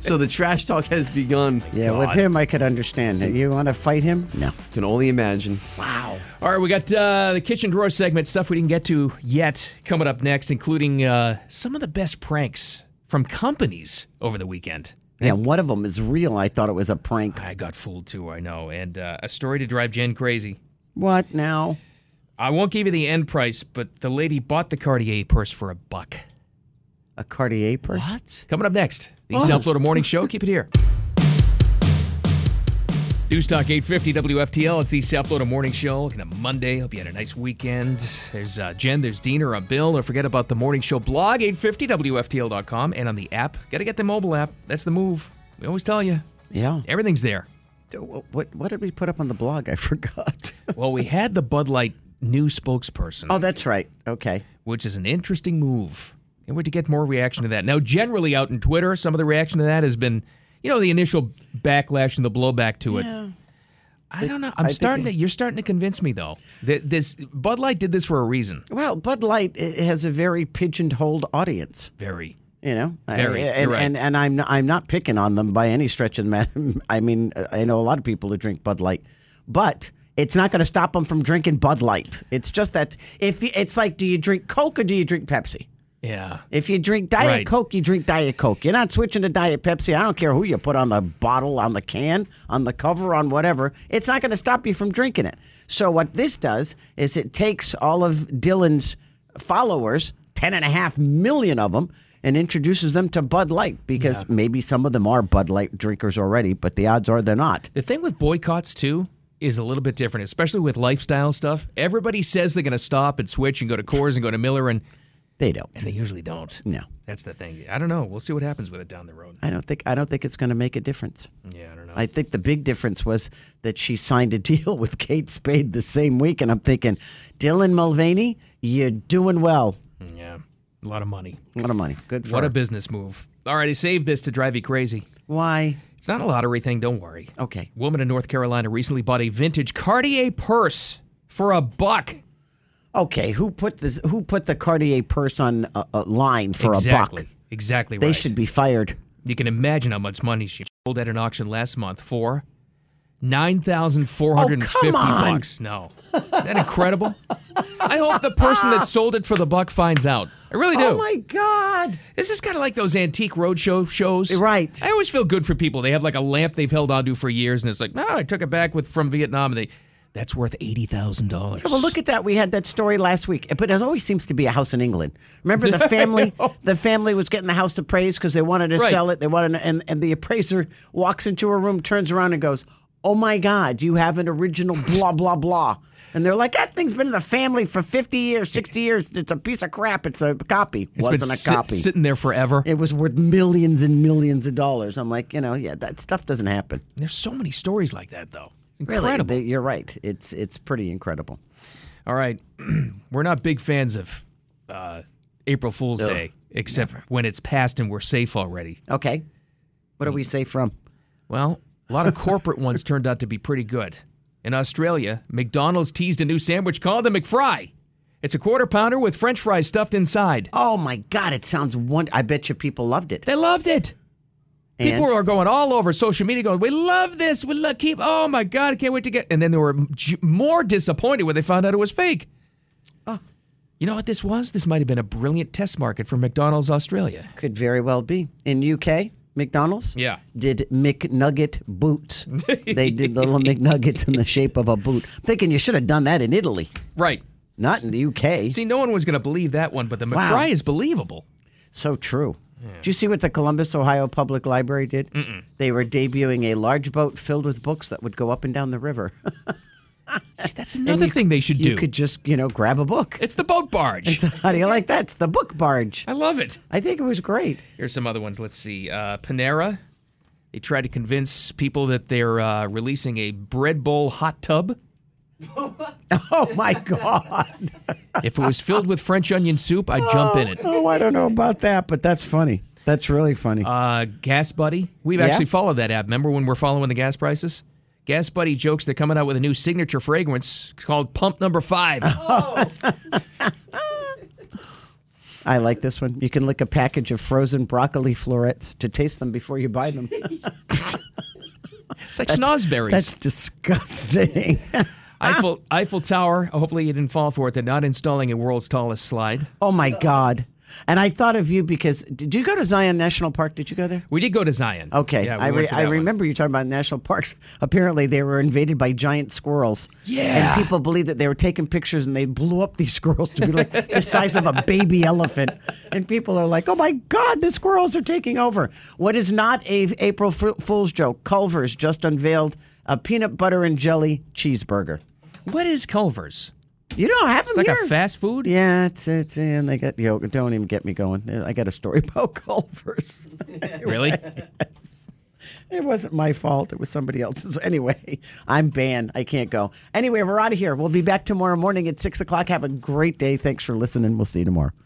so the trash talk has begun. Yeah, with God, him, I could understand it. You want to fight him? No. Can only imagine. Wow. All right, we got uh, the kitchen drawer segment stuff we didn't get to yet coming up next, including uh, some of the best pranks from companies over the weekend. Yeah, one of them is real. I thought it was a prank. I got fooled too, I know, and uh, a story to drive Jen crazy. What now? I won't give you the end price, but the lady bought the Cartier purse for a buck. A Cartier purse? What? Coming up next, the Oh. South Florida Morning Show. Keep it here. News Talk 850 WFTL. It's the South Florida Morning Show. Looking at Monday. Hope you had a nice weekend. There's uh, Jen, there's Dean or a Bill. Don't forget about the Morning Show blog, 850WFTL.com, and on the app. Got to get the mobile app. That's the move. We always tell you. Yeah. Everything's there. What, what, what did we put up on the blog? I forgot. Well, we had the Bud Light new spokesperson. Oh, that's right. Okay. Which is an interesting move. And we're to get more reaction to that. Now, generally out in Twitter, some of the reaction to that has been, you know, the initial backlash and the blowback to it. I don't know. I'm starting to. You're starting to convince me though. That this Bud Light did this for a reason. Well, Bud Light it has a very pigeonholed audience. Very. You know, I- Very, and, you're right. and and I'm I'm not picking on them by any stretch of the matter. I mean, I know a lot of people who drink Bud Light, but it's not going to stop them from drinking Bud Light. It's just that if you, it's like, do you drink Coke or do you drink Pepsi? Yeah. If you drink Diet Right. Coke, you drink Diet Coke. You're not switching to Diet Pepsi. I don't care who you put on the bottle, on the can, on the cover, on whatever. It's not going to stop you from drinking it. So, what this does is it takes all of Dylan's followers, 10.5 million of them, and introduces them to Bud Light because maybe some of them are Bud Light drinkers already, but the odds are they're not. The thing with boycotts too is a little bit different, especially with lifestyle stuff. Everybody says they're going to stop and switch and go to Coors and go to Miller, and they don't. And they usually don't. No. That's the thing. I don't know. We'll see what happens with it down the road. I don't think I don't think it's going to make a difference. Yeah, I don't know. I think the big difference was that she signed a deal with Kate Spade the same week, and I'm thinking, Dylan Mulvaney, you're doing well. Yeah, a lot of money. A lot of money. Good for What her. a business move. All right, I saved this to drive you crazy. Why? It's not a lottery thing. Don't worry. Okay. Woman in North Carolina recently bought a vintage Cartier purse for a buck. Okay, who put this? Who put the Cartier purse on a, a line for exactly. a buck? Exactly right. They should be fired. You can imagine how much money she sold at an auction last month for nine thousand four hundred and fifty Oh, come on. bucks. No, Isn't that incredible. I hope the person that sold it for the buck finds out. I really do. Oh my God! This is kind of like those antique roadshow shows, Right. I always feel good for people. They have like a lamp they've held onto for years, and it's like, no, I took it back with from Vietnam, and they That's worth eighty thousand dollars. Yeah, well, look at that. We had that story last week, but it always seems to be a house in England. Remember the I family? the family was getting the house appraised because they wanted to Right. sell it. They wanted, to, and and the appraiser walks into a room, turns around, and goes, "Oh my God, you have an original blah blah blah." And they're like, "That thing's been in the family for fifty years, sixty years. It's a piece of crap. It's a copy. It's been Wasn't a sit- copy. sitting there forever. It was worth millions and millions of dollars." I'm like, you know, yeah, that stuff doesn't happen. There's so many stories like that, though. Really, Incredible. they- you're right. It's it's pretty incredible. All right, we're not big fans of uh, April Fool's No, Day, except when it's past and we're safe already. Okay, what Mm. are we safe from? Well, a lot of corporate ones turned out to be pretty good. In Australia, McDonald's teased a new sandwich called the McFry. It's a quarter pounder with French fries stuffed inside. Oh my God! It sounds one. I bet you people loved it. They loved it. People And? are going all over social media going, "We love this. We love keep. Oh my god, I can't wait to get." And then they were j- more disappointed when they found out it was fake. Oh. You know what this was? This might have been a brilliant test market for McDonald's Australia. Could very well be in UK McDonald's. Yeah. Did McNugget boots? they did the little McNuggets in the shape of a boot. I'm thinking you should have done that in Italy, Right. not in the UK. See, no one was going to believe that one, but the McFry Wow. is believable. So true. Do you see what the Columbus, Ohio Public Library did? They were debuting a large boat filled with books that would go up and down the river. See, that's And another you- thing they should do. You could just, you know, grab a book. It's the boat barge. How do you like that? It's the book barge. I love it. I think it was great. Here's some other ones. Let's see. Uh, Panera. They tried to convince people that they're uh, releasing a bread bowl hot tub. Oh my God. If it was filled with French onion soup, I'd jump in it. Oh, I don't know about that, but that's funny. That's really funny. Uh, Gas Buddy. We've Yeah? actually followed that app. Remember when we're following the gas prices? Gas Buddy jokes they're coming out with a new signature fragrance called Pump Number Five. Oh. I like this one. You can lick a package of frozen broccoli florets to taste them before you buy them. It's like That's- snozzberries. That's ah. disgusting. Eiffel, Eiffel Tower. Hopefully you didn't fall for it. They're not installing a world's tallest slide. oh my God. And I thought of you because did you go to Zion National Park? Did you go there? We did go to Zion. Okay, Yeah, we I, went re- to I that one. remember you talking about national parks. Apparently, they were invaded by giant squirrels. Yeah. and people believed that they were taking pictures and they blew up these squirrels to be like the size of a baby elephant. And people are like, "Oh my God, the squirrels are taking over!" What is not a April Fo- Fool's joke? Culver's just unveiled a peanut butter and jelly cheeseburger. What is Culver's? You don't have It's them like a here. fast food. yeah, it's it's and they got yo. Don't even get me going. I got a story about Culver's. Really? It wasn't my fault. It was somebody else's. Anyway, I'm banned. I can't go. Anyway, we're out of here. We'll be back tomorrow morning at 6 o'clock. Have a great day. Thanks for listening. We'll see you tomorrow.